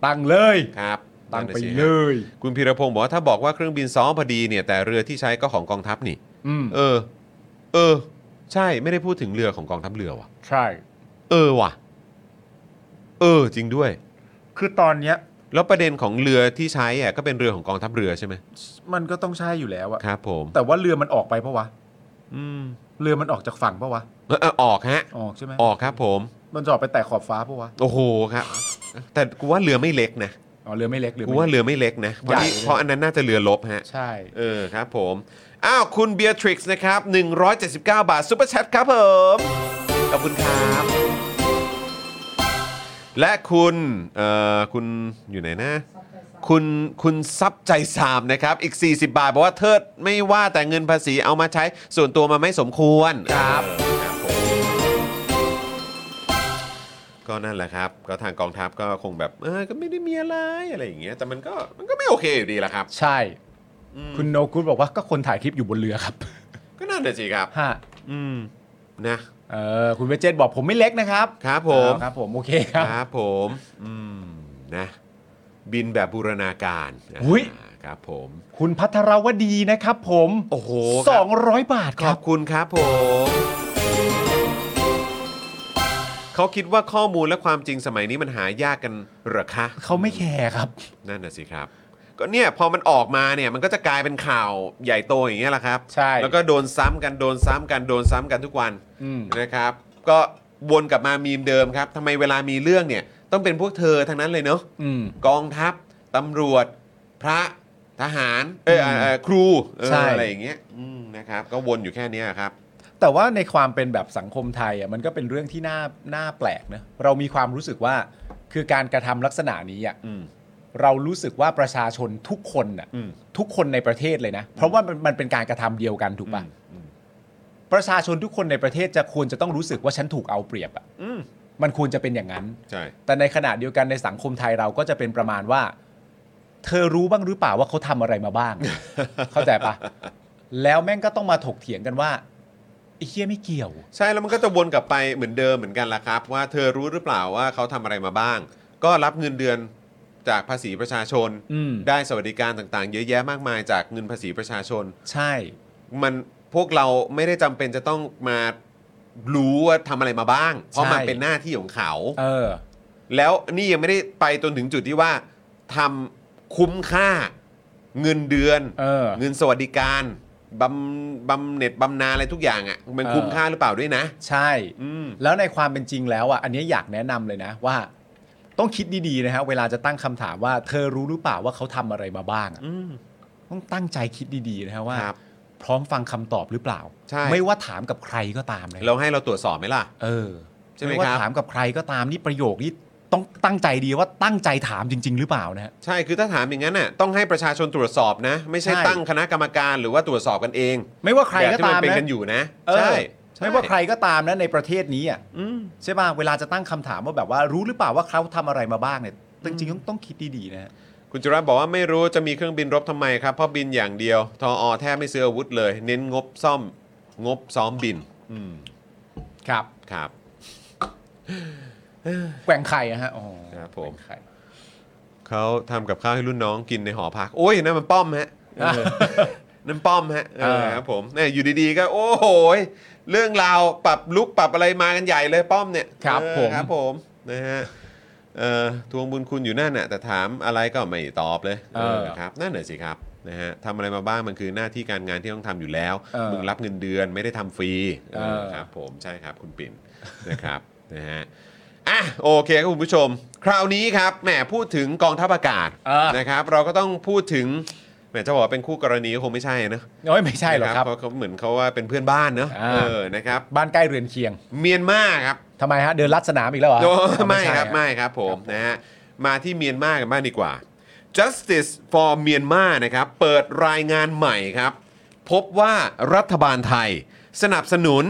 S3: ตั้งเลย
S1: ครับ
S3: ตั้ง
S1: นั่น
S3: ไป
S1: น่ะสิ
S3: เล
S1: ฮะ
S3: ย
S1: คุณพีรพงศ์บอกว่าถ้าบอกว่าเครื่องบินซ้อมพอดีเนี่ยแต่เรือที่ใช้ก็ของกองทัพนี่
S3: อืม
S1: เออ เออ ใช่ไม่ได้พูดถึงเรือของกองทัพเรือว่ะ
S3: ใช่
S1: เออว่ะ เออ จริงด้วย
S5: คือตอนเนี้ย
S1: แล้วประเด็นของเรือที่ใช้อ่ะก็เป็นเรือของกองทัพเรือใช่ไหม
S5: มันก็ต้องใช่อยู่แล้วอะ
S1: ครับผม
S5: แต่ว่าเรือมันออกไปปะวะ
S1: อืม
S5: เรือมันออกจากฝั่งปะวะ
S1: เอ่อออกฮะ
S5: ออกใช่ไหม
S1: ออกครับผม
S5: มันจะออกไปแตะขอบฟ้าปะวะ
S1: โอ้โหครับ แต่กูว่าเรือไม่เล็กนะ
S5: อ๋อเรือไม่เล็กเรือ
S1: กู
S5: ไม่
S1: ว่า
S5: เล็ก
S1: เรือไม่เล็กนะเพราะ
S5: ใหญ่
S1: นี่
S5: เลย
S1: เพราะอันนั้นน่าจะเรือลบฮะ
S5: ใช่
S1: เออครับผม อ้าว คุณเบียทริกซ์นะครับ 179 บาทซุปเปอร์แชทครับผม ขอบคุณครับ และคุณเอ่อคุณอยู่ไหนนะ คุณคุณซับใจสามนะครับ อีก 40 บาทบอกว่าเทิดไม่ว่าแต่เงินภาษีเอามาใช้ส่วนตัวมาไม่สมควรครับครับผม ก็นั่นแหละครับ ก็ทางกองทัพก็คงแบบ เออก็ไม่ได้มีอะไรอะไรอย่างเงี้ยแต่มันก็มันก็ไม่โอเคอยู่ดีแหละครับ
S3: ใช่ คุณโนกุลบอกว่าก็คนถ่ายคลิปอยู่บนเรือครับ
S1: ก็นั่นแหละสิครับ
S3: ฮะ
S1: อืมนะ
S3: เออคุณเวจเจตบอกผมไม่เล็กนะครับ
S1: ครับผม
S3: เอาครับผมโอเคครับ
S1: ครับผมอืมนะ บินแบบบูรณาการ
S3: อุ๊ย
S1: อ่าครับผม
S3: คุณพัทรวดีนะครับผม
S1: โอ้โห
S3: สองร้อยบาท
S1: ข
S3: ครั
S1: อ
S3: บบ
S1: คุณครับผมเขาคิดว่าข้อมูลและความจริงสมัยนี้มันหายากกันเหรอคะ
S3: เขาไม่แคร์ครับ
S1: นั่นน่ะสิครับ ก็เนี่ยพอมันออกมาเนี่ยมันก็จะกลายเป็นข่าวใหญ่โตอย่างเงี้ยแหละครับ
S3: ใช่
S1: แล้วก็โดนซ้ำกันโดนซ้ำกันโดนซ้ำกันทุกวัน
S3: อืม
S1: นะครับ ก็วนกลับมามีมเดิมครับทำไมเวลามีเรื่องเนี่ย ต้องเป็นพวกเธอทั้งนั้นเลยเนาะ
S3: อืม
S1: กองทัพตำรวจ พระทหาร เออเอ่อเอ่อครูเออ
S3: ใช่
S1: อะไรอย่างเงี้ยอืมนะครับ ก็วนอยู่แค่เนี้ยครับ
S3: แต่ว่าในความเป็นแบบสังคมไทยอ่ะมันก็เป็นเรื่องที่น่าน่าแปลกนะเรามีความรู้สึกว่าคือการกระทำลักษณะนี้อ่ะ
S1: อืม
S3: เรารู้สึกว่าประชาชนทุกคนน่ะ
S1: อืม
S3: ทุกคนในประเทศเลยนะ เพราะว่ามันมันเป็นการกระทำเดียวกันถูกปะประชาชนทุกคนในประเทศจะควรจะต้องรู้สึกว่าฉันถูกเอาเปรียบอ่ะ
S1: อืม
S3: มันควรจะเป็นอย่างนั้น
S1: ใช่
S3: แต่ในขณะเดียวกันในสังคมไทยเราก็จะเป็นประมาณว่า เธอรู้บ้างหรือเปล่าว่าเขาทำอะไรมาบ้าง เข้าใจปะแล้วแม่งก็ต้องมาถกเถียงกันว่าไอ้เฮียไม่เกี่ยว
S1: ใช่แล้วมันก็จะวนกลับไปเหมือนเดิมเหมือนกันละครับ ว่าเธอรู้หรือเปล่าว่าเขาทำอะไรมาบ้าง ก็รับเงินเดือนจากภาษีประชาชน
S3: อืม
S1: ได้สวัสดิการต่างๆ เยอะแยะมากมายจากเงินภาษีประชาชน
S3: ใช่
S1: มันพวกเราไม่ได้จำเป็นจะต้องมารู้ว่าทำอะไรมาบ้าง เพราะ
S3: ใช่
S1: มันเป็นหน้าที่ของเขา
S3: เออ
S1: แล้วนี่ยังไม่ได้ไปจนถึงจุดที่ว่าทำคุ้มค่าเงินเดือน
S3: เออ
S1: เงินสวัสดิการบำบำเหน็จบำนาญอะไรทุกอย่างอะ่ะมัน
S3: เออ
S1: คุ้มค่าหรือเปล่าด้วยนะ
S3: ใช่
S1: อืม
S3: แล้วในความเป็นจริงแล้วอ่ะอันนี้อยากแนะนำเลยนะว่า ต้องคิดดีๆนะฮะเวลาจะตั้งคำถามว่า เธอรู้หรือเปล่าว่าเขาทำอะไรมาบ้างอะ
S1: อืม
S3: ต้องตั้งใจคิดดีๆนะฮะว่า
S1: ครับ
S3: พร้อมฟังคำตอบหรือเปล่า
S1: ใช่
S3: ไม่ว่าถามกับใครก็ตามเลย
S1: เราให้เราตรวจสอบไหมล่ะ
S3: เออ
S1: ใช่ไหม
S3: ว่า
S1: ครับ
S3: ถามกับใครก็ตามนี่ประโยคนี้ต้องตั้งใจดีว่าตั้งใจถามจริง ๆ หรือเปล่านะฮะ
S1: ใช่คือถ้าถามอย่างนั้นน่ะต้องให้ประชาชนตรวจสอบนะ ไม่ใช่
S3: ใช่
S1: ตั้งคณะกรรมการหรือว่าตรวจสอบกันเอง
S3: ไม่ว่าใคร
S1: แบบ
S3: ก็
S1: ที่มั
S3: ตาน ม
S1: เป็น
S3: นะ
S1: กันอยู่นะ
S3: เออ
S1: ใช่
S3: ไม่ว่าใครก็ตามนะในประเทศนี้อ่ะ
S1: อืม
S3: ใช่ป่ะเวลาจะตั้งคำถามว่าแบบว่ารู้หรือเปล่าว่าเขาทำอะไรมาบ้างเนี่ยจริงๆต้องต้องคิดดีๆนะฮะ
S1: คุณจุรัตน์บอกว่าไม่รู้จะมีเครื่องบินรบทำไมครับ เพราะบินอย่างเดียวทออแทบไม่ซื้ออาวุธเลย เน้นงบซ่อมงบซ้อมบินอืม
S3: ครับ
S1: ครับ
S3: แกว่งไข่อะฮะอ๋อ
S1: ครับผม
S3: แกว่งไข่
S1: เขาทำกับข้าวให้รุ่นน้องกินในหอพัก โอ้ยนั่นมันป้อมฮะเออนั่นป้อมฮะเออครับผมเนี่ยอยู่ดีๆก็ โอ้โหยเรื่องราวปรับลุกปรับอะไรมากันใหญ่เลยป้อมเนี่ย
S3: ครับ
S1: เออ
S3: ผม
S1: ครับผมนะฮะเอ่อทวงบุญคุณอยู่นั่นน่ะแต่ถามอะไรก็ไม่ตอบเลย
S3: เออ
S1: ครับนั่นแหละสิครับนะฮะทำอะไรมาบ้างมันคือหน้าที่การงานที่ต้องทำอยู่แล้ว
S3: เออ
S1: มึงรับเงินเดือนไม่ได้ทำฟรีเออ
S3: เออ
S1: ครับ ผมใช่ครับคุณปิ่น นะครับนะฮะอ่ะโอเคครับคุณผู้ชม คราวนี้ครับแหมพูดถึงกองทัพอากาศ
S3: เออ
S1: นะครับ เราก็ต้องพูดถึงแหมจะบอกว่าเป็นคู่กรณีก็คงไม่ใช่นะ
S3: โอ้ยไม่ใช่หรอกครับ
S1: นะเพราะเขาเหมือนเขาว่าเป็นเพื่อนบ้านเนอะ
S3: อ่า
S1: เออนะครับ
S3: บ้านใกล้เรือนเคียง
S1: เมียนมาครับ
S3: ทำไมฮะเดินลัดสนามอีกแล้วเหรอ
S1: โอ้
S3: อ๋อ
S1: ไม่
S3: ใช่
S1: ครับไม่ครับผมนะฮะมาที่เมียนมากันบ้างดีกว่า justice for Myanmar นะครับ เปิดรายงานใหม่ครับ พบว่ารัฐบาลไทย สนับสนุน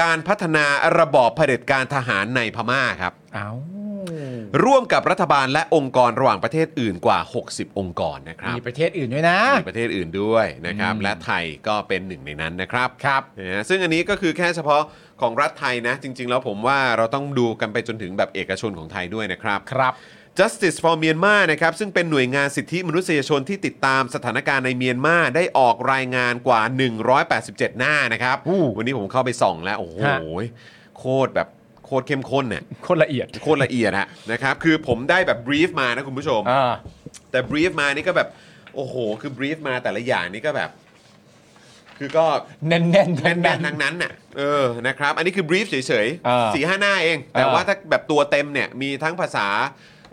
S1: การพัฒนาระบอบเผด็จการทหารในพม่าครับ
S3: เอ้า
S1: ร่วมกับรัฐบาลและองค์กรระหว่างประเทศอื่นกว่า 60 องค์กรนะครับ
S3: มีประเทศอื่นด้วยนะ
S1: มีประเทศอื่นด้วยนะครับ และไทยก็เป็นหนึ่งในนั้นนะครับครับนะซึ่งอันนี้ก็คือแค่เฉพาะของรัฐไทยนะ จริง ๆ แล้วผมว่าเราต้องดูกันไปจนถึงแบบเอกชนของไทยด้วยนะครับ
S3: ครับ
S1: Justice for Myanmar นะครับซึ่งเป็นหน่วยงานสิทธิมนุษยชนที่ติดตามสถานการณ์ในเมียนมาได้ออกรายงานกว่า 187 หน้านะครับ
S3: อู้
S1: วันนี้ผมเข้าไปส่องแล้ว โอ้โห
S3: ฮะ
S1: โคตรแบบ โคตรเข้มข้นเนี่ย
S3: คนละเอียด
S1: โคตรละเอียดอะนะครับคือผมได้แบบ brief มานะคุณผู้ชม
S3: อ่า
S1: แต่ brief มานี่ก็แบบ โอ้โห คือ brief มาแต่ละอย่างนี่ก็แบบ คือก็
S3: แน่นแน่น
S1: แน่น
S3: แน่น
S1: ๆทั้งนั้นน่ะเออนะครับ อันนี้คือบรีฟเฉย
S3: อ่า
S1: ๆสี่ห้าหน้าเอง แต่
S3: อ่า
S1: ว่าถ้าแบบตัวเต็มเนี่ย มีทั้งภาษา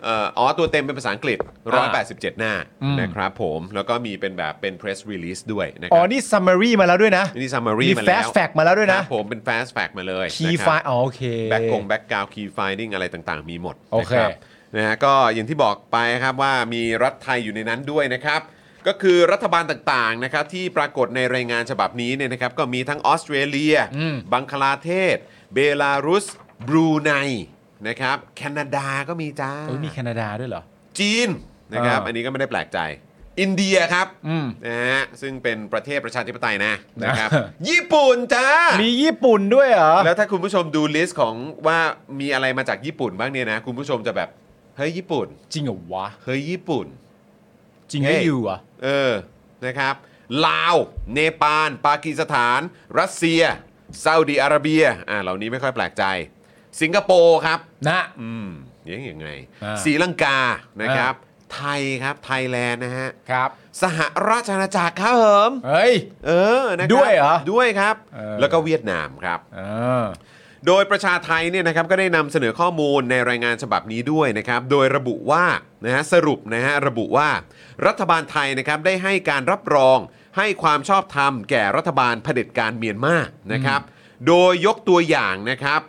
S1: เอ่ออ๋อตัวเต็มเป็นภาษาอังกฤษ
S3: อ่า
S1: 187 หน้านะครับผมแล้วก็มีเป็นแบบเป็น press release ด้วยนะค
S3: อ๋อ
S1: รับ
S3: นี่ summary มาแล้วด้วยนะ
S1: นี่ summary
S3: มี
S1: มาแล้ว
S3: fast fact มาแล้วด้วยนะ
S1: ครับผมเป็น fast fact มาเลย
S3: key
S1: นะครับ
S3: file อ๋อโอเค
S1: แบ็กกงแบ็กกราวคีย์ไฟนิ่งอะไรต่างๆ มีหมด
S3: โอเค
S1: นะครับนะฮะก็อย่างที่บอกไปครับว่ามีรัฐไทยอยู่ในนั้นด้วยนะครับ ก็คือรัฐบาลต่างๆนะครับที่ปรากฏในรายงานฉบับนี้เนี่ยนะครับก็มีทั้งออสเตรเลีย บังคลาเทศ เบลารุส บรูไนนะครับแคนาดาก็มีจ้า
S3: เอ้ยมีแคนาดาด้วยเหรอ
S1: จีนนะครับ
S3: อ่า
S1: อันนี้ก็ไม่ได้แปลกใจ อินเดียครับ
S3: อืม
S1: นะฮะซึ่งเป็นประเทศประชาธิปไตยนะนะครับ
S3: นะ
S1: ญี่ปุ่นจ้า
S3: มีญี่ปุ่นด้วยเหรอ
S1: แล้วถ้าคุณผู้ชมดูลิสต์ของว่ามีอะไรมาจากญี่ปุ่นบ้างเนี่ยนะ คุณผู้ชมจะแบบ เฮ้ยญี่ปุ่น
S3: จริงเหรอวะ
S1: เฮ้ยญี่ปุ่น
S3: จริงให้
S1: เฮ้ย
S3: อยู่เหรอ่ะ
S1: เออนะครับลาว เนปาล ปากีสถาน รัสเซียซาอุดีอาระเบียอ่าเหล่านี้ไม่ค่อยแปลกใจ สิงคโปร์ครับ
S3: นะ
S1: อืมยังยังไง
S3: อ่า
S1: ศรีลังกานะครับ ไทยครับไทยแลนด์นะฮะ
S3: ครับ
S1: สหราชอาณาจักรครับเหิม
S3: เฮ้ย
S1: เออนะครับ
S3: ด้วยเหรอ
S1: ด้วยครับ
S3: เออ
S1: แล้วก็เวียดนามครับ
S3: อ่า
S1: โดยประชาไทยเนี่ยนะครับก็ได้นำเสนอข้อมูลในรายงานฉบับนี้ด้วยนะครับ โดยระบุว่านะฮะสรุปนะฮะระบุว่า รัฐบาลไทยนะครับได้ให้การรับรองให้ความชอบธรรมแก่รัฐบาลเผด็จการเมียนมานะครับ โดยยกตัวอย่างนะครับ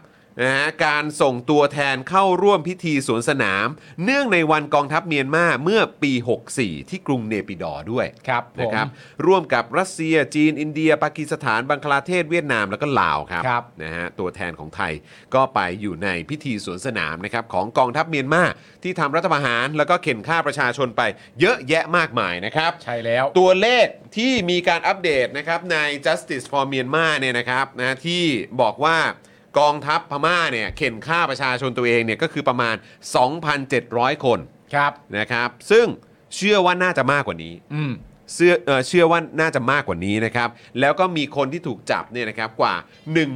S1: นะฮะการส่งตัวแทนเข้าร่วมพิธีสวนสนาม เนื่องในวันกองทัพเมียนมาเมื่อปี 64 ที่กรุงเนปิดอร์ด้วย
S3: ครับผม
S1: นะครับ ร่วมกับรัสเซียจีน อินเดีย ปากีสถาน บังคลาเทศเวียดนามแล้วก็ลาวครับ
S3: ครับ
S1: นะฮะตัวแทนของไทยก็ไปอยู่ในพิธีสวนสนามนะครับของกองทัพเมียนมาที่ทำรัฐประหาร แล้วก็เข็นฆ่าประชาชนไปเยอะแยะมากมายนะครับ
S3: ใช่แล้ว
S1: ตัวเลขที่มีการอัปเดตนะครับใน justice for Myanmar เนี่ยนะครับนะที่บอกว่ากองทัพพม่าเนี่ยเข็นฆ่าประชาชนตัวเองเนี่ยก็คือประมาณ 2,700 คน
S3: ครับ
S1: นะครับ ซึ่งเชื่อว่าน่าจะมากกว่านี้
S3: อืม
S1: เชื่อเอ่อเชื่อว่าน่าจะมากกว่านี้นะครับ แล้วก็มีคนที่ถูกจับเนี่ยนะครับกว่า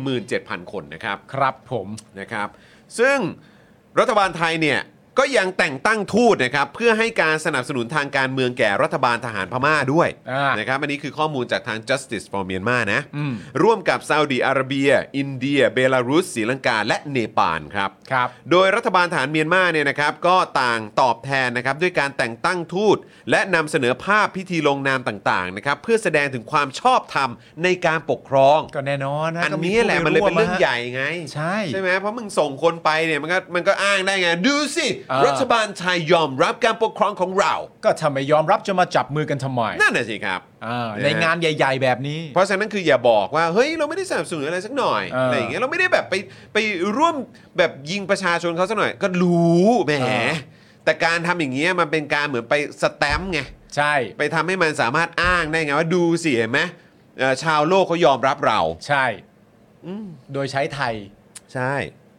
S1: 17,000 คนนะครับ
S3: ครับผม
S1: นะครับ ซึ่งรัฐบาลไทยเนี่ยก็ยังแต่งตั้งทูตนะครับเพื่อให้การสนับสนุนทางการเมืองแก่รัฐบาลทหารพม่าด้วย
S3: อ่าน
S1: นะครับอันนี้คือข้อมูลจากทาง justice for Myanmar นะ
S3: อืม
S1: ร่วมกับซาอุดีอาระเบีย อินเดีย เบลารุสศรีลังกา และเนปาลครับ
S3: ครับ
S1: โดยรัฐบาลฐานเมียนมาเนี่ยนะครับก็ต่างตอบแทนนะครับด้วยการแต่งตั้งทูต และนำเสนอภาพพิธีลงนามต่างๆนะครับเพื่อแสดงถึงความชอบธรรมในการปกครอง
S3: ก็แน่นอนนะ
S1: อัน
S3: ก็
S1: นี้แหละ
S3: ผู้
S1: มันเลยเป็น
S3: ว
S1: เรื่องใหญ่ไง
S3: ใช่
S1: ใช่ไหมเพราะมึงส่งคนไปเนี่ยมันก็มันก็อ้างได้ไง ดูสิ
S3: เออ
S1: รัฐบาลไทยยอมรับการปกครองของเรา
S3: ก็ทำไมยอมรับจะมาจับมือกันทำไม
S1: นั่นน่ะสิครับ
S3: อ่า
S1: เนี่ย
S3: ในงานใหญ่ ๆ แบบนี้
S1: เพราะฉะนั้นคืออย่าบอกว่า เฮ้ย เราไม่ได้สนับสนุนอะไรสักหน่อย
S3: เอออ
S1: อะไรอย่างเงี้ยเราไม่ได้แบบไปไปร่วมแบบยิงประชาชนเขาสักหน่อย ก็รู้แหม
S3: เออ
S1: แต่การทำอย่างเงี้ยมันเป็นการเหมือนไปสแตมป์ไง
S3: ใช่
S1: ไปทำให้มันสามารถอ้างได้ไงว่าดูสิเห็นไหมเอ่อชาวโลกเขายอมรับเรา
S3: ใช่ โดยใช้ไทย
S1: ใช่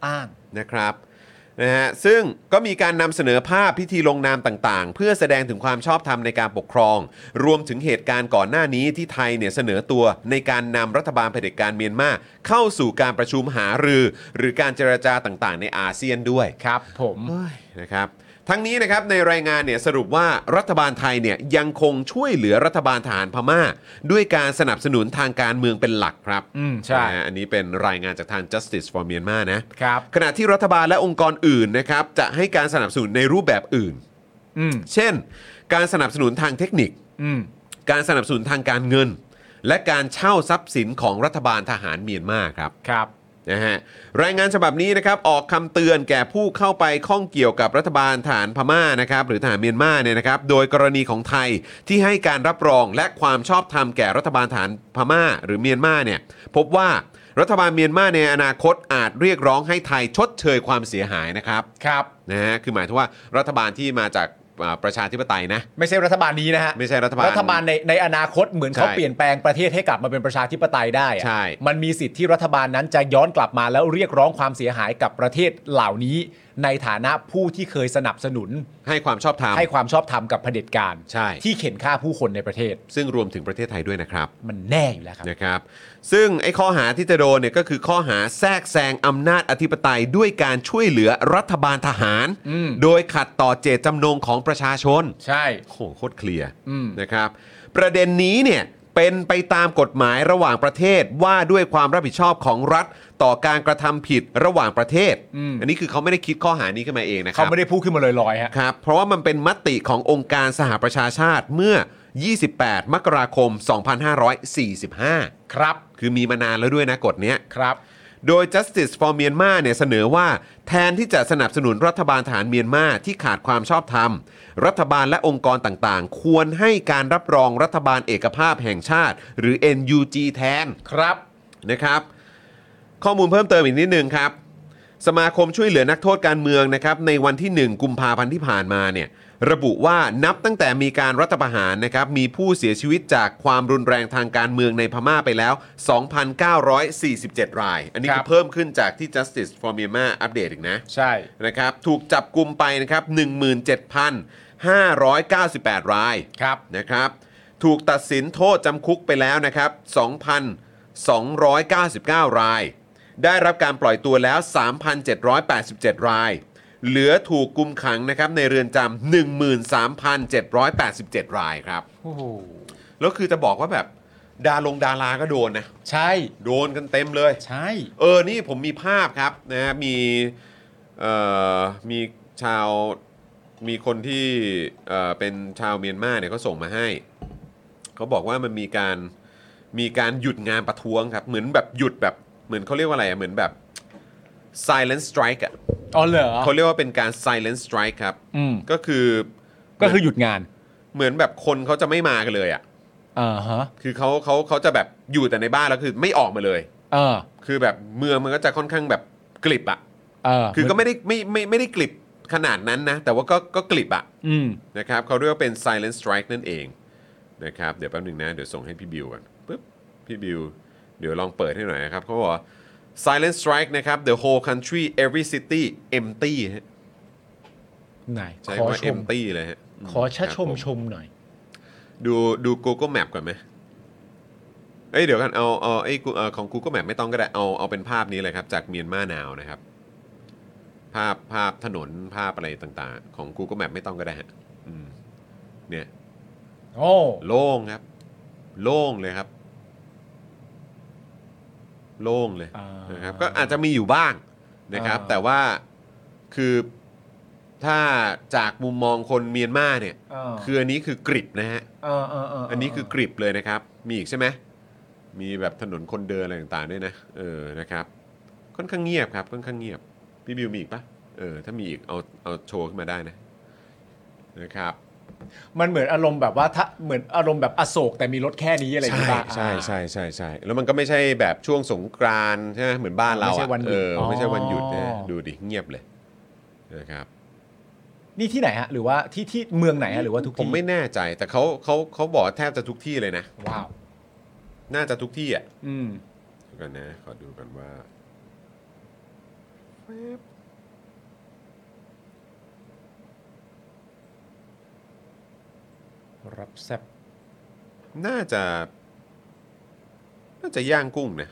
S3: อ้าง
S1: นะครับนะฮะซึ่งก็มีการนำเสนอภาพพิธีลงนามต่างๆ เพื่อแสดงถึงความชอบธรรมในการปกครอง รวมถึงเหตุการณ์ก่อนหน้านี้ที่ไทยเนี่ยเสนอตัวในการนำรัฐบาลเผด็จการเมียนมาเข้าสู่การประชุมหารือ หรือการเจรจาต่างๆ ในอาเซียนด้วย
S3: ครับผม
S1: เอ้ยนะครับทั้งนี้นะครับในรายงานเนี่ยสรุปว่ารัฐบาลไทยเนี่ยยังคงช่วยเหลือรัฐบาลทหารพม่า ด้วยการสนับสนุนทางการเมืองเป็นหลักครับ
S3: อืมใช่
S1: นะฮะอันนี้เป็นรายงานจากทาง justice for Myanmar นะ
S3: ครับ
S1: ขณะที่รัฐบาลและองค์กรอื่นนะครับจะให้การสนับสนุนในรูปแบบอื่น
S3: อืม
S1: เช่น การสนับสนุนทางเทคนิค
S3: อืม
S1: การสนับสนุนทางการเงิน และการเช่าทรัพย์สินของรัฐบาลทหารเมียนมาครับ
S3: ครับ
S1: นะฮะรายงานฉบับนี้นะครับออกคำเตือนแก่ผู้เข้าไปข้องเกี่ยวกับรัฐบาลฐานพม่านะครับหรือทหารเมียนมาเนี่ยนะครับโดยกรณีของไทยที่ให้การรับรองและความชอบธรรมแก่รัฐบาลฐานพม่า หรือเมียนมาเนี่ยพบว่ารัฐบาลเมียนมาในอนาคตอาจเรียกร้องให้ไทยชดเชยความเสียหายนะครับ
S3: ครับ
S1: นะฮะคือหมายถึงว่ารัฐบาลที่มาจากอ่าประชาธิปไตยนะ
S3: ไม่ใช่รัฐบาลนี้นะฮะ
S1: ไม่ใช่รัฐบาล
S3: รัฐบาลในในอนาคตเหมือนเขา
S1: ใช่
S3: เปลี่ยนแปลงประเทศให้กลับมาเป็นประชาธิปไตยได้อะ
S1: ใช่
S3: มันมีสิทธิ์ที่รัฐบาลนั้นจะย้อนกลับมาแล้วเรียกร้องความเสียหายกับประเทศเหล่านี้ ในฐานะผู้ที่เคยสนับสนุน
S1: ให้ความชอบธรรม
S3: ให้ความชอบธรรมกับเผด็จการ
S1: ใช่
S3: ที่เข็นฆ่าผู้คนในประเทศ
S1: ซึ่งรวมถึงประเทศไทยด้วยนะครับ
S3: มันแน่อยู่แล้วครับ
S1: นะครับซึ่งไอ้ข้อหาที่จะโดนเนี่ยก็คือข้อหาแทรกแซงอำนาจอธิปไตยด้วยการช่วยเหลือรัฐบาลทหาร
S3: อืม
S1: โดยขัดต่อเจตจำนงของประชาชน
S3: ใช่
S1: โอ้โหโคตรเคลียร์
S3: อืม
S1: นะครับ ประเด็นนี้เนี่ยเป็นไปตามกฎหมายระหว่างประเทศว่าด้วยความรับผิดชอบของรัฐต่อการกระทำผิดระหว่างประเทศ อันนี้คือเขาไม่ได้คิดข้อหานี้ขึ้นมาเองนะครั
S3: เขาไม่ได้พูดขึ้นมาลอยๆฮะ
S1: ครับ เพราะว่ามันเป็นมติขององค์การสหประชาชาติเมื่อ 28 มกราคม 2545
S3: ครับ
S1: คือมีมานานแล้วด้วยนะกฎเนี้ย
S3: ครับ
S1: โดย Justice for Myanmar เนี่ยเสนอว่าแทนที่จะสนับสนุนรัฐบาลทหารเมียนมาที่ขาดความชอบธรรม รัฐบาลและองค์กรต่างๆ ควรให้การรับรองรัฐบาลเอกภาพแห่งชาติ หรือ NUG แทน
S3: ครับ
S1: นะครับ ข้อมูลเพิ่มเติมอีกนิดนึงครับ สมาคมช่วยเหลือนักโทษการเมืองนะครับในวันที่ 1 กุมภาพันธ์ที่ผ่านมาเนี่ยระบุว่านับตั้งแต่มีการรัฐประหารนะครับมีผู้เสียชีวิตจากความรุนแรงทางการเมืองในพม่าไปแล้ว 2,947 ราย อันนี้
S3: ครั
S1: คื
S3: บ
S1: อเพิ่มขึ้นจากที่ Justice for Myanmar อัปเดตอีกนะ
S3: ใช่
S1: นะครับถูกจับกลุ่มไปนะครับ17,598 ราย
S3: ครับ
S1: นะครับถูกตัดสินโทษจำคุกไปแล้วนะครับ2,299 ราย ได้รับการปล่อยตัวแล้ว 3,787 ราย เหลือถูกกุมขังนะครับในเรือนจำ13,787 รายครับ
S3: โอ้โห
S1: แล้วคือจะบอกว่าแบบดาลงดาราก็โดนนะ
S3: ใช่
S1: โดนกันเต็มเลย
S3: ใช่
S1: เออ นี่ผมมีภาพครับนะฮะมีเอ่อมีชาวมีคนที่เอ่อเป็นชาวเมียนมาเนี่ยเขาส่งมาให้ เขาบอกว่ามันมีการมีการหยุดงานประท้วงครับ เหมือนแบบหยุดแบบเหมือนเขาเรียกว่าอะไรอ่ะเหมือนแบบ silent strike อ่ะ
S3: อ๋อเหรอ
S1: เขาเรียกว่าเป็นการ silent strike ครับ
S3: อืม
S1: ก็คือ
S3: ก็คือหยุดงาน
S1: เหมือนแบบคนเขาจะไม่มากันเลยอ่ะ
S3: อ่าฮะ
S1: คือเขาเขาเขาจะแบบอยู่แต่ในบ้านแล้วคือไม่ออกมาเลย
S3: เออ
S1: คือแบบเมืองมันก็จะค่อนข้างแบบกลิบอ่ะ
S3: เออ
S1: คือก็ไม่ได้ไม่ไม่ไม่ได้กลิบขนาดนั้นนะ แต่ว่าก็ก็กลิบอะ
S3: อืม
S1: นะครับเขาเรียกว่าเป็น silent strike นั่นเองนะครับเดี๋ยวแป๊บหนึ่งนะ เดี๋ยวส่งให้พี่บิวก่อนปึ๊บพี่บิว เดี๋ยวลองเปิดให้หน่อยนะครับเขาบอกว่า silent strike นะครับ the whole country every city empty ฮะ
S3: ไหน
S1: ใช้
S3: ขอ
S1: คำว่า
S3: ชม
S1: empty เลยฮะม
S3: ขอชะชม
S1: ครับผ
S3: ชมหน่อย
S1: ดูดู Google Map ก่อนไหมเอ้ยเดี๋ยวกันเอาเอาไอ้กูเอ่อของ Google Map ไม่ต้องก็ได้เอาเอาเป็นภาพนี้เลยครับ จากเมียนมาหนาวนะครับ ภาพภาพถนนภาพอะไรต่างๆ ของ Google Map ไม่ต้องก็ได้ฮะอืมเนี่ย
S3: โอ้
S1: โล่งครับ โล่งเลยครับ โล่งเลย
S3: อ่า
S1: นะครับ ก็อาจจะมีอยู่บ้างนะครับ
S3: อ่า
S1: แต่ว่าคือถ้าจากมุมมองคนเมียนมาเนี่ย
S3: อ่า
S1: คืออันนี้คือกริบนะฮะ
S3: อ่าาา
S1: อันนี้คือกริบเลยนะครับ มีอีกใช่ไหมมีแบบถนนคนเดินอะไรต่างๆด้วยนะ เออ นะครับ ค่อนข้างเงียบครับ ค่อนข้างเงียบ พี่บิวมีอีกปะเออ ถ้ามีอีกเอาเอาโชว์ขึ้นมาได้นะ นะครับ
S3: มันเหมือนอารมณ์แบบว่าถ้าเหมือนอารมณ์แบบอโศกแต่มีรถแค่นี้อะไรอย่าง
S1: ใช่
S3: เงี้ย
S1: ใช่ใช่ใช่ใช่แล้วมันก็ไม่ใช่แบบช่วงสงกรานต์ใช่ไหมเหมือนบ้านเราอะ
S3: ไม่ใช่วันหยุด
S1: เออไม่ใช่วันหยุดนะ
S3: อ๋อ
S1: ดูดิเงียบเลยนะครับ
S3: นี่ที่ไหนฮะ หรือว่าที่ที่เมืองไหนฮะหรือว่าทุก
S1: ผม
S3: ที่
S1: ไม่แน่ใจแต่เขาเขาเขาบอกแทบจะทุกที่เลยนะ
S3: ว้าว
S1: น่าจะทุกที่อ่ะ
S3: อืม
S1: เดี๋ยวกันนะ ขอดูกันว่าแว๊บ
S3: รับแซบ
S1: น่าจะ น่าจะย่างกุ้งนะ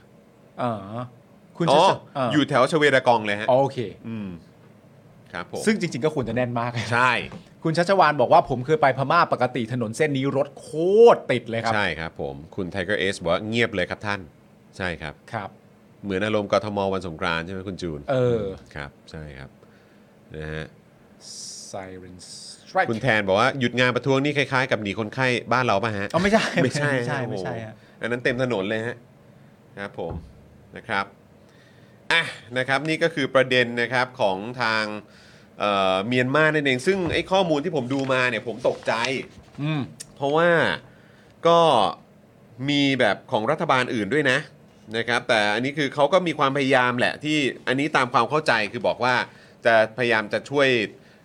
S3: อ่าคุณ
S1: อ๋
S3: จะ
S1: อ
S3: อ่า
S1: อยู่แถวชเวดากองเลยฮะ
S3: อ๋อโอเค
S1: อืมครับผม
S3: ซึ่งจริง ๆ ก็ควรจะแน่นมาก
S1: ใช่
S3: คุณชัชวานบอกว่าผมเคยไปพม่าปกติถนนเส้นนี้รถโคตรติดเลยครับ
S1: ใช่ครับผมคุณไทเกอร์เอสบอกว่าเงียบเลยครับท่าน ใช่ครับ
S3: ครับ
S1: เหมือนอารมณ์กทมวันสงกรานต์ใช่ไหมคุณจูน
S3: เออ
S1: ครับ ใช่ครับนะฮะ
S3: Siren Strike
S1: คุณแทนบอกว่าหยุดงานประท้วงนี่คล้ายๆ กับหนีคนไข้บ้านเราป่ะฮะ
S3: อ๋อไม่ใช่
S1: ไม่ใช่
S3: ไม่ใช่ไม่ใช่
S1: โอ้
S3: ฮะ
S1: โหอันนั้นเต็มถนนเลยฮะครับผมนะครับอ่ะนะครับนี่ก็คือประเด็นนะครับของทางเอ่อเมียนมานั่นเอง ซึ่งไอ้ข้อมูลที่ผมดูมาเนี่ยผมตกใจ
S3: อืม
S1: เพราะว่าก็มีแบบของรัฐบาลอื่นด้วยนะนะครับ แต่อันนี้คือเขาก็มีความพยายามแหละที่อันนี้ตามความเข้าใจคือบอกว่าจะพยายามจะช่วย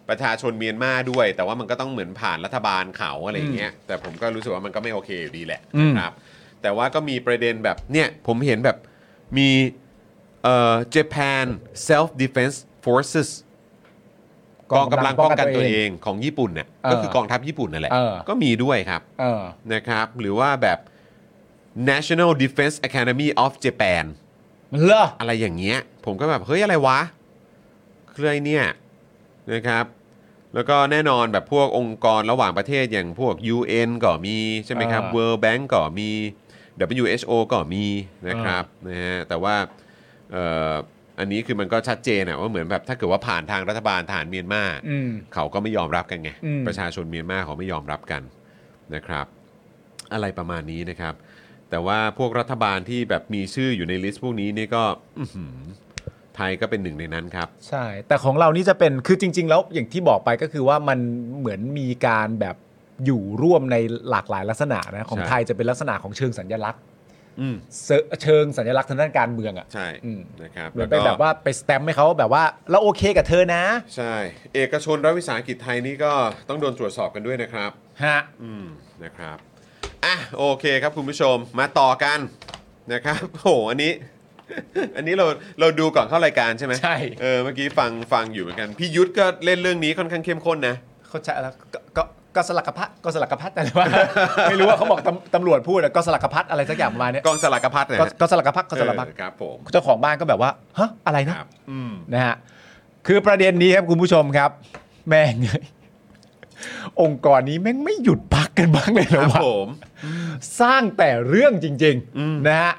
S1: ประชาชนเมียนมาด้วย แต่ว่ามันก็ต้องเหมือนผ่านรัฐบาลเขาอะไรอย่างเงี้ยแต่ผมก็รู้สึกว่ามันก็ไม่โอเคอยู่ดีแหละ
S3: อืม
S1: นะครับ แต่ว่าก็มีประเด็นแบบเนี่ยผมเห็นแบบมีเอ่อ Japan Self Defense Forces กองกำลังป้องกันตัวเองของญี่ปุ่นเนี่ย
S3: เออ
S1: ก็คือกองทัพญี่ปุ่นนั่นแหละ
S3: เออ
S1: ก็มีด้วยครับ
S3: เออ
S1: นะครับ หรือว่าแบบ National Defense Academy of Japan
S3: เหรอ
S1: อะไรอย่างเงี้ย ผมก็แบบ เฮ้ย อะไรวะเครื่อยเนี่ยนะครับ แล้วก็แน่นอนแบบพวกองค์กรระหว่างประเทศอย่างพวก UN ก็มี ใช่ไหมครับ
S3: อ่า
S1: World Bank ก็มี WHO ก็มีนะครับนะฮะแต่ว่าเอ่ออันนี้คือมันก็ชัดเจนอะว่าเหมือนแบบถ้าเกิดว่าผ่านทางรัฐบาลทหารเมียนมา
S3: อืม
S1: เขาก็ไม่ยอมรับกันไง
S3: อืม
S1: ประชาชนเมียนมาเขาไม่ยอมรับกันนะครับ อะไรประมาณนี้นะครับ แต่ว่าพวกรัฐบาลที่แบบมีชื่ออยู่ในลิสต์พวกนี้เนี่ยก็อื้อหือไทยก็เป็นหนึ่งในนั้นครับ
S3: ใช่ แต่ของเรานี่จะเป็นคือจริง ๆ แล้วอย่างที่บอกไปก็คือว่ามันเหมือนมีการแบบอยู่ร่วมในหลากหลายลักษณะนะของ
S1: ใช่
S3: ไทยจะเป็นลักษณะของเชิงสัญลักษณ์
S1: อืม
S3: เสเชิงสัญลักษณ์ทางด้านการเมืองอ่ะ
S1: ใช่
S3: อืม
S1: นะครับ
S3: เหมือนไป
S1: ล้วก็
S3: แบบว่าไปสแตมป์ให้เขาแบบว่าเราโอเคกับเธอนะ
S1: ใช่ เอกชนรัฐวิสาหกิจไทยนี่ก็ต้องโดนตรวจสอบกันด้วยนะครับ
S3: ฮะ
S1: อืมนะครับอ่ะโอเคครับคุณผู้ชมมาต่อกันนะครับ โอ้โหอันนี้ อันนี้เราเราดูก่อนเข้ารายการใช่ไหม
S3: ใช่
S1: เออเมื่อกี้ฟังฟังอยู่เหมือนกันพี่ยุทธก็เล่นเรื่องนี้ค่อนข้างเข้มข้น นะ
S3: เขาใจะแล้วก็ก็ก็สลักพัดก็สลักพัดแต่ว่า ไม่รู้ว่าเขาบอกตำตำรวจพูดอะก็สลักพัดอะไรสักอย่างประมาณเนี้ย
S1: กองสลากพัดนะ
S3: ก็
S1: ฮะ
S3: ก็สลักพัดก็สลักพัด
S1: เออครับผม
S3: เจ้าของบ้านก็แบบว่าฮะอะไร
S1: ค
S3: นะ
S1: รับอืม
S3: นะฮะคือประเด็นนี้ครับคุณผู้ชมครับ แม่ง เอ้ยองค์กรนี้แม่งไม่หยุดพักกันบ้างเลยเห
S1: ค
S3: รอ
S1: รับ
S3: วะ
S1: ผม
S3: สร้างแต่เรื่องจริงๆนะฮะ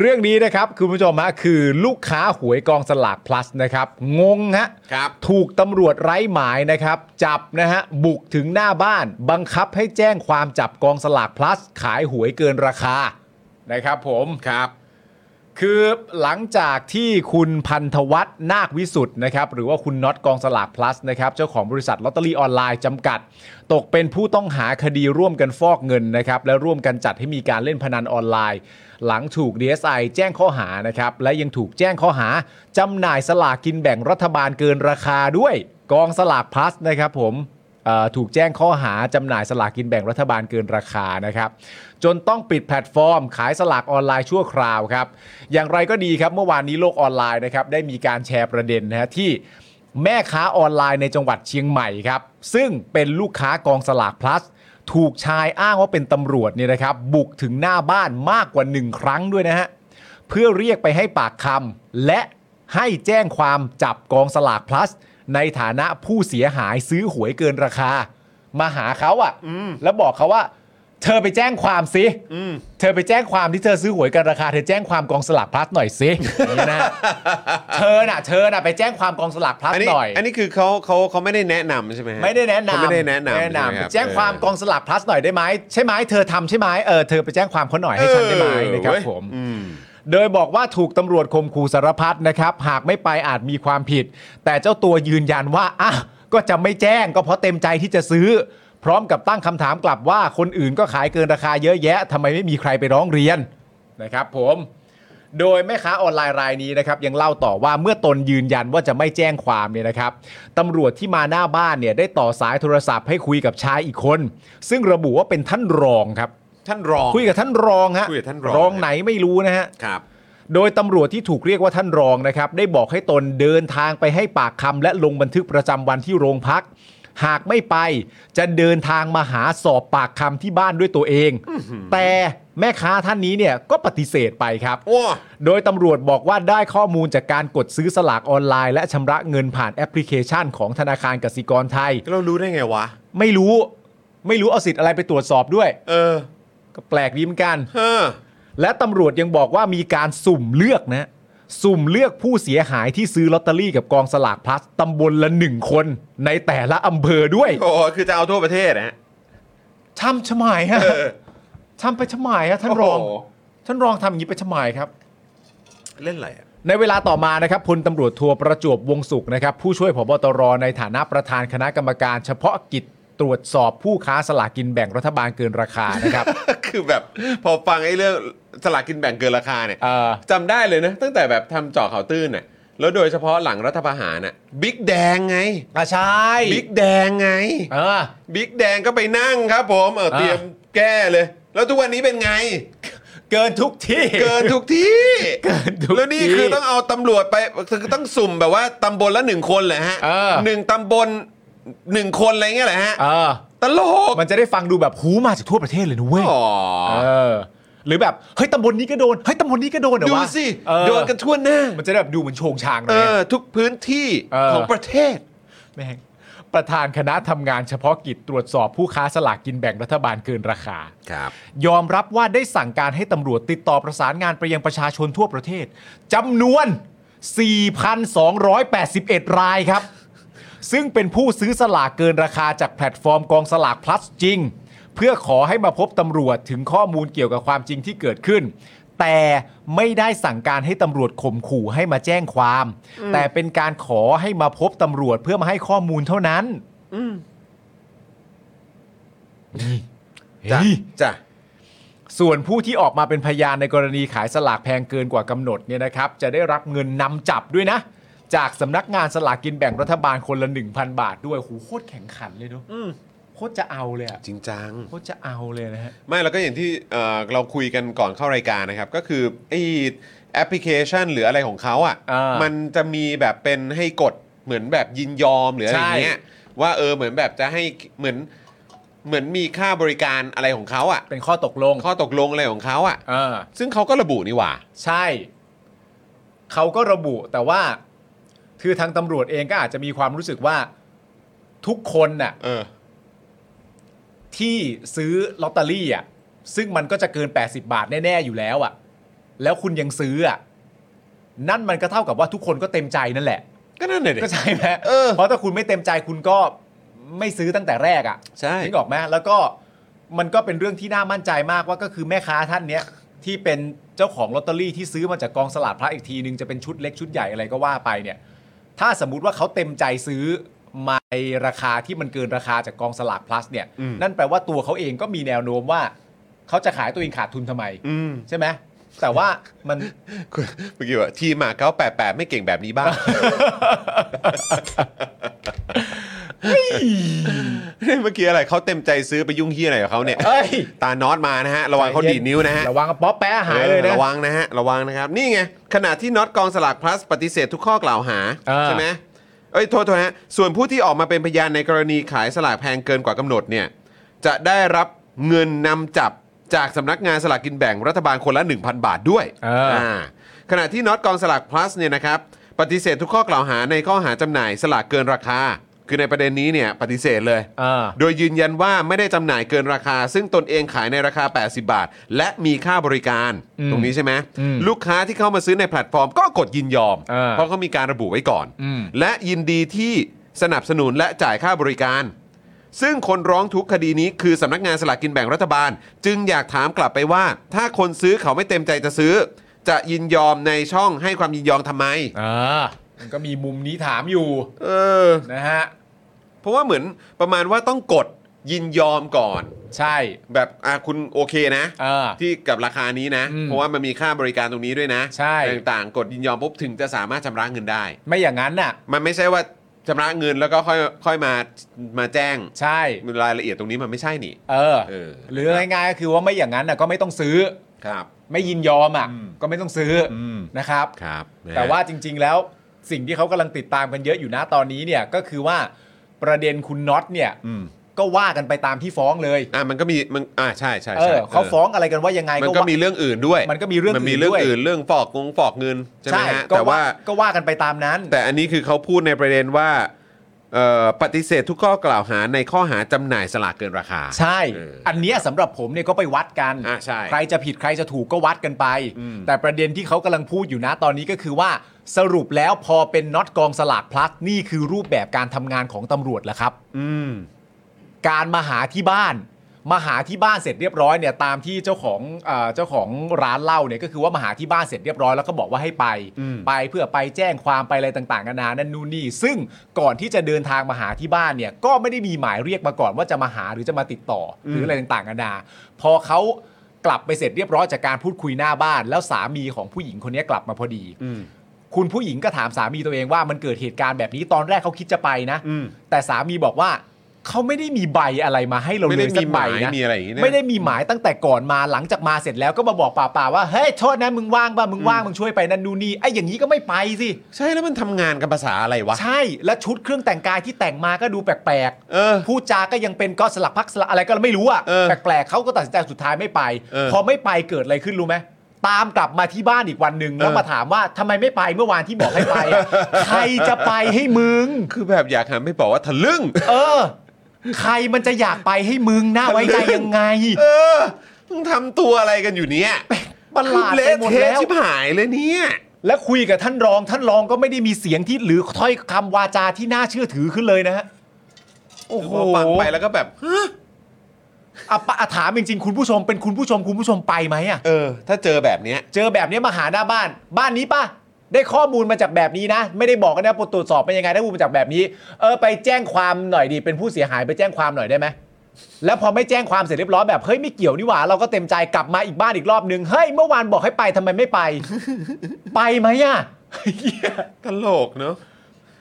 S3: เรื่องนี้นะครับคุณผู้ชมฮะคือลูกค้าหวยกองสลาก plus นะครับงงฮะ
S1: ครับ
S3: ถูกตำรวจไร้หมายนะครับ จับนะฮะบุกถึงหน้าบ้าน บังคับให้แจ้งความจับกองสลาก plus ขายหวยเกินราคานะครับผม
S1: ครับ
S3: คือหลังจากที่คุณพันธวัฒน์นาควิสุทธ์นะครับหรือว่าคุณน็อตกองสลาก plus นะครับเจ้าของบริษัทลอตเตอรี่ออนไลน์จำกัด ตกเป็นผู้ต้องหาคดีร่วมกันฟอกเงินนะครับและร่วมกันจัดให้มีการเล่นพนันออนไลน์ หลังถูก DSI แจ้งข้อหานะครับและยังถูกแจ้งข้อหาจำหน่ายสลากกินแบ่งรัฐบาลเกินราคาด้วย กองสลาก plus นะครับผม เอ่อถูกแจ้งข้อหาจำหน่ายสลากกินแบ่งรัฐบาลเกินราคานะครับ จนต้องปิดแพลตฟอร์ม ขายสลากออนไลน์ชั่วคราวครับ อย่างไรก็ดีครับ เมื่อวานนี้โลกออนไลน์นะครับ ได้มีการแชร์ประเด็นนะฮะที่แม่ค้าออนไลน์ในจังหวัดเชียงใหม่ครับ ซึ่งเป็นลูกค้ากองสลาก plus ถูกชายอ้างว่าเป็นตำรวจเนี่ยนะครับ บุกถึงหน้าบ้านมากกว่าหนึ่งครั้งด้วยนะฮะ เพื่อเรียกไปให้ปากคำและให้แจ้งความจับกองสลาก plus ในฐานะผู้เสียหายซื้อหวยเกินราคา มาหาเขาอะ่ะแล้วบอกเขาว่า เธอไปแจ้งความสิเธอไปแจ้งความที่เธอซื้อหวยเกินราคาเธอแจ้งความกองสลาก plus หน่อยสิอย่าง นี้นะ เธอน่ะเธอน่ะไปแจ้งความกองสลาก plus
S1: อันนี้
S3: หน่อย
S1: อันนี้คือเขาเขาเขาไม่ได้แนะนำใช่ไหมฮ
S3: ไม่ได้แนะนำ
S1: เขาไม่ได้แนะนำ
S3: แนะนำ
S1: ใช่ไหรับ
S3: แจ้งความกองสลาก plus หน่อยได้ไหมใช่ไหมเธอทำใช่ไหมเออเธอไปแจ้งความเขาหน่อยให้ฉันได้ไหมนะครับ
S1: เออเว้ย
S3: ผม
S1: อืม
S3: โดยบอกว่าถูกตำรวจข่มขู่สารพัดนะครับ หากไม่ไปอาจมีความผิด แต่เจ้าตัวยืนยันว่าอ่ะก็จะไม่แจ้งก็เพราะเต็มใจที่จะซื้อ พร้อมกับตั้งคำถามกลับว่าคนอื่นก็ขายเกินราคาเยอะแยะทำไมไม่มีใครไปร้องเรียนนะครับผม โดยแม่ค้าออนไลน์รายนี้นะครับยังเล่าต่อว่าเมื่อตนยืนยันว่าจะไม่แจ้งความเนี่ยนะครับตำรวจที่มาหน้าบ้านเนี่ยได้ต่อสายโทรศัพท์ให้คุยกับชายอีกคน ซึ่งระบุว่าเป็นท่านรองครับ
S1: ท่านรอง
S3: คุยกับท่านรองฮะ
S1: คุยกับท่านรอง
S3: รองไหนไม่รู้นะฮะ
S1: ครับ
S3: โดยตำรวจที่ถูกเรียกว่าท่านรองนะครับ ได้บอกให้ตนเดินทางไปให้ปากคำและลงบันทึกประจำวันที่โรงพัก หากไม่ไปจะเดินทางมาหาสอบปากคำที่บ้านด้วยตัวเอง แต่แม่ค้าท่านนี้เนี่ยก็ปฏิเสธไปครับ
S1: โอ้
S3: โดยตำรวจบอกว่าได้ข้อมูลจากการกดซื้อสลากออนไลน์และชำระเงินผ่านแอปพลิเคชันของธนาคารกสิกรไทย
S1: เรารู้ได้ไงวะ
S3: ไม่รู้ไม่รู้เอาสิทธิ์อะไรไปตรวจสอบด้วย
S1: เออ
S3: ก็แปลกดีเหมือนกัน
S1: เออ
S3: และตำรวจยังบอกว่ามีการสุ่มเลือกนะ สุ่มเลือกผู้เสียหายที่ซื้อลอตเตอรี่กับกองสลากพลัสตำบลละหนึ่งคน ในแต่ละอำเภอด้วย
S1: โอ้โหคือจะเอาทั่วประเทศนะฮะ
S3: ทำชะหมายฮะ
S1: เออ
S3: ทำไปชะหมายฮะท่านรอง
S1: โโห
S3: ท่านรองทำอย่างนี้ไปชะหมายครับ
S1: เล่นอะไรอะ
S3: ในเวลาต่อมานะครับพลตำรวจทัวประจวบวงศ์สุขนะครับ ผู้ช่วยผบตรในฐานะประธานคณะกรรมการเฉพาะกิจตรวจสอบผู้ค้าสลากกินแบ่งรัฐบาลเกินราคานะครับ
S1: คือแบบพอฟังไอ้เรื่องสลากกินแบ่งเกินราคาเนี่ย
S3: เออ
S1: จำได้เลยนะ ตั้งแต่แบบทำเจาะข่าวตื้นเนี่ยแล้วโดยเฉพาะหลังรัฐประหารน่ะบิ๊กแดงไง
S3: อ่ะใช่
S1: บิ๊กแดงไง
S3: เออ
S1: บิ๊กแดงก็ไปนั่งครับผมเออ
S3: อ่า
S1: เตรียมแก้เลย แล้วทุกวันนี้เป็นไง
S3: เกินทุกที่
S1: เกินทุกที่
S3: เกินทุก
S1: แล้วนี่
S3: ที่
S1: คือต้องเอาตำรวจไปคือต้องสุ่มแบบว่าตำบลละหนึ่งคนเหรอฮะ
S3: เออ
S1: หนึ่งตำบลหนึ่งคนอะไรเงี้ยเหรอฮะ
S3: เออ
S1: ตลก
S3: มันจะได้ฟังดูแบบหูมาจากทั่วประเทศเลยนะเว้ย
S1: อ๋อ
S3: เออ หรือแบบเฮ้ยตำบลนี้ก็โดนเฮ้ยตำบลนี้ก็โดนเหรอ
S1: ดู
S3: วะ
S1: สิ
S3: เออ
S1: โดนกันทั่วหน้า
S3: มันจะได้แบบดูเหมือนโชงชางหน่
S1: เอ
S3: อย
S1: อ
S3: อะ
S1: ทุกพื้นที่
S3: เออ
S1: ของประเทศ
S3: แม่งประธานคณะทำงานเฉพาะกิจตรวจสอบผู้ค้าสลากกินแบ่งรัฐบาลเกินราคา
S1: ครับ
S3: ยอมรับว่าได้สั่งการให้ตำรวจติดต่อประสานงานไปยังประชาชนทั่วประเทศจำนวน 4,281 รายครับ ซึ่งเป็นผู้ซื้อสลากเกินราคาจากแพลตฟอร์มกองสลาก plus จริง เพื่อขอให้มาพบตำรวจถึงข้อมูลเกี่ยวกับความจริงที่เกิดขึ้น แต่ไม่ได้สั่งการให้ตำรวจข่มขู่ให้มาแจ้งความ แต่เป็นการขอให้มาพบตำรวจเพื่อมาให้ข้อมูลเท่านั้นนี่
S1: จ้ะ
S3: เฮ้ย
S1: จ้ะ
S3: ส่วนผู้ที่ออกมาเป็นพยานในกรณีขายสลากแพงเกินกว่ากำหนดเนี่ยนะครับ จะได้รับเงินนำจับด้วยนะ จากสำนักงานสลากกินแบ่งรัฐบาลคนละ 1,000 บาทด้วยโหโคตรแข่งขันเลยเนอะโคตรจะเอาเลยอะ
S1: จริงจัง
S3: โคตรจะเอาเลยนะฮะ
S1: ไม่แล้วก็อย่างที่เอ่อเราคุยกันก่อนเข้ารายการนะครับ ก็คือไอแอปพลิเคชันหรืออะไรของเขาอ่ะ
S3: อ่า
S1: มั
S3: มั
S1: นจะมีแบบเป็นให้กดเหมือนแบบยินยอมหรืออะไรอย่างเงี้ยว่าเออเหมือนแบบจะให้เหมือนเหมือนมีค่าบริการอะไรของเขาอ่ะ
S3: เป็นข้อตกลง
S1: ข้อตกลงอะไรของเขาอ่ะ
S3: เออ
S1: ซึ่งเขาก็ระบุนี่หว่า
S3: ใช่ เขาก็ระบุแต่ว่า คือทางตำรวจเองก็อาจจะมีความรู้สึกว่าทุกคนน่ะ
S1: เออ
S3: ที่ซื้อลอตเตอรี่อ่ะซึ่งมันก็จะเกิน 80 บาทแน่ ๆ อยู่แล้วอ่ะ แล้วคุณยังซื้ออ่ะนั่นมันก็เท่ากับว่าทุกคนก็เต็มใจนั่นแหละ
S1: ก็นั่นเลยดิ
S3: ก็ใช่ไหม
S1: เออ
S3: ราะถ้าคุณไม่เต็มใจคุณก็ไม่ซื้อตั้งแต่แรกอ่ะ
S1: ใช่
S3: นึกออกไหมแล้วก็มันก็เป็นเรื่องที่น่ามั่นใจมากว่าก็คือแม่ค้าท่านเนี้ยที่เป็นเจ้าของลอตเตอรี่ที่ซื้อมาจากกองสลากพระอีกทีนึงจะเป็นชุดเล็กชุดใหญ่อะไรก็ว่าไปเนี่ย ถ้าสมมุติว่าเขาเต็มใจซื้อมาในราคาที่มันเกินราคาจากกองสลาก plus เนี่ย นั่นแปลว่าตัวเขาเองก็มีแนวโน้มว่า เขาจะขายตัวเองขาดทุนทำไม
S1: อืม
S3: ใช่ไหมแต่ว่ามัน
S1: เมื่อกี้ว่าทีมหมาเก้าแปดแปดไม่เก่งแบบนี้บ้าง เมื่อกี้อะไรเขาเต็มใจซื้อไปยุ่งเฮียอะไรกับเขาเนี่ย
S3: เอ้ย
S1: ตานอตมานะฮะ ระวังเขาดีดนิ้วนะฮะ
S3: ระวังป๊อปแปะหายเลย
S1: อ
S3: นะ
S1: อระวังนะฮะ ระวังนะครับ นี่ไง ขณะที่น็อตกองสลากพลัสปฏิเสธทุกข้อกล่าวหา
S3: เออ
S1: ใช่ไหมเอ้ย โทษโทษฮะ ส่วนผู้ที่ออกมาเป็นพยานในกรณีขายสลากแพงเกินกว่ากำหนดเนี่ย จะได้รับเงินนำจับจากสำนักงานสลากกินแบ่งรัฐบาลคนละ 1,000 บาทด้วย
S3: เอออ่
S1: าขณะที่น็อตกองสลาก plus เนี่ยนะครับปฏิเสธทุกข้อกล่าวหาในข้อหาจำหน่ายสลากเกินราคา คือในประเด็นนี้เนี่ยปฏิเสธเลย
S3: อ่า
S1: โดยยืนยันว่าไม่ได้จำหน่ายเกินราคา ซึ่งตนเองขายในราคา 80 บาท และมีค่าบริการ
S3: อืม
S1: ตรงนี้ใช่ไหม
S3: อืม
S1: ลูกค้าที่เข้ามาซื้อในแพลตฟอร์มก็กดยินยอม
S3: อ่า
S1: เพราะเขามีการระบุไว้ก่อน
S3: อืม
S1: และยินดีที่สนับสนุนและจ่ายค่าบริการ ซึ่งคนร้องทุกข์คดีนี้คือสำนักงานสลากกินแบ่งรัฐบาล จึงอยากถามกลับไปว่า ถ้าคนซื้อเขาไม่เต็มใจจะซื้อ จะยินยอมในช่องให้ความยินยอมทำไม
S3: อ่ามันก็มีมุมนี้ถามอยู่
S1: เออ
S3: นะฮะ
S1: เพราะว่าเหมือนประมาณว่าต้องกดยินยอมก่อน
S3: ใช่
S1: แบบอ่ะคุณโอเคนะ
S3: เออ
S1: ที่กับราคานี้นะ
S3: อืม
S1: เพราะว่ามันมีค่าบริการตรงนี้ด้วยนะ
S3: ใช่
S1: ต่างๆ กดยินยอมปุ๊บถึงจะสามารถชำระเงินได้
S3: ไม่อย่างนั้นน่ะ
S1: มันไม่ใช่ว่าชำระเงินแล้วก็ค่อยค่อยมามาแจ้ง
S3: ใช่
S1: รายละเอียดตรงนี้มันไม่ใช่นี่
S3: เออ
S1: เออ
S3: หรือง่ายๆก็คือว่าไม่อย่างนั้นน่ะก็ไม่ต้องซื้อ
S1: ครับ
S3: ไม่ยินยอมอ่ะ ก็ไม่ต้องซื้ออนะครับ
S1: ครับนะ
S3: แต่ว่าจริง ๆ แล้วสิ่งที่เขากำลังติดตามกันเยอะอยู่นะตอนนี้เนี่ยก็คือว่าประเด็นคุณน็อตเนี่ยก็ว่ากันไปตามที่ฟ้องเลย
S1: อ่ะมันก็มีมันอ่ะใช่ใช่
S3: เอ
S1: ใช่
S3: อเขาฟ้องอะไรกันว่ายังไง
S1: มัน
S3: ก็
S1: ก็
S3: ว่า
S1: มีเรื่องอื่นด้วย
S3: มันก็มีเรื่อง
S1: มันมี
S3: อื่น
S1: เรื่อง
S3: ด้วย
S1: อื่นเรื่องฟอกงงฟอกเงินใช่ไหม
S3: ใช่
S1: ฮะ
S3: ก็
S1: แต่ว่า
S3: ก็ว่ากันไปตามนั้น
S1: แต่อันนี้คือเขาพูดในประเด็นว่าเอ่อปฏิเสธทุกข้อกล่าวหาในข้อหาจำหน่ายสลากเกินราคา
S3: ใช่
S1: เอออั
S3: อันเนี้ยสำหรับผมเนี่ยก็ไปวัดกัน
S1: อ่ะใช่
S3: ใครจะผิดใครจะถูกก็วัดกันไป
S1: อืม
S3: แต่ประเด็นที่เขากำลังพูดอยู่นะตอนนี้ก็คือว่าสรุปแล้วพอเป็นน็อตกองสลากพลัสนี่คือรูปแบบการทำงานของตำรวจแหละครับ
S1: อืม
S3: การมาหาที่บ้าน มาหาที่บ้านเสร็จเรียบร้อยเนี่ยตามที่เจ้าของเอ่อเจ้าของร้านเหล้าเนี่ยก็คือว่ามาหาที่บ้านเสร็จเรียบร้อยแล้วก็บอกว่าให้ไป
S1: อืม
S3: ไปเพื่อไปแจ้งความไปอะไรต่างๆนานานั่นนู่นนี่ ซึ่งก่อนที่จะเดินทางมาหาที่บ้านเนี่ยก็ไม่ได้มีหมายเรียกมาก่อนว่าจะมาหาหรือจะมาติดต่ออหรืออะไรต่างๆนานาพอเขากลับไปเสร็จเรียบร้อยจากการพูดคุยหน้าบ้าน แล้วสามีของผู้หญิงคนนี้กลับมาพอดี
S1: อืม
S3: คุณผู้หญิงก็ถามสามีตัวเองว่ามันเกิดเหตุการณ์แบบนี้ตอนแรกเขาคิดจะไปนะ
S1: อืม
S3: แต่สามีบอกว่า เขาไม่ได้มีใบอะไรมาให้เรา
S1: ไม่
S3: เล
S1: ได้
S3: ย
S1: มี
S3: สัก
S1: ห
S3: ใบ
S1: มาย
S3: นะ
S1: มีอะไรอย่างงี้นะ
S3: ไม่ได้มีหมายตั้งแต่ก่อนมาหลังจากมาเสร็จแล้วก็มาบอกป่าป่าๆว่าเฮ้ยโทษนะมึงว่างป่ะมึงว่างมึงช่วยไปนั่นนู่นนี่ไอ้อย่างนี้ก็ไม่ไปสิ
S1: ใช่แล้วมันทำงานกับภาษาอะไรวะ
S3: ใช่แล้วชุดเครื่องแต่งกายที่แต่งมาก็ดูแปลก
S1: เออ
S3: พูดจาก็ยังเป็นก็สลักพักสลักอะไรก็ไม่รู้อ่ะ
S1: เออ
S3: แปลกๆเขาก็ตัดสินใจสุดท้ายไม่ไป
S1: เออ
S3: พอไม่ไปเกิดอะไรขึ้นรู้ไหมตามกลับมาที่บ้านอีกวันหนึ่งแล้ว
S1: เออ
S3: มาถามว่าทำไมไม่ไปเมื่อวานที่บอกให้ไป อะ ใครจะไปให้มึง
S1: คือแบบอยากหันไปบอกว่าทะลึ่ง
S3: เออ ใครมันจะอยากไปให้มึงน่าไว้ใจยังไง
S1: เออมึงทำตัวอะไรกันอยู่เนี่ย
S3: ประหลาด
S1: คือเละ
S3: ไปหมด
S1: เทะ
S3: แล้ว
S1: ชิบหายเลยเนี่ย
S3: และคุยกับท่านรอง ท่านรองก็ไม่ได้มีเสียงที่หรือถ้อยคำวาจาที่น่าเชื่อถือขึ้นเลยนะฮะ
S1: โอ้โหฟังไปแล้วก็แบบ
S3: อ่ะปะอ่ะถามจริงๆ คุณผู้ชมเป็นคุณผู้ชมคุณผู้ชมไปไหมอ่ะ
S1: เออ ถ้าเจอแบบเนี้ย
S3: เจอแบบนี้มาหาหน้าบ้าน บ้านนี้ป่ะ ได้ข้อมูลมาจากแบบนี้นะ ไม่ได้บอกกันนะตรวจสอบเป็นยังไงได้ข้อมูลมาจากแบบนี้ เออไปแจ้งความหน่อยดิเป็นผู้เสียหายไปแจ้งความหน่อยได้ไหมแล้วพอไม่แจ้งความเสร็จเรียบร้อยแบบเฮ้ยไม่เกี่ยวนี่หว่าเราก็เต็มใจกลับมาอีกบ้านอีกรอบนึงเฮ้ยเมื่อวานบอกให้ไปทำไมไม่ไป ไปไหมอ่ะเหี้ย
S1: ตลกเนอะ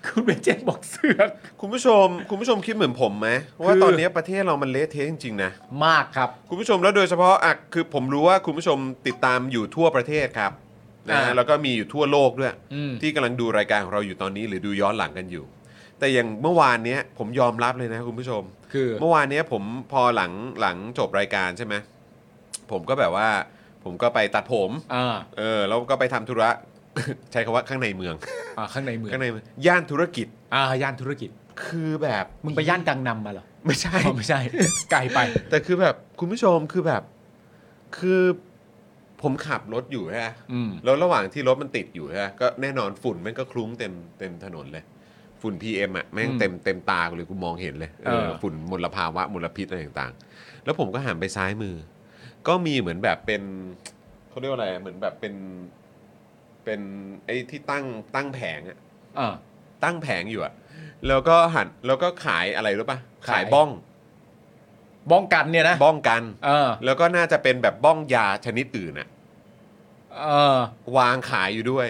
S3: คุณเบนเจนบอกเสือก
S1: คุณผู้ชม คุณผู้ชมคิดเหมือนผมไหมว่า
S3: คือ
S1: ตอนนี้ประเทศเรามันเละเทะจริงๆนะ
S3: มากครับ
S1: คุณผู้ชมแล้วโดยเฉพาะอ่ะคือผมรู้ว่าคุณผู้ชมติดตามอยู่ทั่วประเทศครับนะ
S3: อ่า
S1: แล้วก็มีอยู่ทั่วโลกด้วย
S3: อืม
S1: ที่กำลังดูรายการของเราอยู่ตอนนี้หรือดูย้อนหลังกันอยู่ แต่อย่างเมื่อวานเนี้ยผมยอมรับเลยนะคุณผู้ชม
S3: คือ
S1: เมื่อวานเนี้ยผมพอหลังหลังจบรายการใช่ไหมผมก็แบบว่า ผมก็ไปตัดผม
S3: อ่า
S1: เออแล้วก็ไปทำธุระ ใช้คำว่าข้างในเมือง
S3: อ่าข้างในเมือง
S1: ข้างในเมืองย่านธุรกิจ
S3: อ่าย่านธุรกิจ
S1: คือแบบ
S3: มึงไปย่านกังนำมาเหรอ
S1: ไม่ ใช่
S3: อ๋อ ไม่ใช่ไกลไป
S1: แต่คือแบบคุณผู้ชมคือแบบ คือผมขับรถอยู่ใช่ไหม
S3: อืม
S1: แล้วระหว่างที่รถมันติดอยู่ใช่ไหมก็แน่นอนฝุ่นมันก็คลุ้งเต็มเต็มถนนเลย ฝุ่น PM อ่ะแม่ง
S3: อืม
S1: เต็มเต็มตากูเลยกูมองเห็นเลยเออ
S3: เออ
S1: ฝุ่นมลภาวะมลพิษอะไรต่างๆ แล้วผมก็หันไปซ้ายมือ ก็มีเหมือนแบบเป็นเขาเรียกว่าอะไรเหมือนแบบเป็นเป็นไอ้ที่ตั้งตั้งแผงอะ
S3: อ่า
S1: ตั้งแผงอยู่อะแล้วก็หันแล้วก็ขายอะไรรู้ปะ
S3: ขาย
S1: ขายบ้อง
S3: บ้องกันเนี่ยนะ
S1: บ้องกัน
S3: เออ
S1: แล้วก็น่าจะเป็นแบบบ้องยาชนิดอื่นน่ะ
S3: เออ
S1: วางขายอยู่ด้วย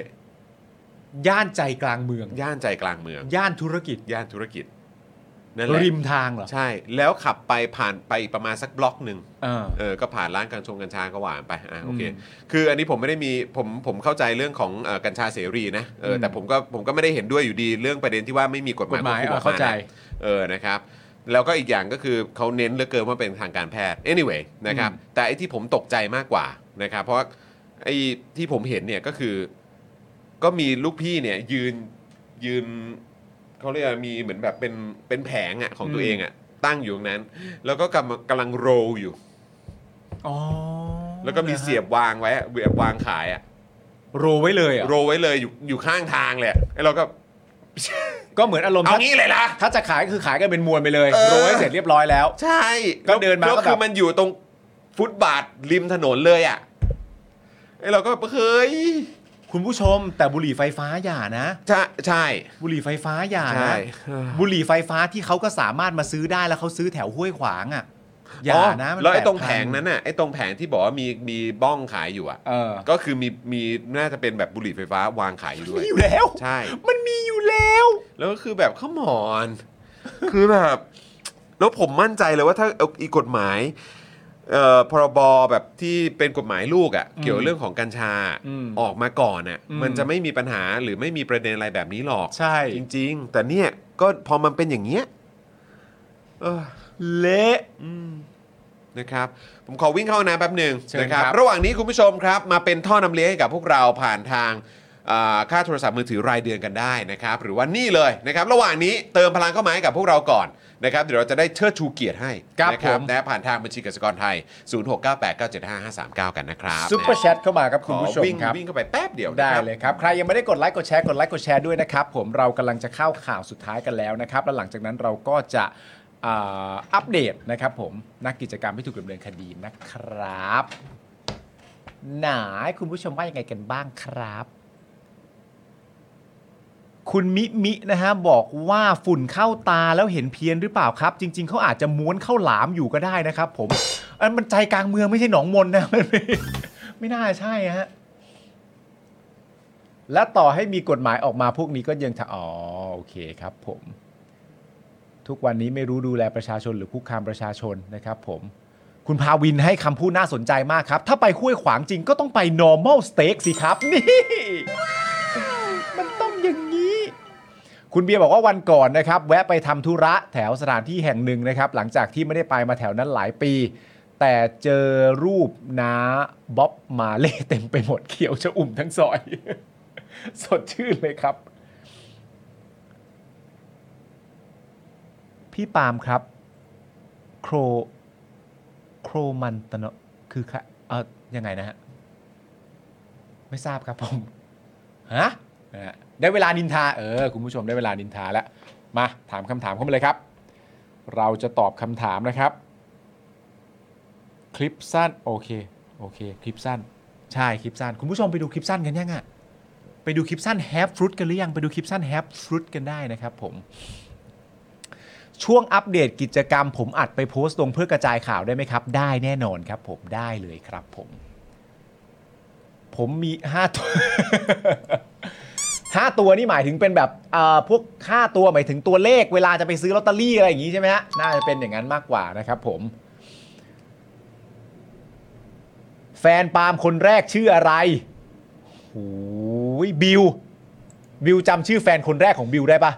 S3: ย่านใจกลางเมือง
S1: ย่านใจกลางเมือง
S3: ย่านธุรกิจ
S1: ย่านธุรกิจนั่นแหละ
S3: ริมทางเหรอ
S1: ใช่ แล้วขับไปผ่านไปประมาณสักบล็อกหนึ่ง
S3: เออ
S1: เออก็ผ่านร้านกัญชงกัญชาก็หวานไปอ่ะโอเค
S3: อืม
S1: คืออันนี้ผมไม่ได้มีผมผมเข้าใจเรื่องของเอ่อกัญชาเสรีนะเอออ
S3: ม
S1: แต่ผมก็ผมก็ไม่ได้เห็นด้วยอยู่ดีเรื่องประเด็นที่ว่าไม่มีกฎห
S3: ก
S1: มาย
S3: ฎหมาย
S1: ควบคุมออก
S3: เออเข้า
S1: มา
S3: ใจ
S1: นะ เออนะครับแล้วก็อีกอย่างก็คือเขาเน้นเหลือเกินว่าเป็นทางการแพทย์ anyway นะครับ
S3: อืม
S1: แต่ไอ้ที่ผมตกใจมากกว่านะครับเพราะว่าไอ้ที่ผมเห็นเนี่ยก็คือก็มีลูกพี่เนี่ยยืนยืนเขาเรียกว่ามีเหมือนแบบเป็นเป็นแผงอะของตัวเองอะตั้งอยู่ตรงนั้น แล้วก็กำลังกำลังโรลอยู่
S3: อ๋อ
S1: แล้วก็มีเสียบวางไว้อะเสียบวางขายอะ
S3: โรไว้เลยเหรอ่ะ
S1: โรลไว้เลยอยู่อยู่ข้างทางเลยอะไอ้เราก็
S3: ก็เหมือนอารมณ์
S1: เอา
S3: ถ้า
S1: งี้เลยนะ
S3: ถ้าจะขายก็คือขายกันเป็นมวลไปเลย
S1: เออ
S3: โรไว้เสร็จเรียบร้อยแล้ว
S1: ใช่
S3: ก็เดินมา
S1: แล้ว
S3: ก็แบบ
S1: คือมันอยู่ตรงฟุตบาทริมถนนเลยอ่ะไอเราก็เฮ้ย
S3: คุณผู้ชมแต่บุหรี่ไฟฟ้าอย่านะ
S1: ใช่ใช่
S3: บุหรี่ไฟฟ้าอย่า
S1: ใช่
S3: นะบุหรี่ไฟฟ้าที่เขาก็สามารถมาซื้อได้แล้วเขาซื้อแถวห้วยขวางอ่ะอย่านะมัน
S1: แล้วไอ้
S3: ปด
S1: ตรง
S3: พั
S1: แผงนั้นน่ะไอ้ตรงแผงที่บอกว่ามีมีบ้องขายอยู่อ่ะ
S3: เออ
S1: ก็คือมีมีน่าจะเป็นแบบบุหรี่ไฟฟ้าวางขายอยู่ด้ว
S3: มี
S1: ย
S3: อยู่แล้ว
S1: ใช่
S3: มันมีอยู่แล้ว
S1: แล้วก็คือแบบขมอน คือแบบแล้วผมมั่นใจเลยว่าถ้าเอาอีกกฎหมายเอ่อพรบแบบที่เป็นกฎหมายลูกอะ่ะเกี่ยวเรื่องของกัญชา
S3: อืม
S1: ออกมาก่อนอะ่ะ
S3: อืม
S1: มันจะไม่มีปัญหาหรือไม่มีประเด็นอะไรแบบนี้หรอก
S3: ใช่
S1: จริง ๆ แต่เนี่ยก็พอมันเป็นอย่างเงี้ยเออ
S3: เละ
S1: นะครับ ผมขอวิ่งเข้าห้องน้ำแป๊บหนึ่ง
S3: เชิญ
S1: นะครับ
S3: ครับ
S1: ระหว่างนี้คุณผู้ชมครับ มาเป็นท่อนำเลี้ยงให้กับพวกเราผ่านทางอ่าค่าโทรศัพท์มือถือรายเดือนกันได้นะครับ หรือว่านี่เลยนะครับ ระหว่างนี้เติมพลังเข้ามาให้กับพวกเราก่อนนะครับเดี๋ยวเราจะได้เชิดชูเกียรติให้
S3: ครับ
S1: นะ
S3: ผม
S1: นะผ่านทางบัญชีกสิกรไทย 0698975539 กันนะครับ
S3: ซุปเปอร์แชทเข้ามาครับคุณผู้ชม
S1: ขอวิ่ง
S3: ครับ
S1: วิ่งเข้าไปแป๊บเดียวนะ
S3: ได้
S1: ครับ
S3: เลยครับ ใครยังไม่ได้กดไลค์กดแชร์กดไลค์กดแชร์ด้วยนะครับ ผมเรากำลังจะเข้าข่าวสุดท้ายกันแล้วนะครับ แล้วหลังจากนั้นเราก็จะอ่าอัปเดตนะครับผมนักกิจกรรมที่ถูกดำเนินคดีนะครับ หนาคุณผู้ชมว่ายังไงกันบ้างครับ คุณมิมินะฮะบอกว่าฝุ่นเข้าตาแล้วเห็นเพี้ยนหรือเปล่าครับ จริง ๆเขาอาจจะม้วนเข้าวหลามอยู่ก็ได้นะครับ ผมอันมันใจกลางเมืองไม่ใช่หนองมนนะ มันไม่ไม่น่าใช่ฮะ และต่อให้มีกฎหมายออกมาพวกนี้ก็ยังทะอ๋อโอเคครับผม ทุกวันนี้ไม่รู้ดูแลประชาชนหรือคุกคามประชาชนนะครับผม คุณพาวินให้คำพูดน่าสนใจมากครับ ถ้าไปห้วยขวางจริงก็ต้องไป normal steak สิครับ นี่ มันต้องอย่างนี้ คุณเบียร์บอกว่าวันก่อนนะครับ แวะไปทำธุระแถวสถานที่แห่งหนึ่งนะครับ หลังจากที่ไม่ได้ไปมาแถวนั้นหลายปี แต่เจอรูปน้าบ๊อบมาเล่เต็มไปหมดเขียวชอุ่มทั้งซอย สดชื่นเลยครับ พี่ปาล์มครับ โคร โครมันตโนคือใครเออยังไงนะฮะ ไม่ทราบครับผม ฮะนะฮะได้เวลานินทา เออ คุณผู้ชมได้เวลานินทาแล้ว มาถามคำถามเข้ามาเลยครับ เราจะตอบคำถามนะครับ คลิปสั้น โอเค โอเค คลิปสั้น ใช่คลิปสั้น คุณผู้ชมไปดูคลิปสั้นกันยังอะไปดูคลิปสั้นแฮปฟรุตกันหรือยัง ไปดูคลิปสั้นแฮปฟรุตกันได้นะครับผม ช่วงอัปเดตกิจกรรม ผมอัดไปโพสต์ลงเพื่อกระจายข่าวได้ไหมครับ ได้แน่นอนครับ ผมได้เลยครับผม ผมมี 5 ตัว 5 ตัวนี่หมายถึงเป็นแบบเอ่อพวก 5 ตัวหมายถึงตัวเลขเวลาจะไปซื้อลอตเตอรี่อะไรอย่างนี้ใช่ไหมฮะน่าจะเป็นอย่างนั้นมากกว่านะครับผม แฟนปาล์มคนแรกชื่ออะไรโอ้ยบิวบิวจำชื่อแฟนคนแรกของบิวได้ปะ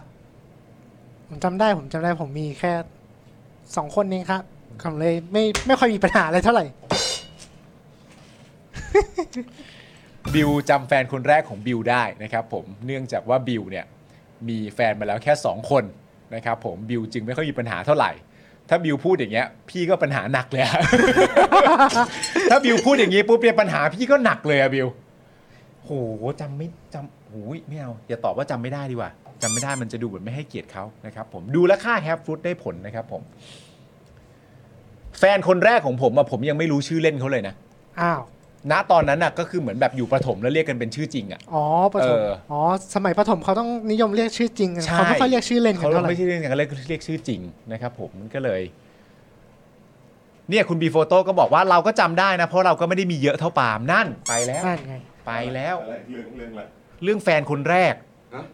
S4: ผมจำได้ผมจำได้ผมมีแค่สองคนเองครับผมเลยไม่ไม่ค่อยมีปัญหาอะไรเท่าไหร่
S3: บิวจำแฟนคนแรกของบิวได้นะครับผมเนื่องจากว่าบิวเนี่ยมีแฟนมาแล้วแค่ 2 คนนะครับผมบิวจึงไม่ค่อยมีปัญหาเท่าไหร่ ถ้าบิวพูดอย่างเงี้ย พี่ก็ปัญหาหนักเลยอะ ถ้าบิวพูดอย่างงี้ปุ๊บเนี่ยปัญหาพี่ก็หนักเลยอะบิวโหจำไม่จำโหยไม่เอาอย่าตอบว่าจำไม่ได้ดีกว่าจำไม่ได้มันจะดูเหมือนไม่ให้เกียรติเขานะครับผมดูแลวค่าแฮปฟูดได้ผลนะครับผม แฟนคนแรกของผมอะผมยังไม่รู้ชื่อเล่นเขาเลยนะ
S4: อ้าว
S3: ณตอนนั้นน่ะก็คือเหมือนแบบอยู่ประถมแล้วเรียกกันเป็นชื่อจริงอ่ะ
S4: อ๋อประถม
S3: เอออ๋
S4: อ๋อ สมัยประถมเขาต้องนิยมเรียกชื่อจริงกัน
S3: ใช่
S4: เขาไม่ค่อยเรียกชื่อเล่นกัน
S3: เขา
S4: เท่าไหร่
S3: ไม่ใช่เรียกอย่างนั้นเรียกเรียกชื่อจริงนะครับผมมันก็เลย เนี่ยคุณบีโฟโต้ก็บอกว่าเราก็จำได้นะ เพราะเราก็ไม่ได้มีเยอะเท่าปาล์มนั่น ไปแล้ว
S4: นั่นไง
S3: ไปแล้ว
S1: เรื่องเรื่องอะไร
S3: เรื่องแฟนคนแรก
S1: ฮะ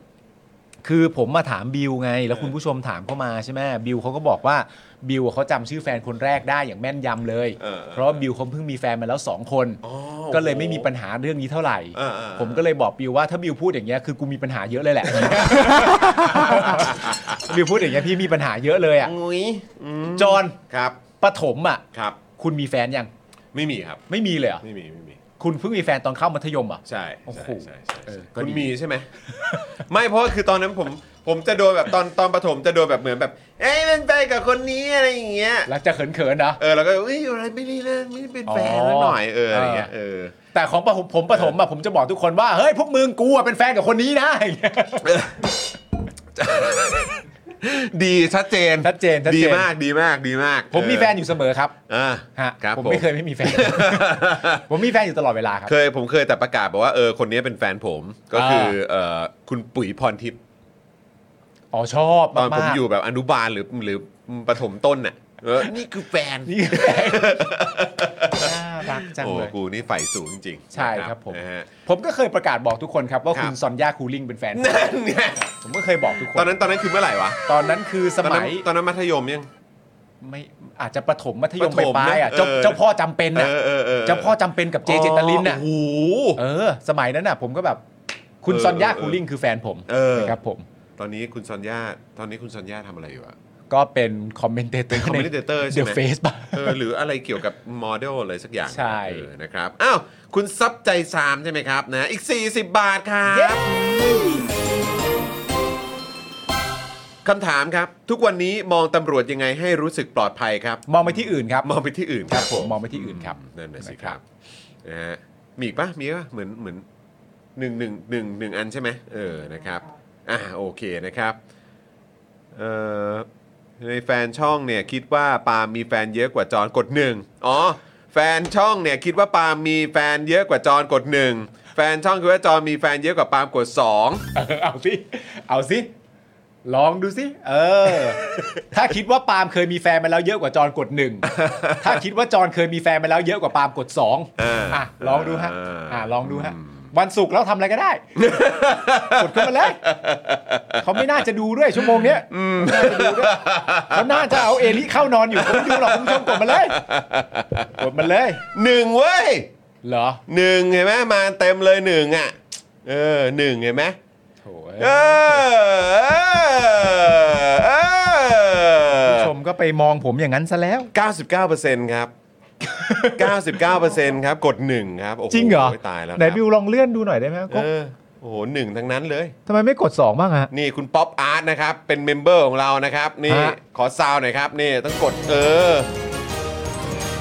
S3: คือผมมาถามบิวไง แล้วคุณผู้ชมถามเข้ามาใช่ไหมบิวเขาก็บอกว่าบิวเขาจำชื่อแฟนคนแรกได้อย่างแม่นยำเลย
S1: เออ
S3: เพราะว่าบิวเขาเพิ่งมีแฟนมาแล้วสองคน
S1: อ๋อ
S3: ก็เลยไม่มีปัญหาเรื่องนี้เท่าไหร่
S1: อ่าๆ
S3: ผมก็เลยบอกบิวว่าถ้าบิวพูดอย่างเงี้ยคือกูมีปัญหาเยอะเลยแหละ บิวพูดอย่างเงี้ยพี่มีปัญหาเยอะเลยอ่ะ
S1: งุ้ยอืม
S3: จอห์น
S1: ครับ
S3: ปฐมอ่ะ
S1: ครับ
S3: คุณมีแฟนยัง
S1: ไม่มีครับ
S3: ไม่มีเลยเหรอ่ะ
S1: ไม่มีไม่มี
S3: คุณเพิ่งมีแฟนตอนเข้ามัธยมเหรอ่ะ
S1: ใช่
S3: โอ้โห
S1: ใช่ใช่ใช่
S3: เออก็
S1: คุณ
S3: ดี
S1: มีใช่ไหม ไม่เพราะว่าคือตอนนั้นผมผมจะโดนแบบตอนตอนประถมจะโดนแบบเหมือนแบบ เอ้ยมันไปกับคนนี้อะไรอย่างเงี้ย
S3: แล้วจะเขินเขินๆนะ
S1: เออแล้วก็เอ้ยอะไรไม่ได้เลยไม่ได้เป็นแฟนแล้วหน่อยเอออะไรเงี้ยเออ
S3: แต่ของผมผมปฐมอ่ะผมจะบอกทุกคนว่าเฮ้ยพวกมึงกูอ่ะเป็นแฟนกับคนนี้นะ อย่างเงี้ย
S1: ดีชัดเจน
S3: ชัดเจนชัดเจน
S1: ดีมากดีมากดีมาก
S3: ผมมีแฟนอยู่เสมอครับ
S1: อ่า
S3: ฮะ
S1: ครับ
S3: ผ
S1: ผม ม
S3: ไม่เคยไม่มีแฟ น ผมมีแฟนอยู่ตลอดเวลาครับ
S1: เคยผมเคยแต่ประกาศบอกว่าเออคนนี้เป็นแฟนผมก็คืออเออคุณปุ๋ยพรทิพย์
S3: อ๋อชอบ
S1: ตอ
S3: มา
S1: ก น
S3: ๆ
S1: ผมอยู่แบบอนุบาลหรือหรือประถมต้นน่ะเออนี่คือแฟน
S3: นี่ น่ารักจัง
S1: โอ้
S3: เลย
S1: กูนี่ใฝ่สูงจริงๆ
S3: ใช่ครับผม
S1: นะฮะ
S3: ผมก็เคยประกาศบอกทุกคนครับว่า
S1: ครับ
S3: คุณซอนยาคูลิงเป็นแฟนผม
S1: นั่นไง
S3: ผมก็เคยบอกทุกค
S1: ตอน
S3: น
S1: นั้นตอนนั้นคือเมื่อไหร่วะ
S3: ตอนนั้นคือส
S1: ตอนนั้
S3: มัน ย
S1: ตอนนั้นมัธยมยัง
S3: ไม่อาจจะประถมมัธยม
S1: ประ
S3: ป
S1: ถมนะ
S3: ลายๆอ่ะเจ้า
S1: เออ
S3: เจ้าพ่อจำเป็นน่ะ
S1: เออเออเออ
S3: เจ้าพ่อจำเป็นกับเจเจตลินน่ะ
S1: โอ้โห
S3: เออ สมัยนั้นน่ะ ผมก็แบบคุณ
S1: เออ
S3: ซอนยา
S1: เออ
S3: คูลิงคือแฟนผม
S1: เออ
S3: นะครับผม
S1: ตอนนี้คุณซอนย่าตอนนี้คุณซอนย่าทำอะไรอยู่อะ
S3: ก็เป็นคอมเมนเต
S1: เป็น commentator ใช่
S3: เด
S1: ไหม
S3: อะเฟซป่ะ
S1: เออหรืออะไรเกี่ยวกับโมเดลอะไรสักอย่าง
S3: ใช่
S1: เออนะครับอ้าวคุณซับใจซามใช่ไหมครับนะอีก 40 บาทครับ คำถามครับ ทุกวันนี้มองตำรวจยังไงให้รู้สึกปลอดภัยครับ
S3: มองไปที่อื่นครับ
S1: มองไปที่อื่น
S3: ครับผมมองไปที่อื่นครับ
S1: นั่นนะสิครับนะฮะมีอีกปะมีปะเหมือนเหมือนหนึ่งหนึ่งหนึ่งหนึ่งอันใช่ไหมเออนะครับอ่ะโอเคนะครับเอ่อในแฟนช่องเนี่ยคิดว่าปาล์มมีแฟนเยอะกว่าจอนกดหนึ่งอ๋อแฟนช่องเนี่ยคิดว่าปาล์มมีแฟนเยอะกว่าจอนกดหนึ่งแฟนช่องคิดว่าจอนมีแฟนเยอะกว่าปาล์มกดสอง
S3: เออ เอาสิ เอาสิ ลองดูสิ เอ อ ถ้าคิดว่าปาล์มเคยมีแฟนมาแล้วเยอะกว่าจอนกดหนึ่ ง ถ้าคิดว่าจอนเคยมีแฟนมาแล้วเยอะกว่าปาล์มกดสอง
S1: อ่า
S3: อ่ะลองดูฮะ
S1: า
S3: อ่ะลองดูฮะ
S1: อืม
S3: วันศุกร์แล้วทำอะไรก็ได้ กดเข้ามาเลย เขาไม่น่าจะดูด้วยชั่วโมงเนี้ยไม่น่าจะดูด้วยเขาน่าจะเอาเอลิเข้านอนอยู่ผมไม่ดูหรอกคุณผู้ชมกดมาเลย กดมาเลย
S1: หนึ่งเว้ย
S3: เหรอ
S1: หนึ่งเห็นไหมมาเต็มเลยหนึ่งอ่ะเออหนึ่งเห็นไหม
S3: โถ่
S1: เออเอ
S3: คุ
S1: อ
S3: ณผู้ชมก็ไปมองผมอย่างนั้นซะแล้ว
S1: 99%ครับ 99%ครับ กด 1 ครับโอ้โห
S3: จริงเหรอ
S1: ตายแล้ว
S3: ไห
S1: ค
S3: น
S1: รับ
S3: บิวลองเลื่อนดูหน่อยได้ไหม
S1: เออโอ้โหหนึ่งทั้งนั้นเลย
S3: ทำไมไม่กด 2 บ้างฮะ
S1: นี่คุณป๊อปอาร์ตนะครับ เป็นเมมเบอร์ของเรานะครับ นี่
S3: ฮะ
S1: ขอซาวหน่อยครับ นี่ต้องกดเออ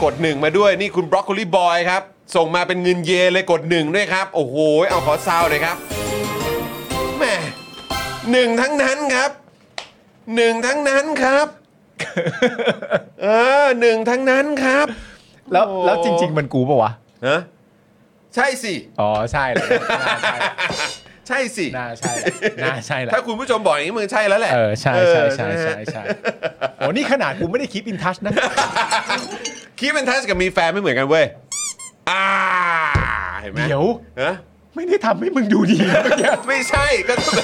S1: กดหนึ่งมาด้วย นี่คุณบรอกโคลีบอยครับ ส่งมาเป็นเงินเยเลยกดหนึ่งด้วยครับ โอ้โห เอาขอซาวหน่อยครับแหมหนึ่งทั้งนั้นครับหนึ่งทั้งนั้นครับ เออหนึ่งทั้งนั้นครับ
S3: แล้ว
S1: โอ้
S3: แล้วจริง ๆ มันกูปะวะ
S1: ฮะใช่สิ
S3: อ๋อ ใช่แหละ
S1: ใช่สิ
S3: น่าใช่น่าใช่แหละ
S1: ถ้าคุณผู้ชมบอกอย่างนี้มึงใช่แล้วแหละ
S3: เออ ใช่ใช่ใช่
S1: เออ
S3: ใช่ใช่โอ้นี่ขนาดกูไม่ได้คลิปอินทัช นะ
S1: คิดเป็นทัสกับมีแฟนไม่เหมือนกันเว้ยอ่าเห็นไหม
S3: เดี๋ยว
S1: ฮะ
S3: ไม่ได้ทำให้มึงดู ดีนะเมื่อกี้
S1: ไม่ใช่ก็ต้อง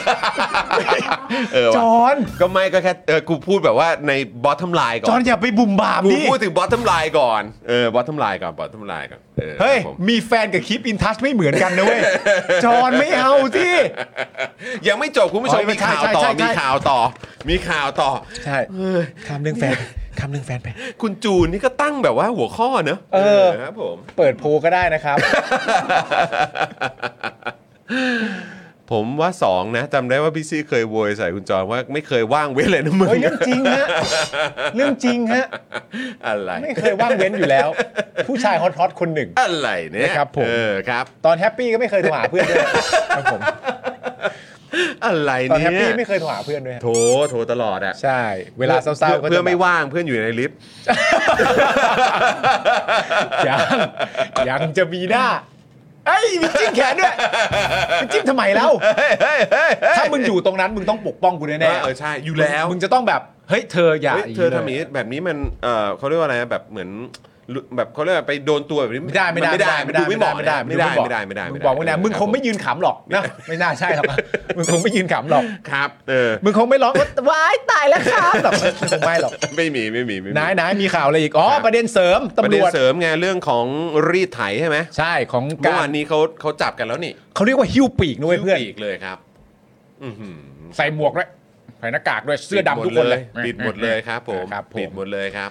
S1: เออ
S3: จ
S1: ว่ะ
S3: อห์น
S1: ก็ไม่ก็แค่เออกูพูดแบบว่าในบอทท m มไลน์ก่อ
S3: จอห์
S1: น
S3: นอย่าไปบุ่มบาม
S1: กู
S3: ดิ
S1: พูดถึงบอทท m มไลน์ก่อนเออบอทท m มไลน์ก่อนบอทท m มไลน์ก่อนออ
S3: เฮ้ย
S1: ครับผม
S3: มีแฟนกับคลิปอินทัชไม่เหมือนกันนะ เว้ย จอห์นไม่เอาสิ
S1: ยังไม่จบคุณผู้ชม
S3: อ๋อไม่
S1: มี
S3: ใช่
S1: ข่าว
S3: ใช่
S1: ต่อ
S3: ใช่ใช่
S1: มีข่าวต่อ มีข่าวต่อ
S3: ใช่คำเรื่องแฟนคำเรื่องแฟนไป
S1: คุณจูนนี่ก็ตั้งแบบว่าหัวข้อเนอะ
S3: เออ
S1: ครับผม
S3: เปิดโพลก็ได้นะครับ
S1: ผมว่าสองนะจำได้ว่าพี่ซี่เคยโวยใส่คุณจอนว่าไม่เคยว่างเว้นเลยนะมึง
S3: เฮ้ยเรื่องจริงฮะ เรื่องจริงฮะ
S1: อะไร
S3: ไม่เคยว่างเว้นอยู่แล้ว ผู้ชายฮอตฮอตๆคนหนึ่ง
S1: อะไรเนี่ย
S3: นะครับผม
S1: เออครับ
S3: ตอนแฮปปี้ก็ไม่เคยโทรหาเพื่อนด้วย ครับผม
S1: อะไร
S3: ตอน
S1: เนี่
S3: แฮปปี้
S1: ย
S3: ไม่เคยโทรหาเพื่อนด้วยฮะ
S1: โถโถตลอดอะ
S3: ใช่ เวลาเศร้าๆก็
S1: เพื่อ
S3: จะ
S1: ไม่ว่างเพื่อนอยู่ในลิฟต์
S3: ยังยังจะมีหน้าเอ้ยมีจิ้มแขนด้วยมีจิ้มทำไม เล่าถ้ามึงอยู่ตรงนั้นมึงต้องปกป้องกูแน่
S1: เออใช่อยู่แล้ว
S3: มึงจะต้องแบบเฮ้ยเธออย่า
S1: เฮ้ยเธอทำอย่าง
S3: นี้
S1: นี้แบบนี้มันเออเขาเรียกว่าอะไรนะแบบเหมือนลุแบบเขาเรียกว่าไปโดนตัวแบบนี้
S3: ไม่ได้ไม่ได้
S1: ไม่ได้ไม่ได้
S3: ไม่ได้ไม่ได้
S1: ไม่ได้ไม่ได้ไม่ได้
S3: มึงบอกว่านะมึงคงไม่ยืนขำหรอก นะไม่น่าใช่หรอกนะมึงคงไม่ยืนขำหรอก
S1: ครับเออ
S3: มึงคง ไม่ร้องว่าว้ายตายแล้วครับแบบคงไม่หรอก
S1: ไม่มีไม่มีไม่มี
S3: นายนายมีข่าวอะไรอีก อ๋อ
S1: ครับ
S3: ประเด็นเสริม
S1: ประ
S3: ตำร
S1: เด็น
S3: วจ
S1: เสริมไงเรื่องของรีดไถใช่ไหม
S3: ใช่ของ
S1: เมื่อ
S3: าว
S1: การ นนี้เขาเขาจับกันแล้วนี่
S3: เขาเรียกว่าหิ้วปีกด้วยเพื่อน
S1: ชื่ปีกเลยครับอื้อหือ
S3: ใส่หมวกด้วยใส่หน้ากากด้วยเสื้อดำทุกคนเลย
S1: ปิดหมดเลยครับผม
S3: ครับผ
S1: ปิด
S3: ม
S1: หมดเลยครับ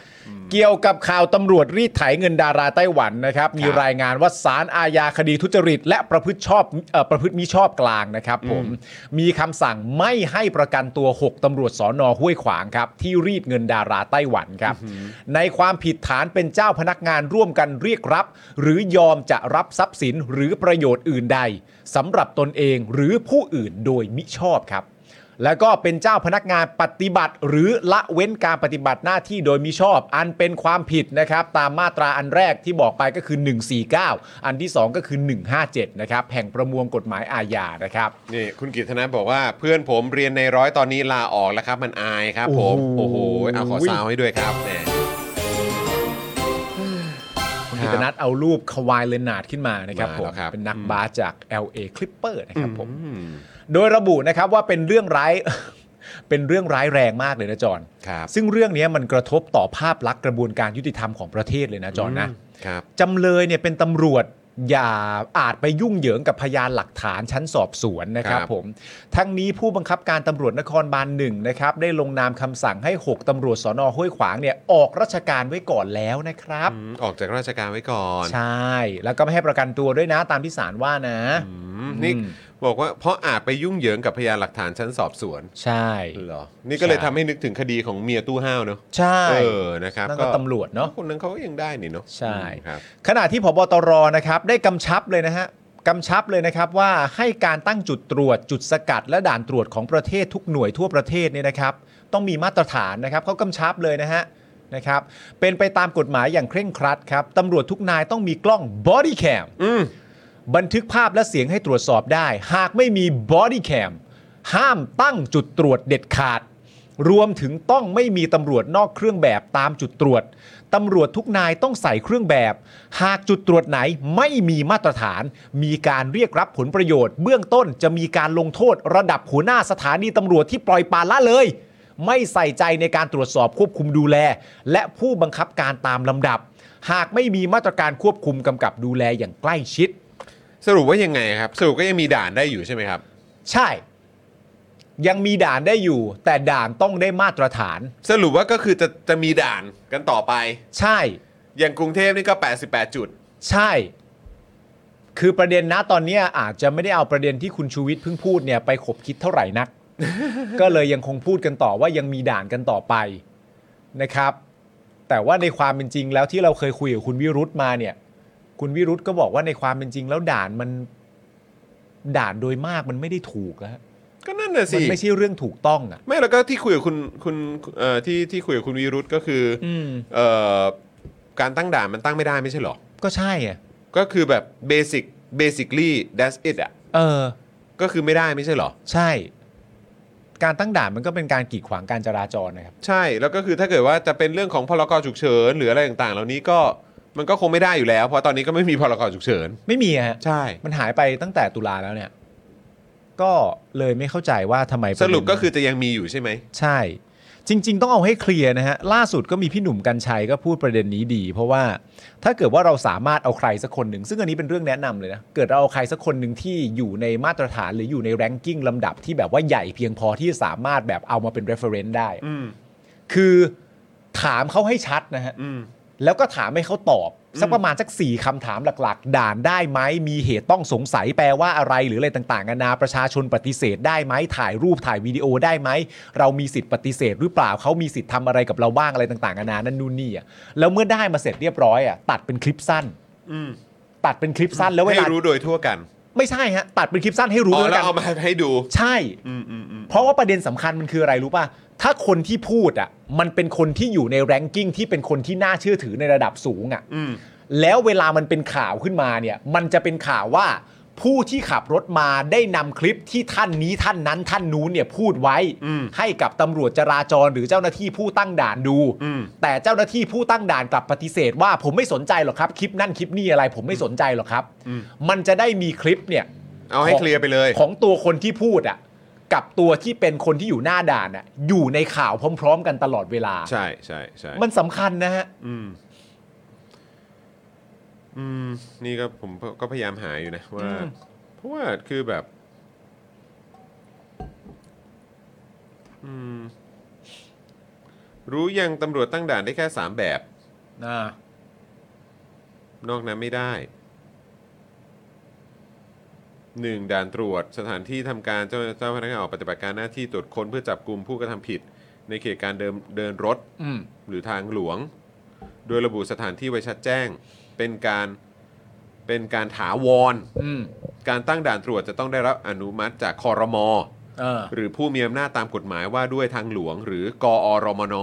S3: เกี่ยวกับข่าวตำรวจรีดไถเงินดาราไต้หวันนะครับ มีรายงานว่าสารอาญาคดีทุจริต และประพฤติชอบเอ่อประพฤติมิชอบกลางนะครับผมมีคำสั่งไม่ให้ประกันตัว 6ตำรวจสอนอห้วยขวางครับที่รีดเงินดาราไต้หวันครับ ในความผิดฐานเป็นเจ้าพนักงานร่วมกันเรียกรับ หรือยอมจะรับทรัพย์สินหรือประโยชน์อื่นใดสำหรับตนเองหรือผู้อื่นโดยมิชอบครับ แล้วก็เป็นเจ้าพนักงานปฏิบัติ หรือละเว้นการปฏิบัติหน้าที่โดยมิชอบ อันเป็นความผิดนะครับ ตามมาตราอันแรกที่บอกไปก็คือ 149 อันที่ 2 ก็คือ 157 นะครับ แห่งประมวลกฎหมายอาญานะครับ
S1: นี่คุณกิตนะบอกว่าเพื่อนผมเรียนในร้อยตอนนี้ลาออกแล้วครับ มันอายครับผม
S3: โอ้
S1: โอ้
S3: โห
S1: โห เอาขอซาวให้ด้วยครับแหม
S3: คุณกิตนัทเอารูปควายเลนาร์ดขึ้นมานะครับ
S1: มา
S3: ผม
S1: แล้วครับ
S3: เป็นนักบาสจาก LA Clipper นะครับผม
S1: อืม
S3: โดยระบุนะครับว่าเป็นเรื่องร้าย เป็นเรื่องร้ายแรงมากเลยนะจอน
S1: ครับ
S3: ซึ่งเรื่องนี้มันกระทบต่อภาพลักษณ์กระบวนการยุติธรรมของประเทศเลยนะจอนนะ
S1: ครับ
S3: จำเลยเนี่ยเป็นตำรวจอย่าอาจไปยุ่งเหยิงกับพยานหลักฐานชั้นสอบสวนนะครับ
S1: ครับ
S3: ผม ทั้งนี้ผู้บังคับการตำรวจนครบาลหนึ่งนะครับ ได้ลงนามคำสั่งให้ 6ตำรวจสอนอห้วยขวางเนี่ยออกราชการไว้ก่อนแล้วนะครับ
S1: อืมออกจากราชการไว้ก่อน
S3: ใช่ แล้วก็ไม่ให้ประกันตัวด้วยนะตามที่ศาลว่านะ
S1: อืมนี่
S3: อืม
S1: บอกว่าเพราะอาจไปยุ่งเหยิงกับพยานหลักฐานชั้นสอบสวน
S3: ใช่
S1: เหรอ นี่ก็เลย
S3: ใช่
S1: ทำให้นึกถึงคดีของเมียตู้ห้าวเนอะ
S3: ใช่
S1: เออ นะครับ
S3: นั่นก็ตำรวจเนาะ
S1: คนนั้นเขาก็ยังได้นี่เนอะ
S3: ใช่
S1: อืมครับ
S3: ขณะที่พบตรนะครับได้กำชับเลยนะฮะกำชับเลยนะครับว่าให้การตั้งจุดตรวจจุดสกัด และด่านตรวจของประเทศทุกหน่วยทั่วประเทศเนี่ยนะครับ ต้องมีมาตรฐานนะครับเขากำชับเลยนะฮะนะครับ เป็นไปตามกฎหมายอย่างเคร่งครัดครับตำรวจทุกนายต้องมีกล้องบอดี้แคม
S1: อืม
S3: บันทึกภาพและเสียงให้ตรวจสอบได้ หากไม่มีบอดี้แคมห้ามตั้งจุดตรวจเด็ดขาด รวมถึงต้องไม่มีตำรวจนอกเครื่องแบบตามจุดตรวจตำรวจทุกนายต้องใส่เครื่องแบบ หากจุดตรวจไหนไม่มีมาตรฐาน มีการเรียกรับผลประโยชน์ เบื้องต้นจะมีการลงโทษระดับหัวหน้าสถานีตำรวจที่ปล่อยปละละเลย ไม่ใส่ใจในการตรวจสอบควบคุมดูแล และผู้บังคับการตามลำดับ หากไม่มีมาตรการควบคุมกำกับดูแลอย่างใกล้ชิด
S1: สรุปว่ายังไงครับ สรุปก็ยังมีด่านได้อยู่ใช่ไหมครับ
S3: ใช่ ยังมีด่านได้อยู่ แต่ด่านต้องได้มาตรฐาน
S1: สรุปว่าก็คือจะจะมีด่านกันต่อไป
S3: ใช่
S1: อย่างกรุงเทพนี่ก็ 88 จุด
S3: ใช่ คือประเด็นนะตอนเนี้ยอาจจะไม่ได้เอาประเด็นที่คุณชูวิทย์เพิ่งพูดเนี่ยไปขบคิดเท่าไหร่นัก ก็เลยยังคงพูดกันต่อว่ายังมีด่านกันต่อไปนะครับ แต่ว่าในความเป็นจริงแล้วที่เราเคยคุยกับคุณวิรุธมาเนี่ย คุณวิรุธก็บอกว่าในความเป็นจริงแล้วด่านมันด่านโดยมากมันไม่ได้ถูกแล้วฮะ
S1: ก็นั่นน่ะ
S3: มั
S1: สิ
S3: นไม่ใช่เรื่องถูกต้องอ่ะ
S1: ไม่แล้วก็ที่คุยกับคุณคุณเอ่อที่ที่คุยกับคุณวีรุธก็คืออ
S3: อืม
S1: เอ่อการตั้งด่านมันตั้งไม่ได้ไม่ใช่เหรอ
S3: ก็ใช่อะ
S1: ก็คือแบบเบสิกเบสิคลี่ that's it อ่ะ
S3: เออ
S1: ก็คือไม่ได้ไม่ใช่เหรอ
S3: ใช่ การตั้งด่านมันก็เป็นการกีดขวางการจราจรนะครับ
S1: ใช่แล้วก็คือถ้าเกิดว่าจะเป็นเรื่องของพรกฉุกเฉินหรืออะไรต่างๆ เหล่านี้ก็มันก็คงไม่ได้อยู่แล้ว เพราะตอนนี้ก็ไม่มีพรกฉุกเฉิน
S3: ไม่มีอะฮะ
S1: ใช่
S3: มันหายไปตั้งแต่ตุลาแล้วเนี่ย ก็เลยไม่เข้าใจว่าทำไมะ
S1: ส
S3: เด็น
S1: รุปก็คือจะยังมีอยู่ใช่ไหม
S3: ใช่ จริง ๆ ต้องเอาให้เคลียร์นะฮะ ล่าสุดก็มีพี่หนุ่มกัญชัยก็พูดประเด็นนี้ดี เพราะว่าถ้าเกิดว่าเราสามารถเอาใครสักคนหนึ่ง ซึ่งอันนี้เป็นเรื่องแนะนำเลยนะ เกิดเราเอาใครสักคนหนึ่งที่อยู่ในมาตรฐานหรืออยู่ในแรงกิ้งลำดับที่แบบว่าใหญ่เพียงพอที่จะสามารถแบบเอามาเป็น reference ได้
S1: อืม
S3: คือถามเขาให้ชัดนะฮะ
S1: อืม
S3: แล้วก็ถามให้เขาตอบ สักประมาณสักสี่คำถามหลักๆ ด่านได้ไหม มีเหตุต้องสงสัยแปลว่าอะไรหรืออะไรต่างๆนานาประชาชนปฏิเสธได้ไหม ถ่ายรูปถ่ายวิดีโอได้ไหม เรามีสิทธิ์ปฏิเสธหรือเปล่าเขามีสิทธิ์ทำอะไรกับเราบ้างอะไรต่างๆนานานั่นนู่นนี่อ่ะแล้วเมื่อได้มาเสร็จเรียบร้อยอ่ะตัดเป็นคลิปสั้น
S1: อืม
S3: ตัดเป็นคลิปสั้นแล้วเว
S1: ให้
S3: ลา
S1: รู้โดยทั่วกัน
S3: ไม่ใช่ฮะตัดเป็นคลิปสั้นให้รู้
S1: อ๋อ
S3: ด้วย
S1: แล้ว
S3: กัน
S1: เอามาให้ดู
S3: ใช่
S1: อืมอืมอืม
S3: เพราะว่าประเด็นสำคัญมันคืออะไรรู้ป่ะ ถ้าคนที่พูดอ่ะมันเป็นคนที่อยู่ในแรงกิ้งที่เป็นคนที่น่าเชื่อถือในระดับสูงอ่ะ
S1: อืม
S3: แล้วเวลามันเป็นข่าวขึ้นมาเนี่ย มันจะเป็นข่าวว่าผู้ที่ขับรถมาได้นำคลิปที่ท่านนี้ท่านนั้นท่านนู้นเนี่ยพูดไว้ ให้กับตำรวจจราจรหรือเจ้าหน้าที่ผู้ตั้งด่านดู
S1: อืม
S3: แต่เจ้าหน้าที่ผู้ตั้งด่านกลับปฏิเสธว่าผมไม่สนใจหรอกครับ คลิปนั่นคลิปนี่อะไร ผมไม่สนใจหรอกครับ มันจะได้มีคลิปเนี่ย
S1: เอาให้เคลียร์ไปเลย
S3: ของตัวคนที่พูดอ่ะกับตัวที่เป็นคนที่อยู่หน้าด่านอ่ะอยู่ในข่าวพร้อม ๆ กันตลอดเวลา
S1: ใช่ใช่ใช่
S3: มันสำคัญนะฮะ
S1: อืมอืมนี่ก็ผมก็พยายามหาอยู่นะว่า
S3: อืม
S1: เพราะว่าคือแบบ อืม รู้ยังตำรวจตั้งด่านได้แค่สามแบบ
S3: อ่าน
S1: อกนั้นไม่ได้หนึ่งด่านตรวจสถานที่ทำการเจ้าเจ้าพนักงานออกปฏิบัติการหน้าที่ตรวจค้นเพื่อจับกลุ่มผู้กระทำผิด ในเขตการเดินเดินรถ
S3: อืม
S1: หรือทางหลวง โดยระบุสถานที่ไว้ชัดแจ้ง เป็นการเป็นการถาวร
S3: อืม
S1: การตั้งด่านตรวจจะต้องได้รับอนุมัติจากคอรมอ
S3: เออ
S1: หรือผู้มีอำนาจตามกฎหมายว่าด้วยทางหลวง หรือกอรมน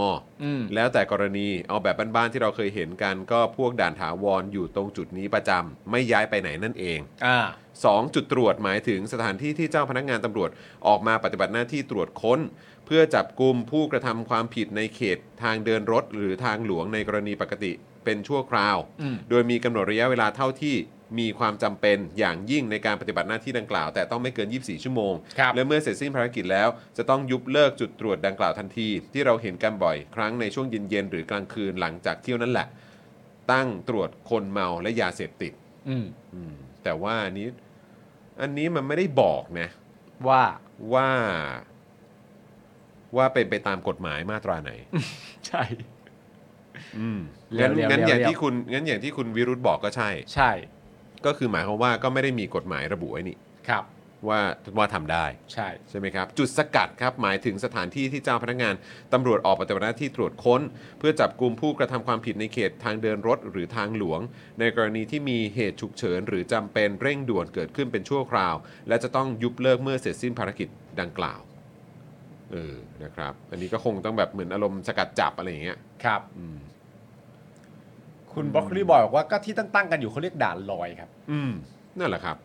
S3: อืม
S1: แล้วแต่กรณีเอาแบบบ้านๆที่เราเคยเห็นกันก็พวกด่านถาวรอยู่ตรงจุดนี้ประจำไม่ย้ายไปไหนนั่นเอง
S3: อ่า
S1: 2. จุดตรวจหมายถึงสถานที่ที่เจ้าพนักงานตำรวจออกมาปฏิบัติหน้าที่ตรวจค้น เพื่อจับกลุ่มผู้กระทำความผิดในเขตทางเดินรถ หรือทางหลวงในกรณีปกติเป็นชั่วคราว
S3: อืม
S1: โดยมีกำหนดระยะเวลาเท่าที่มีความจำเป็นอย่างยิ่งในการปฏิบัติหน้าที่ดังกล่าว แต่ต้องไม่เกิน 24 ชั่วโมง
S3: ครับ
S1: และเมื่อเสร็จสิ้นภารกิจแล้ว จะต้องยุบเลิกจุดตรวจดังกล่าวทันที ที่เราเห็นกันบ่อย ครั้งในช่วงเย็นๆหรือกลางคืนหลังจากเที่ยวนั้นแหละ ตั้งตรวจคนเมาและยาเสพติด
S3: อืม
S1: อืมแต่ว่าอันนี้อันนี้มันไม่ได้บอกนะ
S3: ว่า
S1: ว่า ว่าเป็นไปตามกฎหมายมาต ราไหน
S3: ใช่
S1: อืม
S3: เดี๋ย
S1: งั้
S3: วน เดี๋
S1: งั้น
S3: ยวเดี๋ยว
S1: อย่างที่คุณงั้นอย่างที่คุณวิรุธบอกก็ใช่
S3: ใช่
S1: ก็คือหมายความว่าก็ไม่ได้มีกฎหมายระบุไว้นี่
S3: ครับ
S1: ว่าว่าทำได้
S3: ใช่
S1: ใช่ไหมครับ จุดสกัดครับหมายถึงสถานที่ที่เจ้าพนักงานตำรวจออกปฏิบัติหน้าที่ตรวจค้น เพื่อจับกลุ่มผู้กระทำความผิดในเขตทางเดินรถหรือทางหลวง ในกรณีที่มีเหตุฉุกเฉิน หรือจำเป็นเร่งด่วนเกิดขึ้นเป็นชั่วคราว และจะต้องยุบเลิกเมื่อเสร็จสิ้นภารกิจดังกล่าวเออนะครับ อันนี้ก็คงต้องแบบเหมือนอารมณ์สกัดจับอะไรอย่างเงี้ย
S3: ครับ
S1: อืม
S3: คุณบล็อกลี่บอยบอกว่าก็ที่ตั้งตั้งๆกันอยู่เขาเรียกด่านลอยครับ
S1: อืมนั่นแหละครับ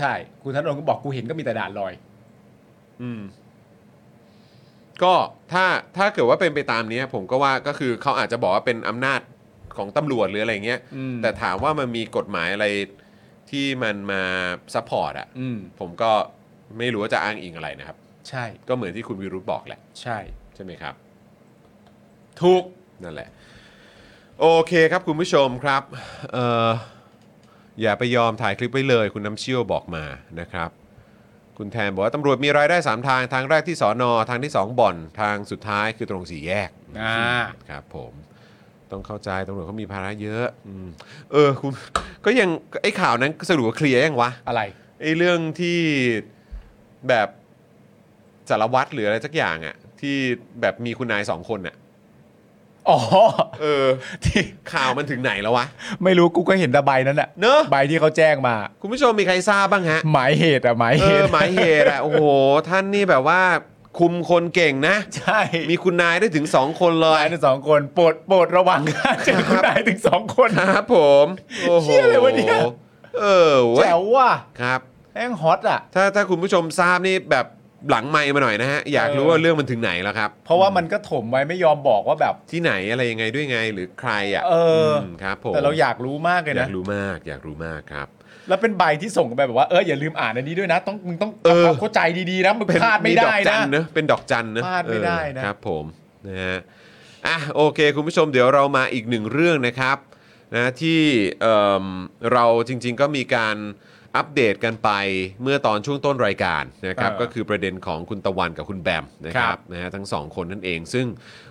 S3: ใช่ คุณธนนท์ก็บอกกูเห็นก็มีแต่ด่านลอย
S1: อืม ก็ถ้าถ้าเกิดว่าเป็นไปตามเนี้ยผมก็ว่าก็คือเขาอาจจะบอกว่าเป็นอำนาจของตำรวจหรืออะไรเงี้ย
S5: อืม
S1: แต่ถามว่ามันมีกฎหมายอะไรที่มันมาซัพพอร์ตอ่ะ
S5: อืม
S1: ผมก็ไม่รู้ว่าจะอ้างอิงอะไรนะครับ
S5: ใช่
S1: ก็เหมือนที่คุณวิรุธบอกแหละ
S5: ใช่
S1: ใช่ไหมครับ
S5: ถูก
S1: นั่นแหละ โอเคครับคุณผู้ชมครับเอออย่าไปยอมถ่ายคลิปไว้เลย คุณน้ำเชี่ยวบอกมานะครับ คุณแทนบอกว่าตำรวจมีรายได้ 3 ทาง ทางแรกที่สอนอทางที่ 2 บ่อน ทางสุดท้ายคือตรงสี่แยก
S5: อ่า
S1: ครับผมต้องเข้าใจตำรวจเขามีภาระเยอะอมเออคุณก็ยังไอ้ข่าวนั้นสรุปว่าเคลียร์ยังวะ
S5: อะไร
S1: ไอ้เรื่องที่แบบสารวัตรหรืออะไรสักอย่างอะที่แบบมีคุณนายสองคนอะ
S3: อ๋อ
S1: เออ
S3: ที่
S1: ข่าวมันถึงไหนแล้ววะ
S3: ไม่รู้กูก็เห็นแต่ใบนั้นอะ
S1: เนอะ
S3: ใบที่เขาแจ้งมา
S1: คุณผู้ชมมีใครทราบบ้างฮะ
S3: หมายเหตุอะหมาย
S1: เอ
S3: เห
S1: อ
S3: ตุ
S1: หมายเหตุอะโอ้โห ท่านนี่แบบว่า คุมคนเก่งนะ
S3: ใช่
S1: มีคุณนายได้ถึง 2 คนเลย
S3: นายทั้งสองคนโปรดโปรดระวังนะเจอคุณนายถึงสองคน
S1: ครับผม โอ้โห
S3: เชี่ยอะไรวะเนี่ย
S1: เออเว้ย
S3: แจ๋วว่ะ
S1: ครับ
S3: แองฮอตอะ
S1: ถ้าถ้าคุณผู้ชมทราบนี่แบบหลังไมค์มาหน่อยนะฮะ อยากรู้
S3: เออ
S1: ว่าเรื่องมันถึงไหนแล้วครับ
S3: เพราะว่ามันก็ถมไว้ไม่ยอมบอกว่าแบบ
S1: ที่ไหนอะไรยังไงด้วยไงหรือใครอ่ะ
S3: เอออื
S1: มครับผม
S3: แต่เราอยากรู้มากเล
S1: อ
S3: ย
S1: ยา
S3: นะ
S1: กรู้มาก อยากรู้มากครับ
S3: แล้วเป็นใบที่ส่งไปแบบว่าเอออย่าลืมอ่านอันนี้ด้วยนะต้องมึงต้อง
S1: เออ
S3: ทำความเข้าใจดีๆนะมึงพลาดไม่ได้
S1: อกจั
S3: นะ
S1: เนอะเป็นดอกจันเนอะ
S3: พลาดไม่ได้นะ
S1: เออครับผมนะฮะอ่ะโอเค คุณผู้ชมเดี๋ยวเรามาอีกหนึ่งเรื่องนะครับนะที่เอิ่มเราจริง ๆ ก็มีการอัปเดตกันไปเมื่อตอนช่วงต้นรายการนะครับ
S5: เออ
S1: ก็คือประเด็นของคุณตะวันกับคุณแบมนะ
S5: ค
S1: ค
S5: รั
S1: รับบ นะฮะทั้งสองคนนั่นเอง ซึ่ง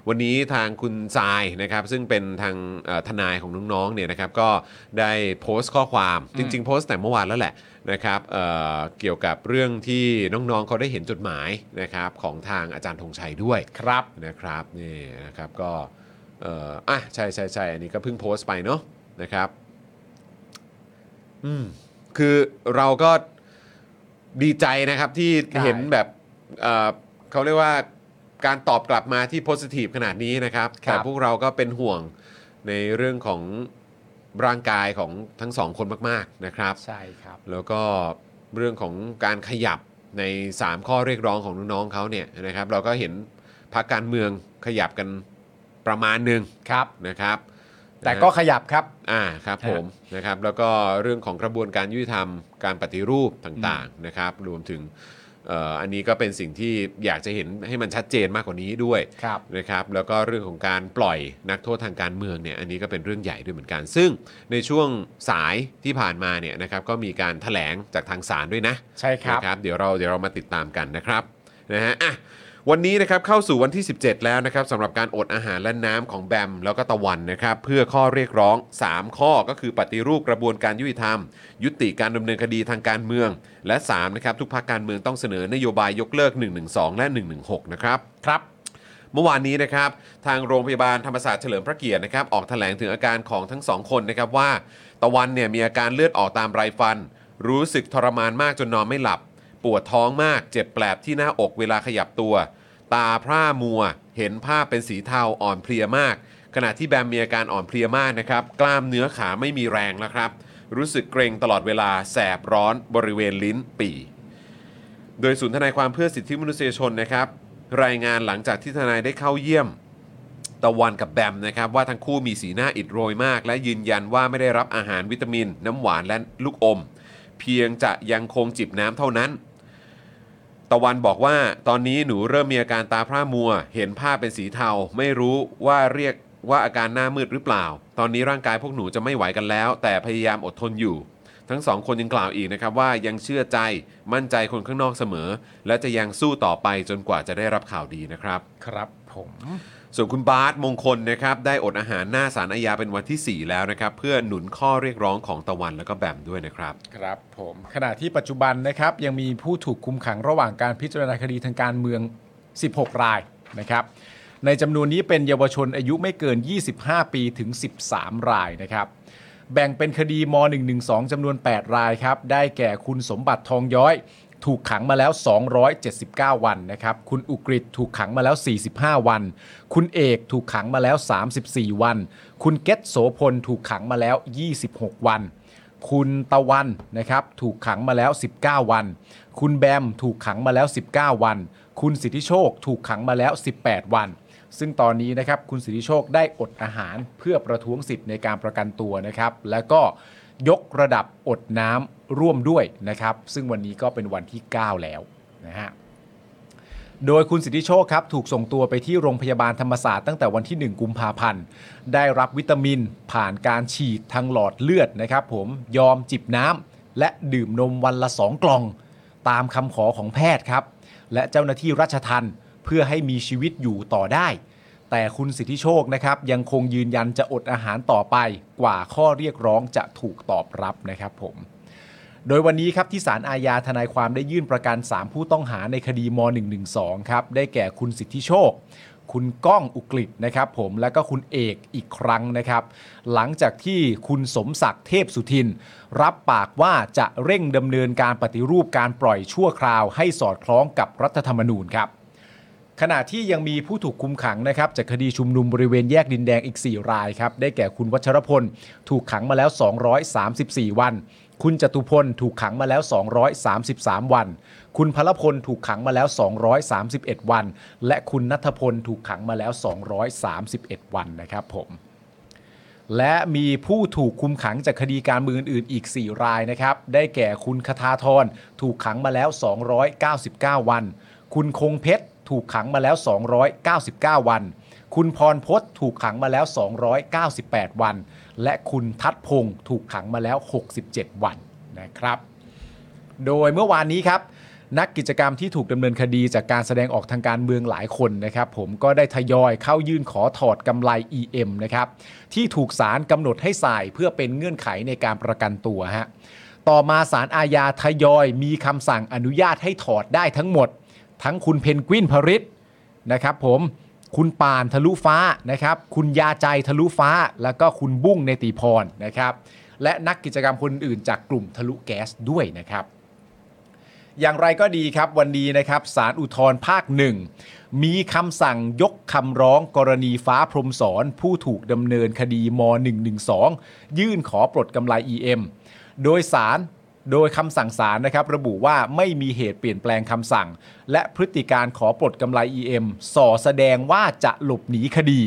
S1: วันนี้ทางคุณทรายนะครับซึ่งเป็นทางเอ่อทนายของน้องๆเนี่ยนะครับก็ได้โพสต์ข้อความจริง ๆ โพสต์แต่เมื่อวานแล้วแหละ นะครับเอ่อเกี่ยวกับเรื่องที่น้องๆเขาได้เห็นจดหมายนะครับของทางอาจารย์ธงชัยด้วย
S5: ครับ
S1: นะครับนี่นะครับก็เอ่ออ่ะใช่ใช่ใช่อันนี้ก็เพิ่งโพสต์ไปเนาะนะครับอืมคือเราก็ดีใจนะครับที่
S5: ใช่
S1: เห็นแบบเอ่อเขาเรียกว่าการตอบกลับมาที่โพสิทีฟขนาดนี้นะครับรบแต่พวกเราก็เป็นห่วงในเรื่องของร่างกายของทั้งสองคนมาก ๆนะครับ
S5: ใช่ครับ
S1: แล้วก็เรื่องของการขยับใน 3 ข้อเรียกร้องของน้องๆเขาเนี่ยนะครับ เราก็เห็นพรรคการเมืองขยับกันประมาณหนึ่ง
S5: ครับ
S1: นะครับ
S3: แต่ก็ขยับครับ
S1: อ่าครับผมนะครับแล้วก็เรื่องของกระบวนการยุติธรรมการปฏิรูปต่างๆนะครับ รวมถึงเอ่ออันนี้ก็เป็นสิ่งที่อยากจะเห็นให้มันชัดเจนมากกว่านี้ด้วย
S5: ครับ
S1: นะครับแล้วก็เรื่องของการปล่อยนักโทษทางการเมืองเนี่ยอันนี้ก็เป็นเรื่องใหญ่ด้วยเหมือนกัน ซึ่งในช่วงสายที่ผ่านมาเนี่ยนะครับก็มีการถแถลงจากทางศาลด้วยนะ
S3: ใช่ครับ
S1: นะครับ เดี๋ยวเราเดี๋ยวเรามาติดตามกันนะครับนะฮะอ่ะวันนี้นะครับเข้าสู่วันที่ 17 แล้วนะครับสำหรับการอดอาหารและน้ำของแบมแล้วก็ตะวันนะครับเพื่อข้อเรียกร้อง 3 ข้อก็คือปฏิรูปกระบวนการยุติธรรม ยุติการดำเนินคดีทางการเมือง และสามนะครับทุกภาคการเมืองต้องเสนอนโยบายยกเลิก 112 และ 116 นะครับ
S5: ครับ
S1: เมื่อวานนี้นะครับทางโรงพยาบาลธรรมศาสตร์เฉลิมพระเกียรตินะครับออกแถลงถึงอาการของทั้งสองคนนะครับว่า ตะวันเนี่ยมีอาการเลือดออกตามไรฟัน รู้สึกทรมานมากจนนอนไม่หลับ ปวดท้องมากเจ็บแปลบที่หน้าอกเวลาขยับตัว ตาพร่ามัว เห็นภาพเป็นสีเทาอ่อนเพลียมาก ขณะที่แบมมีอาการอ่อนเพลียมากนะครับกล้ามเนื้อขาไม่มีแรงแล้วครับ รู้สึกเกรงตลอดเวลาแสบร้อนบริเวณลิ้นปี่ โดยศูนย์ทนายความเพื่อสิทธิมนุษยชนนะครับ รายงานหลังจากที่ทนายได้เข้าเยี่ยม ตะวันกับแบมนะครับว่าทั้งคู่มีสีหน้าอิดโรยมาก และยืนยันว่าไม่ได้รับอาหารวิตามิน น้ำหวานและลูกอม เพียงจะยังคงจิบน้ำเท่านั้น ตะวันบอกว่าตอนนี้หนูเริ่มมีอาการตาพร่ามัว เห็นภาพเป็นสีเทา ไม่รู้ว่าเรียกว่าอาการหน้ามืดหรือเปล่า ตอนนี้ร่างกายพวกหนูจะไม่ไหวกันแล้ว แต่พยายามอดทนอยู่ ทั้งสองคนยังกล่าวอีกนะครับว่ายังเชื่อใจมั่นใจคนข้างนอกเสมอ และจะยังสู้ต่อไปจนกว่าจะได้รับข่าวดีนะครับ
S5: ครับผม
S1: ส่วนคุณบาสมงคลนะครับได้อดอาหารหน้าสารอาญาเป็นวันที่ 4 แล้วนะครับ เพื่อหนุนข้อเรียกร้องของตะวันแล้วก็แบมด้วยนะครับ
S5: ครับผมขณะที่ปัจจุบันนะครับยังมีผู้ถูกคุมขังระหว่างการพิจารณาคดีทางการเมือง 16 รายนะครับ ในจำนวนนี้เป็นเยาวชนอายุไม่เกิน 25 ปีถึง 13 รายนะครับ แบ่งเป็นคดีม .112 จำนวน 8 รายครับ ได้แก่คุณสมบัติทองย้อย ถูกขังมาแล้ว 279 วันนะครับ คุณอุกฤษถูกขังมาแล้ว 45 วัน คุณเอกถูกขังมาแล้ว 34 วัน คุณเกตโสพลถูกขังมาแล้ว 26 วัน คุณตะวันนะครับถูกขังมาแล้ว 19 วัน คุณแบมถูกขังมาแล้ว 19 วัน
S3: คุณสิทธิโชคถูกขังมาแล้ว 18 วัน ซึ่งตอนนี้นะครับคุณสิทธิโชคได้อดอาหารเพื่อประท้วงสิทธิ์ในการประกันตัวนะครับ แล้วก็ยกระดับอดน้ำร่วมด้วยนะครับ ซึ่งวันนี้ก็เป็นวันที่ 9 แล้วนะฮะ โดยคุณสิทธิโชคครับถูกส่งตัวไปที่โรงพยาบาลธรรมศาสตร์ตั้งแต่วันที่ 1 กุมภาพันธ์ ได้รับวิตามินผ่านการฉีดทางหลอดเลือดนะครับผมยอมจิบน้ำและดื่มนมวันละ 2 กล่อง ตามคำขอของแพทย์ครับ และเจ้าหน้าที่ราชทันเพื่อให้มีชีวิตอยู่ต่อได้ แต่คุณสิทธิโชคนะครับยังคงยืนยันจะอดอาหารต่อไปกว่าข้อเรียกร้องจะถูกตอบรับนะครับผม โดยวันนี้ครับที่ศาลอาญาทนายความได้ยื่นประกัน 3 ผู้ต้องหาในคดีม .112 ครับได้แก่คุณสิทธิโชค คุณก้องอุกฤษนะครับผมและก็คุณเอกอีกครั้งนะครับ หลังจากที่คุณสมศักดิ์เทพสุทิน รับปากว่าจะเร่งดำเนินการปฏิรูปการปล่อยชั่วคราวให้สอดคล้องกับรัฐธรรมนูญครับ ขณะที่ยังมีผู้ถูกคุมขังนะครับจากคดีชุมนุมบริเวณแยกดินแดงอีก 4 รายครับ ได้แก่คุณวัชรพล ถูกขังมาแล้ว 234 วัน คุณจตุพลถูกขังมาแล้ว 233 วัน คุณพลพลถูกขังมาแล้ว 231 วัน และคุณนัทพลถูกขังมาแล้ว 231 วันนะครับผม และมีผู้ถูกคุมขังจากคดีการเมืองอื่นๆอีก 4 รายนะครับ ได้แก่คุณคทาธรถูกขังมาแล้ว 299 วัน คุณคงเพชรถูกขังมาแล้ว 299 วัน คุณพรพศถูกขังมาแล้ว 298 วัน และคุณทัดพงศ์ถูกขังมาแล้ว 67 วันนะครับ โดยเมื่อวานนี้ครับ นักกิจกรรมที่ถูกดำเนินคดีจากการแสดงออกทางการเมืองหลายคนนะครับผมก็ได้ทยอยเข้ายื่นขอถอดกำไร EM นะครับที่ถูกศาลกำหนดให้ใส่ายเพื่อเป็นเงื่อนไขในการประกันตัวฮะต่อมาศาลอาญาทยอยมีคำสั่งอนุญาตให้ถอดได้ทั้งหมด ทั้งคุณเพนกวินพริษนะครับผมคุณปานทะลุฟ้านะครับคุณยาใจทะลุฟ้า แล้วก็คุณบุ้งเนติพรนะครับและนักกิจกรรมคนอื่นจากกลุ่มทะลุแก๊สด้วยนะครับ อย่างไรก็ดีครับวันนี้นะครับศาลอุทธรภาคหนึ่งมีคำสั่งยกคำร้องกรณีฟ้าพรหมสอนผู้ถูกดำเนินคดีม .112 ยื่นขอปลดกำไร EM โดยศาลโดยคำสั่งศาลนะครับระบุว่าไม่มีเหตุเปลี่ยนแปลงคำสั่ง และพฤติการขอปลดกำไร EM ส่อแสดงว่าจะหลบหนีคดี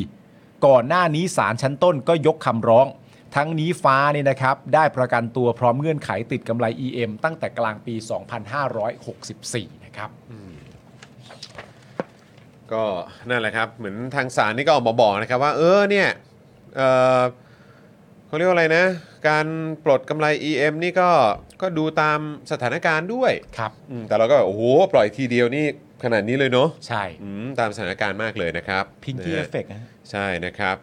S3: ก่อนหน้านี้ศาลชั้นต้นก็ยกคำร้อง ทั้งนี้ฟ้าเนี่ยนะครับ ได้ประกันตัวพร้อมเงื่อนไขติดกำไร EM ตั้งแต่กลางปี 2564 นะครับ
S1: ก็นั่นแหละครับ เหมือนทางศาลนี่ก็ออกมาบอกนะครับว่า เออเนี่ยเอ่อเขาเรียกว่าอะไรนะ การปลดกำไร EM นี่ก็ก็ดูตามสถานการณ์ด้วย
S3: ครับ
S1: อืมแต่เราก็แบบโอ้โห ปล่อยทีเดียวนี่ขนาดนี้เลยเนาะ
S3: ใช่
S1: อืมตามสถานการณ์มากเลยนะครับ
S3: Pinky
S1: นะฮะ
S3: Effect นะ
S1: ใช่นะครับ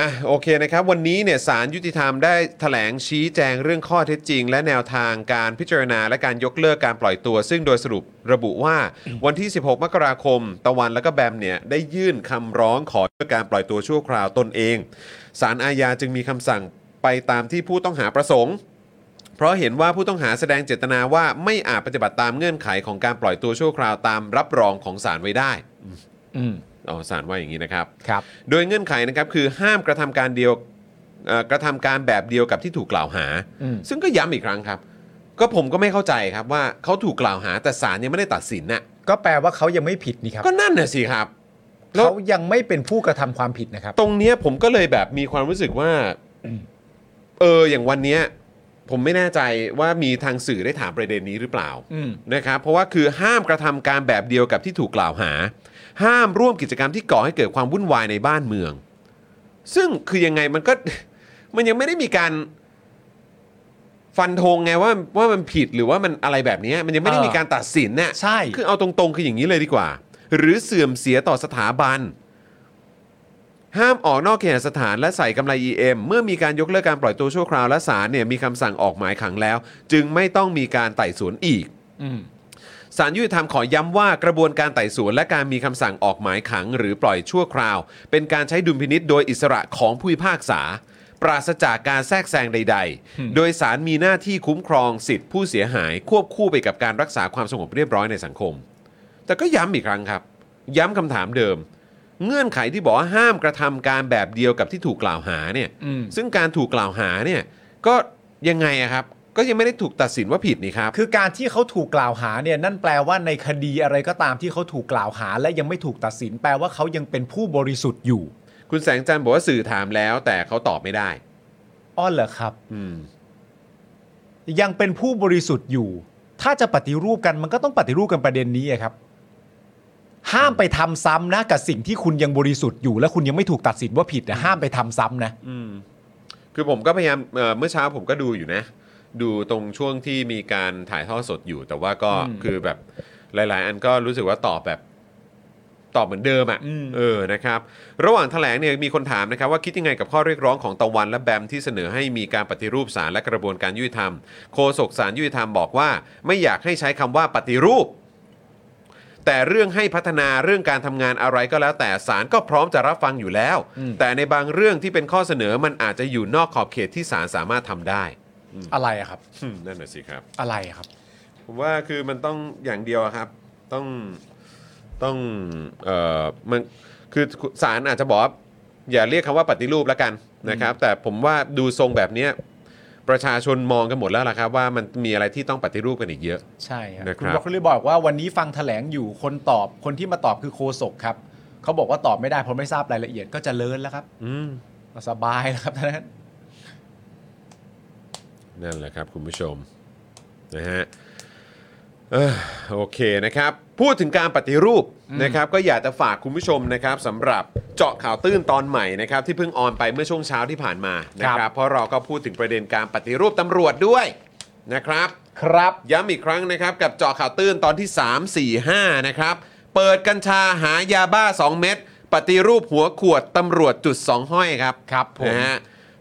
S1: อ่ะโอเคนะครับ วันนี้เนี่ยสารยุติธรรมได้แถลงชี้แจงเรื่องข้อเท็จจริง และแนวทางการพิจารณาและการยกเลิกการปล่อยตัว ซึ่งโดยสรุประบุว่า วันที่ 16 มกราคม ตะวันและก็แบมเนี่ยได้ยื่นคำร้องขอเลิกการปล่อยตัวชั่วคราวตนเองสารอาญาจึงมีคำสั่งไปตามที่ผู้ต้องหาประสงค์ เพราะเห็นว่าผู้ต้องหาแสดงเจตนาว่าไม่อาจปฏิบัติตามเงื่อนไขของการปล่อยตัวชั่วคราวตามรับรองของศาลไว้ได้
S3: อืม
S1: อ๋อศาลว่าอย่างนี้นะครับ
S3: ครับ
S1: โดยเงื่อนไขนะครับคือห้ามกระทำการเดียวเอ่อกระทำการแบบเดียวกับที่ถูกกล่าวหา
S3: อืม
S1: ซึ่งก็ย้ำอีกครั้งครับ ก็ผมก็ไม่เข้าใจครับว่าเขาถูกกล่าวหาแต่ศาลยังไม่ได้ตัดสินน่ะ
S3: ก็แปลว่าเขายังไม่ผิดนี่ครับ
S1: ก็นั่นน่ะสิครับ แล้ว
S3: เขายังไม่เป็นผู้กระทำความผิดนะครับ
S1: ตรงเนี้ยผมก็เลยแบบมีความรู้สึกว่า เอออย่างวันเนี้ยผมไม่แน่ใจว่ามีทางสื่อได้ถามประเด็นนี้หรือเปล่า
S3: อืม
S1: นะครับเพราะว่าคือห้ามกระทำการแบบเดียวกับที่ถูกกล่าวหา ห้ามร่วมกิจกรรมที่ก่อให้เกิดความวุ่นวายในบ้านเมือง ซึ่งคือยังไงมันก็ มันยังไม่ได้มีการฟันธงไงว่าว่ามันผิดหรือว่ามันอะไรแบบเนี้ยมันยังไม่ได้
S3: เออ
S1: มีการตัดสินเนี่ย
S3: ใช่
S1: คือเอาตรงๆคืออย่างนี้เลยดีกว่า หรือเสื่อมเสียต่อสถาบัน ห้ามออกนอกเคหสถานและใส่กำไร EM เมื่อมีการยกเลิกการปล่อยตัวชั่วคราวและศาลเนี่ยมีคำสั่งออกหมายขังแล้ว จึงไม่ต้องมีการไต่สวนอีก
S3: อืม
S1: สารยุติธรรมขอย้ำว่ากระบวนการไต่สวนและการมีคำสั่งออกหมายขัง หรือปล่อยชั่วคราว เป็นการใช้ดุลพินิษโดยอิสระของผู้พิพากษา ปราศจากการแทรกแซงใด ๆ โดยสารมีหน้าที่คุ้มครองสิทธิผู้เสียหาย ควบคู่ไปกับการรักษาความสงบเรียบร้อยในสังคม แต่ก็ย้ำอีกครั้งครับ ย้ำคำถามเดิม เงื่อนไขที่บอกว่าห้ามกระทำการแบบเดียวกับที่ถูกกล่าวหาเนี่ย
S3: อืม
S1: ซึ่งการถูกกล่าวหาเนี่ยก็ยังไงอะครับ ก็ยังไม่ได้ถูกตัดสินว่าผิดนี่ครับ
S3: คือการที่เขาถูกกล่าวหาเนี่ยนั่นแปลว่าในคดีอะไรก็ตามที่เขาถูกกล่าวหา และยังไม่ถูกตัดสิน แปลว่าเขายังเป็นผู้บริสุทธิ์อยู่
S1: คุณแสงจันทร์บอกว่าสื่อถามแล้ว แต่เขาตอบไม่ได้
S3: อ้อเหรอครับ
S1: อืม
S3: ยังเป็นผู้บริสุทธิ์อยู่ ถ้าจะปฏิรูปกันมันก็ต้องปฏิรูปกันประเด็นนี้อะครับ ห้ามไปทำซ้ำนะกับสิ่งที่คุณยังบริสุทธิ์อยู่ และคุณยังไม่ถูกตัดสินว่าผิดนะห้ามไปทำซ้ำนะ
S1: อืมคือผมก็พยายามเอ่อเมื่อเช้าผมก็ดูอยู่นะ ดูตรงช่วงที่มีการถ่ายทอดสดอยู่ แต่ว่าก็
S3: อืม
S1: คือแบบหลาย ๆ อันก็รู้สึกว่าตอบแบบตอบเหมือนเดิมอะ่ะ
S3: อืม
S1: เออนะครับ ระหว่างแถลงเนี่ยมีคนถามนะครับ ว่าคิดยังไงกับข้อเรียกร้องของตะวันและแบมที่เสนอให้มีการปฏิรูปศาลและกระบวนการยุติธรรมโฆษกศาลยุติธรรมบอกว่า ไม่อยากให้ใช้คำว่าปฏิรูป แต่เรื่องให้พัฒนาเรื่องการทำงานอะไรก็แล้ว แต่ศาลก็พร้อมจะรับฟังอยู่แล้ว แต่ในบางเรื่องที่เป็นข้อเสนอมันอาจจะอยู่นอกขอบเขตที่ศาลสามารถทำได้
S3: อะไรอะครับ
S1: อืมนั่นแหะสิครับ
S3: อะไรอะครับ
S1: ผมว่าคือมันต้องอย่างเดียวอะครับ ต้องต้องเอ่อมันคือศาลอาจจะบอกว่าอย่าเรียกคำว่าปฏิรูปแล้วกันนะครับ แต่ผมว่าดูทรงแบบเนี้ยประชาชนมองกันหมดแล้วล่ะครับ ว่ามันมีอะไรที่ต้องปฏิรูปกันอีกเยอะ
S3: ใช่ครับ
S1: นะครับ
S3: คุณบล็อกเลยบอกว่าวันนี้ฟังแถลงอยู่คนตอบคนที่มาตอบคือโคศกครับเขาบอกว่าตอบไม่ได้เพราะไม่ทราบรายละเอียดก็เจะเลินแล้วครับ
S1: อืม
S3: สบายแล้วครับท่านนั้น
S1: นั่นแหละครับ คุณผู้ชมนะฮะเอ้อโอเคนะครับ พูดถึงการปฏิรูปนะครับ ก็อยากจะฝากคุณผู้ชมนะครับสำหรับเจาะข่าวตื้นตอนใหม่นะครับ ที่เพิ่งออนไปเมื่อช่วงเช้าที่ผ่านมานะค
S3: ครั
S1: รับบ เพราะเราก็พูดถึงประเด็นการปฏิรูปตำรวจด้วยนะครับ
S3: ครับ
S1: ย้ำอีกครั้งนะครับ กับเจาะข่าวตื้นตอนที่ 3 4 5 นะครับ เปิดกัญชาหายาบ้า 2 เม็ดปฏิรูปหัวขวดตำรวจจุด 2 ห้อยครับ
S3: ครับผม
S1: นะฮะ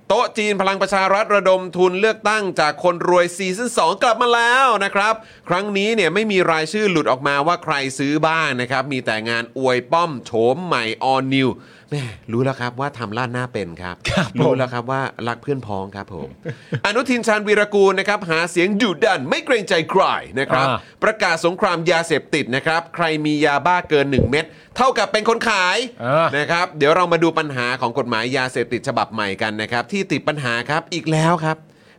S1: โต๊ะจีนพลังประชารัฐระดมทุนเลือกตั้งจากคนรวยซีซั่น2 กลับมาแล้วนะครับ ครั้งนี้เนี่ยไม่มีรายชื่อหลุดออกมาว่าใครซื้อบ้างนะครับ มีแต่งานอวยป้อมโฉมใหม่ออนนิวแม่รู้แล้วครับว่าทำล่าดหน้าเป็นครับ
S3: ครับผม
S1: รู้แล้วครับว่ารักเพื่อนพ้องครับผม อนุทินชาญวีรกูลนะครับหาเสียงดุดันไม่เกรงใจใครนะครับ
S3: อ่า
S1: ประกาศสงครามยาเสพติดนะครับ ใครมียาบ้าเกิน 1 เม็ดเท่ากับเป็นคนขาย
S3: อ่าน
S1: นะครับ เดี๋ยวเรามาดูปัญหาของกฎหมายยาเสพติดฉบับใหม่กันนะครับ ที่ติดปัญหาครับอีกแล้วครับ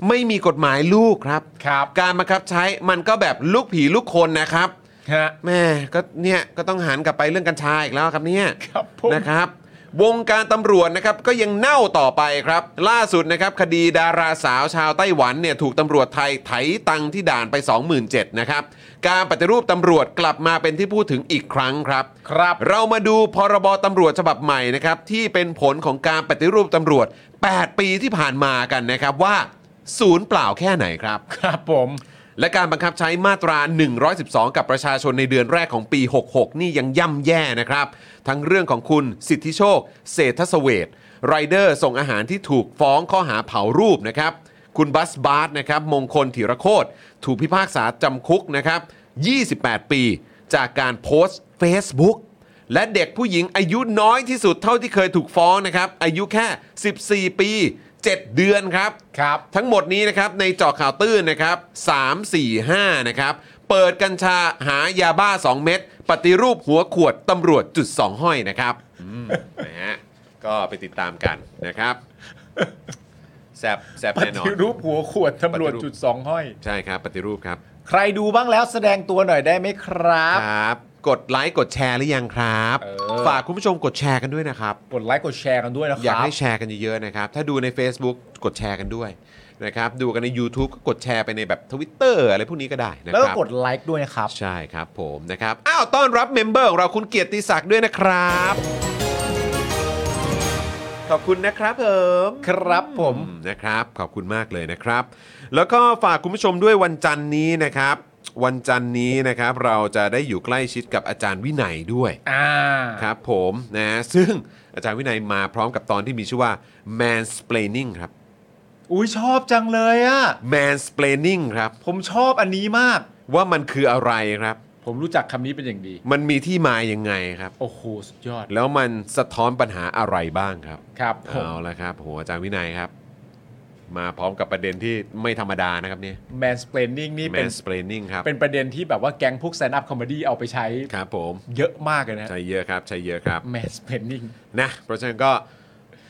S1: ไม่มีกฎหมายลูกครับ
S3: ครับ
S1: การบังคับใช้มันก็แบบลูกผีลูกคนนะครับ
S3: ฮะ
S1: แม่ก็เนี่ยก็ต้องหันกลับไปเรื่องกัญชาอีกแล้วครับเนี่ย
S3: ครับผม
S1: นะครับ วงการตำรวจนะครับก็ยังเน่าต่อไปครับ ล่าสุดนะครับคดีดาราสาวชาวไต้หวันเนี่ยถูกตำรวจไทยไถตังที่ด่านไป 27,000นะครับ การปฏิรูปตำรวจกลับมาเป็นที่พูดถึงอีกครั้งครับ
S3: ครับ
S1: เรามาดูพรบตำรวจฉบับใหม่นะครับที่เป็นผลของการปฏิรูปตำรวจ 8 ปีที่ผ่านมากันนะครับว่าศูนย์เปล่าแค่ไหนครับ
S3: ครับผม
S1: และการบังคับใช้มาตรา 112 กับประชาชนในเดือนแรกของปี 66 นี่ยังย่ำแย่นะครับ ทั้งเรื่องของคุณสิทธิโชค เศรษฐสเวทไรเดอร์ส่งอาหารที่ถูกฟ้องข้อหาเผารูปนะครับ คุณบัสบาร์นะครับ มงคลธีรโคตรถูกพิพากษาจำคุกนะครับ 28 ปี จากการโพสต์ Facebook และเด็กผู้หญิงอายุน้อยที่สุดเท่าที่เคยถูกฟ้องนะครับ อายุแค่ 14 ปี 7 เดือนครับ
S3: ครับ
S1: ทั้งหมดนี้นะครับในเจอข่าวตื้นนะครับ3 4 5นะครับเปิดกัญชาหายาบ้า 2 เม็ดปฏิรูปหัวขวดตำรวจจุดสองห้อยนะครับอืมนะฮะก็ไปติดตามกันนะครับแซบแซบ
S3: ป
S1: แน่นอน
S3: ฏิรูปหัวขวดตำรวจ
S1: ปฏิรูป
S3: จุดสองห้อย
S1: ใช่ครับปฏิรูปครับ
S3: ใครดูบ้างแล้วแสดงตัวหน่อยได้ไหมครับ
S1: ครับ กดไลค์กดแชร์หรือยังครับ
S3: เออ
S1: ฝากคุณผู้ชมกดแชร์กันด้วยนะครับ
S3: กดไลค์กดแชร์กันด้วยนะค
S1: อยาก
S3: รับ
S1: ให้แชร์กันเยอะๆนะครับ ถ้าดูใน Facebook กดแชร์กันด้วยนะครับ ดูกันใน YouTube ก็กดแชร์ไปในแบบ Twitter อะไรพวกนี้ก็ได้นะครับ
S3: แล้วก็กดไลค์ด้วยนะครับ
S1: ใช่ครับผมนะครับ อ้าว ต้อนรับเมมเบอร์ของเราคุณเกียรติศักดิ์ด้วยนะครับ ขอบคุณนะครับผม
S3: ครับผม
S1: อืมนะครับขอบคุณมากเลยนะครับ แล้วก็ฝากคุณผู้ชมด้วยวันจันทร์นี้นะครับ วันจันทร์นี้นะครับเราจะได้อยู่ใกล้ชิดกับอาจารย์วินัยด้วย
S3: อ่า
S1: ครับผมนะซึ่งอาจารย์วินัยมาพร้อมกับตอนที่มีชื่อว่า mansplaining ครับ
S3: อุ้ยชอบจังเลยอะ
S1: mansplaining ครับ
S3: ผมชอบอันนี้มาก
S1: ว่ามันคืออะไรครับ
S3: ผมรู้จักคำนี้เป็นอย่างดี
S1: มันมีที่มายังไงครับ
S3: โอ้โห สุดยอด
S1: แล้วมันสะท้อนปัญหาอะไรบ้างครับ
S3: ครับผม
S1: เอาละครับโหอาจารย์วินัยครับ มาพร้อมกับประเด็นที่ไม่ธรรมดานะครับเนี่ย
S3: mansplaining นี่เป็น
S1: mansplaining ครับ
S3: เป็นประเด็นที่แบบว่าแก๊งพวก stand up comedy เอาไปใช้
S1: ครับผม
S3: เยอะมากเลยนะ
S1: ใช้เยอะครับใช้เยอะครับ
S3: mansplaining
S1: นะเพราะฉะนั้นก็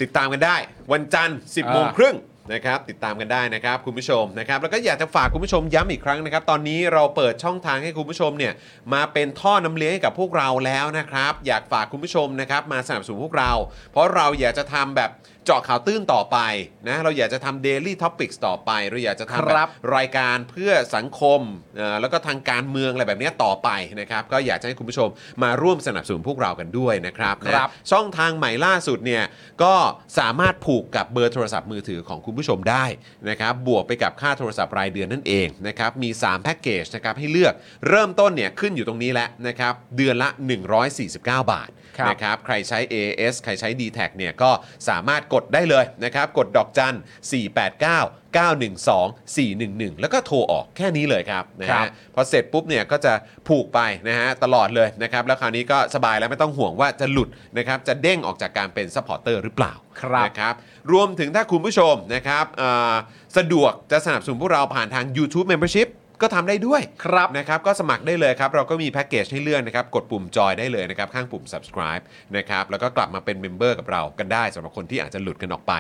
S1: ติดตามกันได้ วันจันทร์ 10
S3: อ่า
S1: โมงครึ่ง นะครับติดตามกันได้นะครับคุณผู้ชมนะครับแล้วก็อยากจะฝากคุณผู้ชมย้ำอีกครั้งนะครับ ตอนนี้เราเปิดช่องทางให้คุณผู้ชมเนี่ยมาเป็นท่อน้ำเลี้ยงให้กับพวกเราแล้วนะครับ อยากฝากคุณผู้ชมนะครับมาสนับสนุนพวกเรา เพราะเราอยากจะทำแบบเจาะข่าวตื้นต่อไปนะเราอยากจะทำ Daily Topics ต่อไป เราอยากจะทำแบ
S5: ครับ บ
S1: รายการเพื่อสังคมเอ่อแล้วก็ทางการเมืองอะไรแบบเนี้ยต่อไปนะครับก็อยากจะให้คุณผู้ชมมาร่วมสนับสนุนพวกเรากันด้วยนะครับ
S5: ครับ
S1: นะช่องทางใหม่ล่าสุดเนี่ยก็สามารถผูกกับเบอร์โทรศัพท์มือถือของคุณผู้ชมได้นะครับบวกไปกับค่าโทรศัพท์รายเดือนนั่นเองนะครับมี 3 แพ็กเกจนะครับให้เลือกเริ่มต้นเนี่ยขึ้นอยู่ตรงนี้แล้วนะครับเดือนละ 149 บาท
S5: ครับ
S1: นะครับใครใช้ AS ใครใช้ d t แทเนี่ยก็สามารถกดได้เลยนะครับกดดอกจัน 489 912 411 แล้วก็โทรออกแค่นี้เลยครับนะ
S5: ครั
S1: ฮะ
S5: บ
S1: พอเสร็จปุ๊บเนี่ยก็จะผูกไปนะฮะตลอดเลยนะครับ แล้วคราวนี้ก็สบายแล้วไม่ต้องห่วงว่าจะหลุดนะครับจะเด้งออกจากการเป็นซัพพอร์เตอร์หรือเปล่า
S5: ครับ
S1: นะครับรวมถึงถ้าคุณผู้ชมนะครับเอ่อสะดวกจะสนับสนุนพวกเราผ่านทาง YouTube Membership ก็ทำได้ด้วย
S5: ครับ
S1: นะครับก็สมัครได้เลยครับ เราก็มีแพ็กเกจให้เลือกนะครับ กดปุ่มจอยได้เลยนะครับ ข้างปุ่ม subscribe นะครับแล้วก็กลับมาเป็นเมมเบอร์กับเรากันได้สำหรับคนที่อาจจะหลุดกันออกไป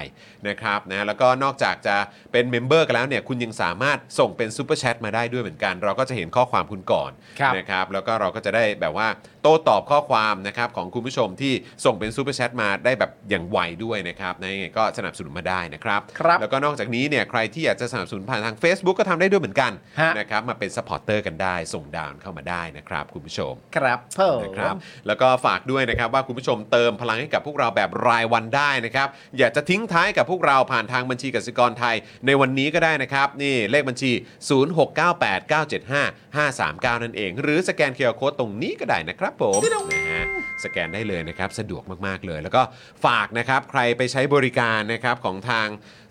S1: นะครับนะแล้วก็นอกจากจะเป็นเมมเบอร์กันแล้วเนี่ยคุณยังสามารถส่งเป็นซูเปอร์แชทมาได้ด้วยเหมือนกัน เราก็จะเห็นข้อความคุณก่อน
S5: ครับ
S1: นะครับแล้วก็เราก็จะได้แบบว่าโต้ตอบข้อความนะครับของคุณผู้ชมที่ส่งเป็นซูเปอร์แชทมาได้แบบอย่างไวด้วยนะครับนะยังไงก็สนับสนุนมาได้นะครับ
S5: ครับ
S1: แล้วก็นอกจากนี้เนี่ยใครที่อยากจะสนับสนุนผ่านทาง Facebook ก็ทำได้ด้วยเหมือนกัน
S5: ฮะ
S1: นะครับมาเป็นสปอร์เตอร์กันได้ ส่งดาวน์เข้ามาได้นะครับ คุณผู้ชม
S5: ครับเพิ่ม
S1: นะครับแล้วก็ฝากด้วยนะครับว่าคุณผู้ชมเติมพลังให้กับพวกเราแบบรายวันได้นะครับอยากจะทิ้งท้ายกับพวกเราผ่านทางบัญชีกสิกรไทย ในวันนี้ก็ได้นะครับนี่เลขบัญชี 0698975539 นั่นเอง หรือสแกนเคอร์โคตรงนี้ก็ได้นะครับผมนะฮะสแกนได้เลยนะครับสะดวกมากๆเลย แล้วก็ฝากนะครับใครไปใช้บริการนะครับของทาง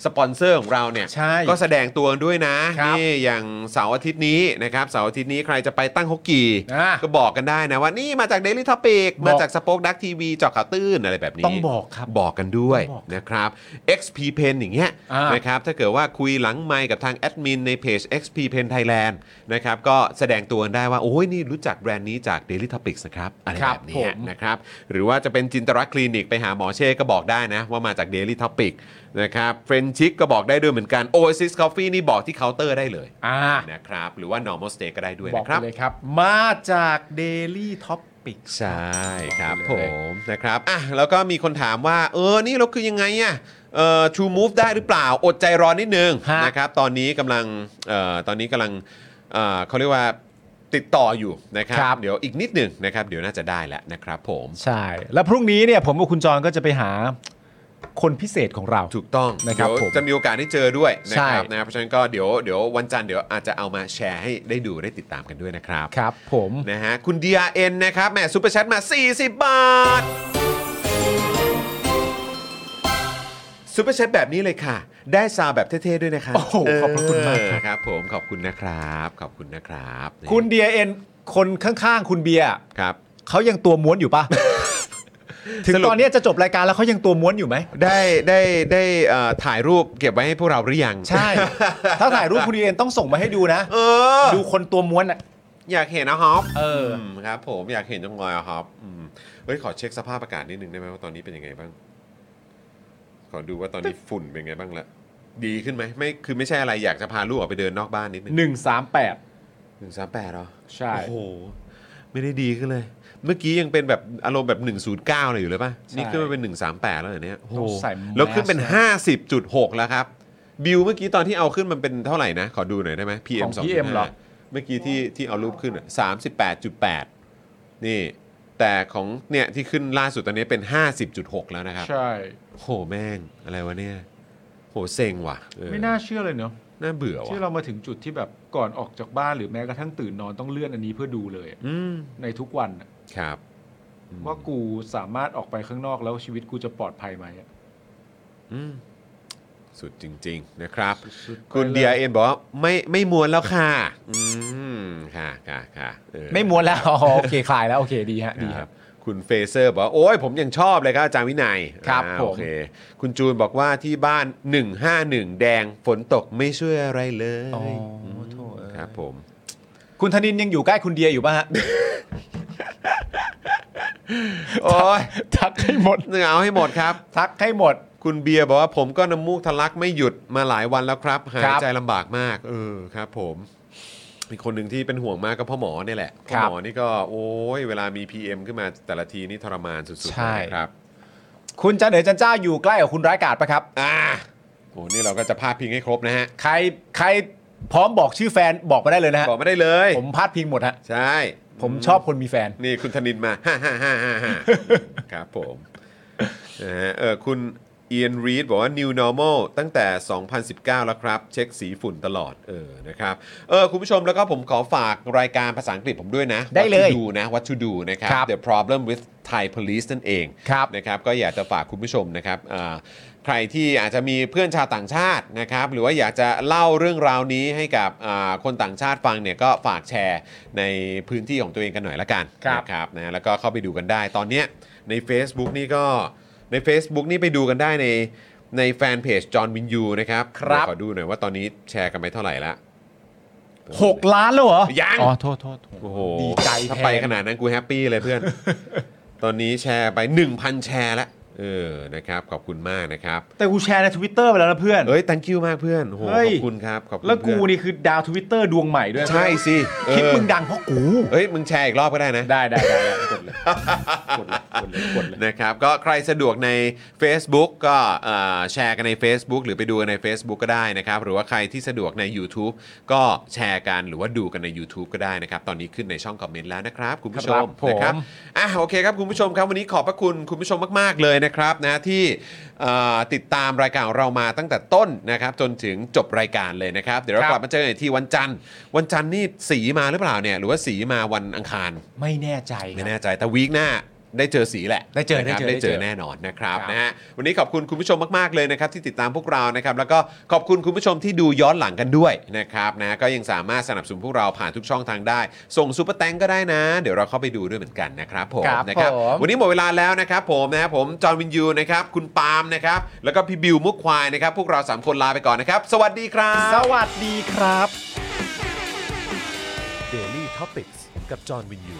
S1: สปอนเซอร์ของเราเนี่ย
S5: ใช่
S1: ก็แสดงตัวด้วยนะครับ นี่อย่างเสาร์อาทิตย์นี้นะครับเสาร์อาทิตย์นี้ใครจะไปตั้งฮกกี
S5: อ่า
S1: ก็ ก็บอกกันได้นะว่านี่มาจาก Daily Topic
S5: บอก
S1: มาจากสป็อคดักทีวีจอข่าวตื้นอะไรแบบนี้
S5: ต้องบอกครับ
S1: บอกกันด้วย
S5: ต้องบอก
S1: นะครับ XP Pen อย่างเงี้ย
S5: อ่าน
S1: นะครับถ้าเกิดว่าคุยหลังไมค์กับทางแอดมินในเพจ XP Pen Thailand นะครับก็แสดงตัวกันได้ว่า โอ้ยนี่รู้จักแบรนด์นี้จาก Daily Topics นะครับ อะไร
S5: ครับ
S1: แบบเนี้ย
S5: ผม
S1: นะครับหรือว่าจะเป็นจินตรักษณ์คลินิกไปหาหมอเช่ก็บอกได้นะ ว่ามาจาก Daily Topic นะครับเฟรนชิกก็บอกได้ด้วยเหมือนกัน Oasis Coffee นี่บอกที่เคาน์เตอร์ได้เลย
S5: อ่า
S1: นะครับหรือว่า normal stay ก็ได้ด้วย
S5: บอก
S1: นะค
S5: ไป
S1: รับ
S5: เลยครับ มาจาก Daily Topic
S1: ใช่ครับ
S5: เลย
S1: ผมนะครับอ่ะแล้วก็มีคนถามว่า เออ นี่เราคือยังไงอ่ะเอ่อ True Move ได้หรือเปล่า อดใจรอนิดนึง
S5: ฮะ
S1: นะครับตอนนี้กำลังเอ่อตอนนี้กำลังเอ่อเขาเรียกว่าติดต่ออยู่นะครับ
S5: ครับ
S1: เดี๋ยวอีกนิดหนึ่งนะครับ เดี๋ยวน่าจะได้แล้วนะครับผม
S5: ใช่ แล้วพรุ่งนี้เนี่ยผมกับคุณจรก็จะไปหาคนพิเศษของเรา
S1: ถูกต้อง
S5: นะครับ
S1: เดี๋ยว
S5: ผม
S1: จะมีโอกาสได้เจอด้วยนะครับ
S5: ใช่
S1: นะเพราะฉะนั้นก็เดี๋ยวเดี๋ยววันจันทร์เดี๋ยวอาจจะเอามาแชร์ให้ได้ดูได้ติดตามกันด้วยนะครับ
S5: ครับผม
S1: นะฮะคุณ DRN นะครับแหมซูเปอร์แชทมา 40 บาทซูเปอร์แชทแบบนี้เลยค่ะ ได้ซาวแบบเท่ ๆ ด้วยนะคะ
S5: โอ้โหขอบพระคุณมากครับ
S1: เออครับผมขอบคุณนะครับ ขอบคุณนะครับ
S5: คุณเดียเอ็นคนข้างๆ คุณเบียร์
S1: ครับ
S5: เขายังตัวม้วนอยู่ปะ ถึง
S1: สรุป
S5: ตอนเนี้ยจะจบรายการแล้วเขายังตัวม้วนอยู่ไหม
S1: ได้ได้ได้เอ่อถ่ายรูปเก็บไว้ให้พวกเราหรือยัง
S5: ใช่ ถ้าถ่ายรูปคุณเดียเอ็นต้องส่งมาให้ดูนะ
S1: เออ
S5: ดูคนตัวม้วนอ่ะ
S1: อยากเห็นนะฮอป
S5: เอออื
S1: มครับผมอยากเห็นจังเลยอะฮอปอืมเฮ้ยขอเช็คสภาพอากาศนิดนึงได้ไหมว่าตอนนี้เป็นยังไงบ้าง ขอดูว่าตอนนี้ฝุ่นเป็นไงบ้างละดีขึ้นไหมไม่คือไม่ใช่อะไรอยากจะพาลูกออกไปเดินนอกบ้านนิดนึง
S5: 138
S1: หนึ่งสามแปดเหรอ
S5: ใช่
S1: โอ้โห ไม่ได้ดีขึ้นเลย เมื่อกี้ยังเป็นแบบอารมณ์แบบ 109เลยอยู่เลยป่ะ นี่ขึ้นมาเป็น 138 แล้วเหรอเนี่ยโอ้โห
S5: ต้องใส่แมส
S1: แล้วขึ้นเป็น 50.6 แล้วครับ บิวเมื่อกี้ตอนที่เอาขึ้นมันเป็นเท่าไหร่นะ ขอดูหน่อยได้ไหม
S5: ข
S1: PM
S5: อง
S1: 2.5
S5: PM เหรอ
S1: เมื่อกี้ที่ที่เอารูปขึ้นสามสิบแปดจุดแปดนี่ แต่ของเนี่ยที่ขึ้นล่าสุดตอนนี้เป็น 50.6 แล้วนะครับ
S5: ใช่
S1: โหแม่ง อะไรวะเนี่ย โหเซ็งว่ะเออ
S5: ไม่น่าเชื่อเลยเนาะ
S1: น่าเบื่อว่ะ
S5: ที่เรามาถึงจุดที่แบบก่อนออกจากบ้านหรือแม้กระทั่งตื่นนอนต้องเลื่อนอันนี้เพื่อดูเลยอะ
S1: อืม
S5: ในทุกวันอะ
S1: ครับอืม
S5: ว่ากูสามารถออกไปข้างนอกแล้วชีวิตกูจะปลอดภัยไหมอะ
S1: อืมสุดจริง ๆ นะครับ
S5: สุดๆไป
S1: คุณ
S5: ล
S1: เดียเอ็นบอกว่าไม่ไม่มวนแล้วค่ะ อืมค่ะค่ะค่ะเออ
S5: ไม่ม้วนแล้วอ๋อโอเคคลายแล้วโอเคดีฮะดี
S1: ค
S5: ค
S1: รั
S5: รับ บ
S1: คุณเฟเซอร์บอกว่า โอ้ยผมยังชอบเลยครับอาจารย์วินัย
S5: ครับ
S1: อ่า
S5: ผม
S1: โอเค คุณจูนบอกว่าที่บ้าน 151 แดงฝนตกไม่ช่วยอะไรเลย
S5: อ๋อ
S1: ม
S5: โถ่เอ้ย
S1: ครับผม
S5: คุณธนินยังอยู่ใกล้คุณเดียอยู่ป่ะ ฮะ
S1: โอ้ย
S5: ทักให้หมด
S1: เอาให้หมดครับ
S5: ทักให้หมด
S1: คุณเบียร์บอกว่าผมก็น้ำมูกทะลักไม่หยุดมาหลายวันแล้วครับ หา
S3: ค
S1: ย
S3: รับ
S1: ใจลำบากมาก เออครับผมอีกคนหนึ่งที่เป็นห่วงมากก็พ่อหมอเนี่ยแหละ พ่อ
S3: ครับ
S1: หมอนี่ก็โอ้ยเวลามี PM ขึ้นมาแต่ละทีนี่ทรมานสุด
S3: ใช่
S1: ๆเลยครับ
S3: คุณจันเหนือจันเจ้าอยู่ใกล้กับคุณร้ายกาดปะครับ
S1: อ่าโอ้นี่เราก็จะพาดพิงให้ครบนะฮะ
S3: ใครใครพร้อมบอกชื่อแฟนบอกมาได้เลยนะฮะ
S1: บอกไม่ได้เลย
S3: ผมพาดพิงหมดฮะ
S1: ใช่
S3: ผมชอบคนมีแฟน
S1: นี่คุณธนินมา ฮ่าฮ่าฮ่าฮ่าฮ่าครับผมนะฮะเออคุณเอียนรีดบอกว่า new normal ตั้งแต่ 2019 แล้วครับ เช็คสีฝุ่นตลอด เออ นะครับ เออ คุณผู้ชมแล้วก็ผมขอฝากรายการภาษาอังกฤษผมด้วยนะ
S3: ได้เลย
S1: What to do นะ What to do นะครับ
S3: ครับ
S1: The problem with Thai police นั่นเอง
S3: ครับ
S1: นะครับก็อยากจะฝากคุณผู้ชมนะครับอ่าใครที่อาจจะมีเพื่อนชาวต่างชาตินะครับหรือว่าอยากจะเล่าเรื่องราวนี้ให้กับอ่าคนต่างชาติฟังเนี่ยก็ฝากแชร์ในพื้นที่ของตัวเองกันหน่อยละกัน
S3: ครับ
S1: นะครับนะแล้วก็เข้าไปดูกันได้ ตอนเนี้ยใน Facebook นี่ก็ใน Facebook นี่ไปดูกันได้ในในแฟนเพจจอห์นวินยูนะครับ
S3: ครับ
S1: เดี๋ยวขอดูหน่อยว่าตอนนี้แชร์กันไปเท่าไหร่ละ
S3: หกล้านแล้วเหรอ
S1: ยัง
S3: อ๋อโทษโทษโทษ
S1: โอ้โห
S3: ดีใจ
S1: ถ้า
S3: แทน
S1: ไปขนาดนั้นกูแฮปปี้เลยเพื่ อน ตอนนี้แชร์ไป 1,000 แชร์แล้วเออนะครับขอบคุณมากนะครับ
S3: แต่กูแชร์ในทวิตเตอร์ไปแล้วนะเพื่อน
S1: เอ้ย thank you มากเพื่อนโห
S3: เฮ้
S1: ข
S3: ย
S1: อบคุณครับ ขอบคุณ
S3: แล้วกู
S1: เพื่อ
S3: นี่คือดาวทวิตเตอร์ดวงใหม่ด้วย
S1: ใช่สิเออ
S3: คลิปมึงดังเพราะกู
S1: เอ้ย มึงแชร์อีกรอบก็ได้นะ
S3: ได้ได้ได้ได้กดเลยกดเลยกดเลยกดเลย
S1: นะครับ ก็ใครสะดวกใน Facebook ก็เอ่อแชร์กันใน Facebook หรือไปดูกันใน Facebook ก็ได้นะครับ หรือว่าใครที่สะดวกใน YouTube ก็แชร์กันหรือว่าดูกันใน YouTube ก็ได้นะครับ ตอนนี้ขึ้นในช่องคอมเมนต์แล้วนะครับ คุณผู้ช
S3: ครั
S1: ม
S3: บผม
S1: นะครับอ่ะโอเคครับ คุณผู้ชมครับวันนี้ขอบพระคุณคุณผู้ชมมาก ๆ เลยนะครับนะที่เอ่อติดตามรายการของเรามาตั้งแต่ต้นนะครับ จนถึงจบรายการเลยนะครับ เดี๋ยวเรากลับมาเจอกันอีกทีวันจันทร์ วันจันทร์นี่สีมาหรือเปล่าเนี่ยหรือว่าสีมาวันอังคาร
S3: ไม่แน่ใจ
S1: ไม่แน่ใจแต่วีคหน้าได้เจอสีแหละ
S3: ได้เจอ
S1: นะครับ
S3: ได้
S1: ได้
S3: เจอ
S1: เจอแน่นอนนะครับ
S3: ครับ
S1: นะฮะวันนี้ขอบคุณคุณผู้ชมมาก ๆ เลยนะครับที่ติดตามพวกเรานะครับแล้วก็ขอบคุณคุณผู้ชมที่ดูย้อนหลังกันด้วยนะครับนะก็ยังสามารถสนับสนุนพวกเราผ่านทุกช่องทางได้ ส่งซูเปอร์แตงก็ได้นะ เดี๋ยวเราเข้าไปดูด้วยเหมือนกันนะครับผม
S3: ครับ
S1: นะครับ
S3: ผม
S1: วันนี้หมดเวลาแล้วนะครับผมนะครับผมจอห์นวินยูนะครับคุณปาล์มนะครับแล้วก็พี่บิวมุกควายนะครับพวกเราสามคนลาไปก่อนนะครับสวัสดีครับ
S3: สวัสดีครับ
S6: Daily t o p i c กกับจอห์นวินยู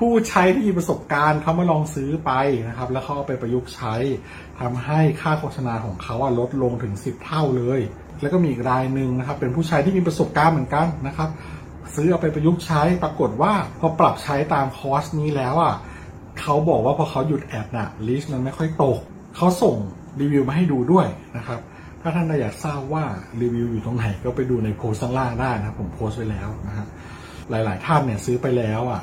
S2: ผู้ใช้ที่มีประสบการณ์เขามาลองซื้อไปนะครับ แล้วเขาเอาไปประยุกต์ใช้ทำให้ค่าโฆษณาของเขาอะลดลงถึง 10 เท่าเลย แล้วก็มีอีกรายหนึ่งนะครับ เป็นผู้ใช้ที่มีประสบการณ์เหมือนกันนะครับ ซื้อเอาไปประยุกต์ใช้ปรากฏว่าพอปรับใช้ตามคอร์สนี้แล้วอ่ะเขาบอกว่าพอเขาหยุดแอดน่ะลิสต์มันไม่ค่อยตกเขาส่งรีวิวมาให้ดูด้วยนะครับ ถ้าท่านอยากทราบว่ารีวิวอยู่ตรงไหนก็ไปดูในโพสต์ข้างล่างได้นะครับผมโพสต์ไว้แล้วนะครับ หลาย ๆ ท่านเนี่ยซื้อไปแล้วอ่ะ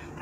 S2: ถ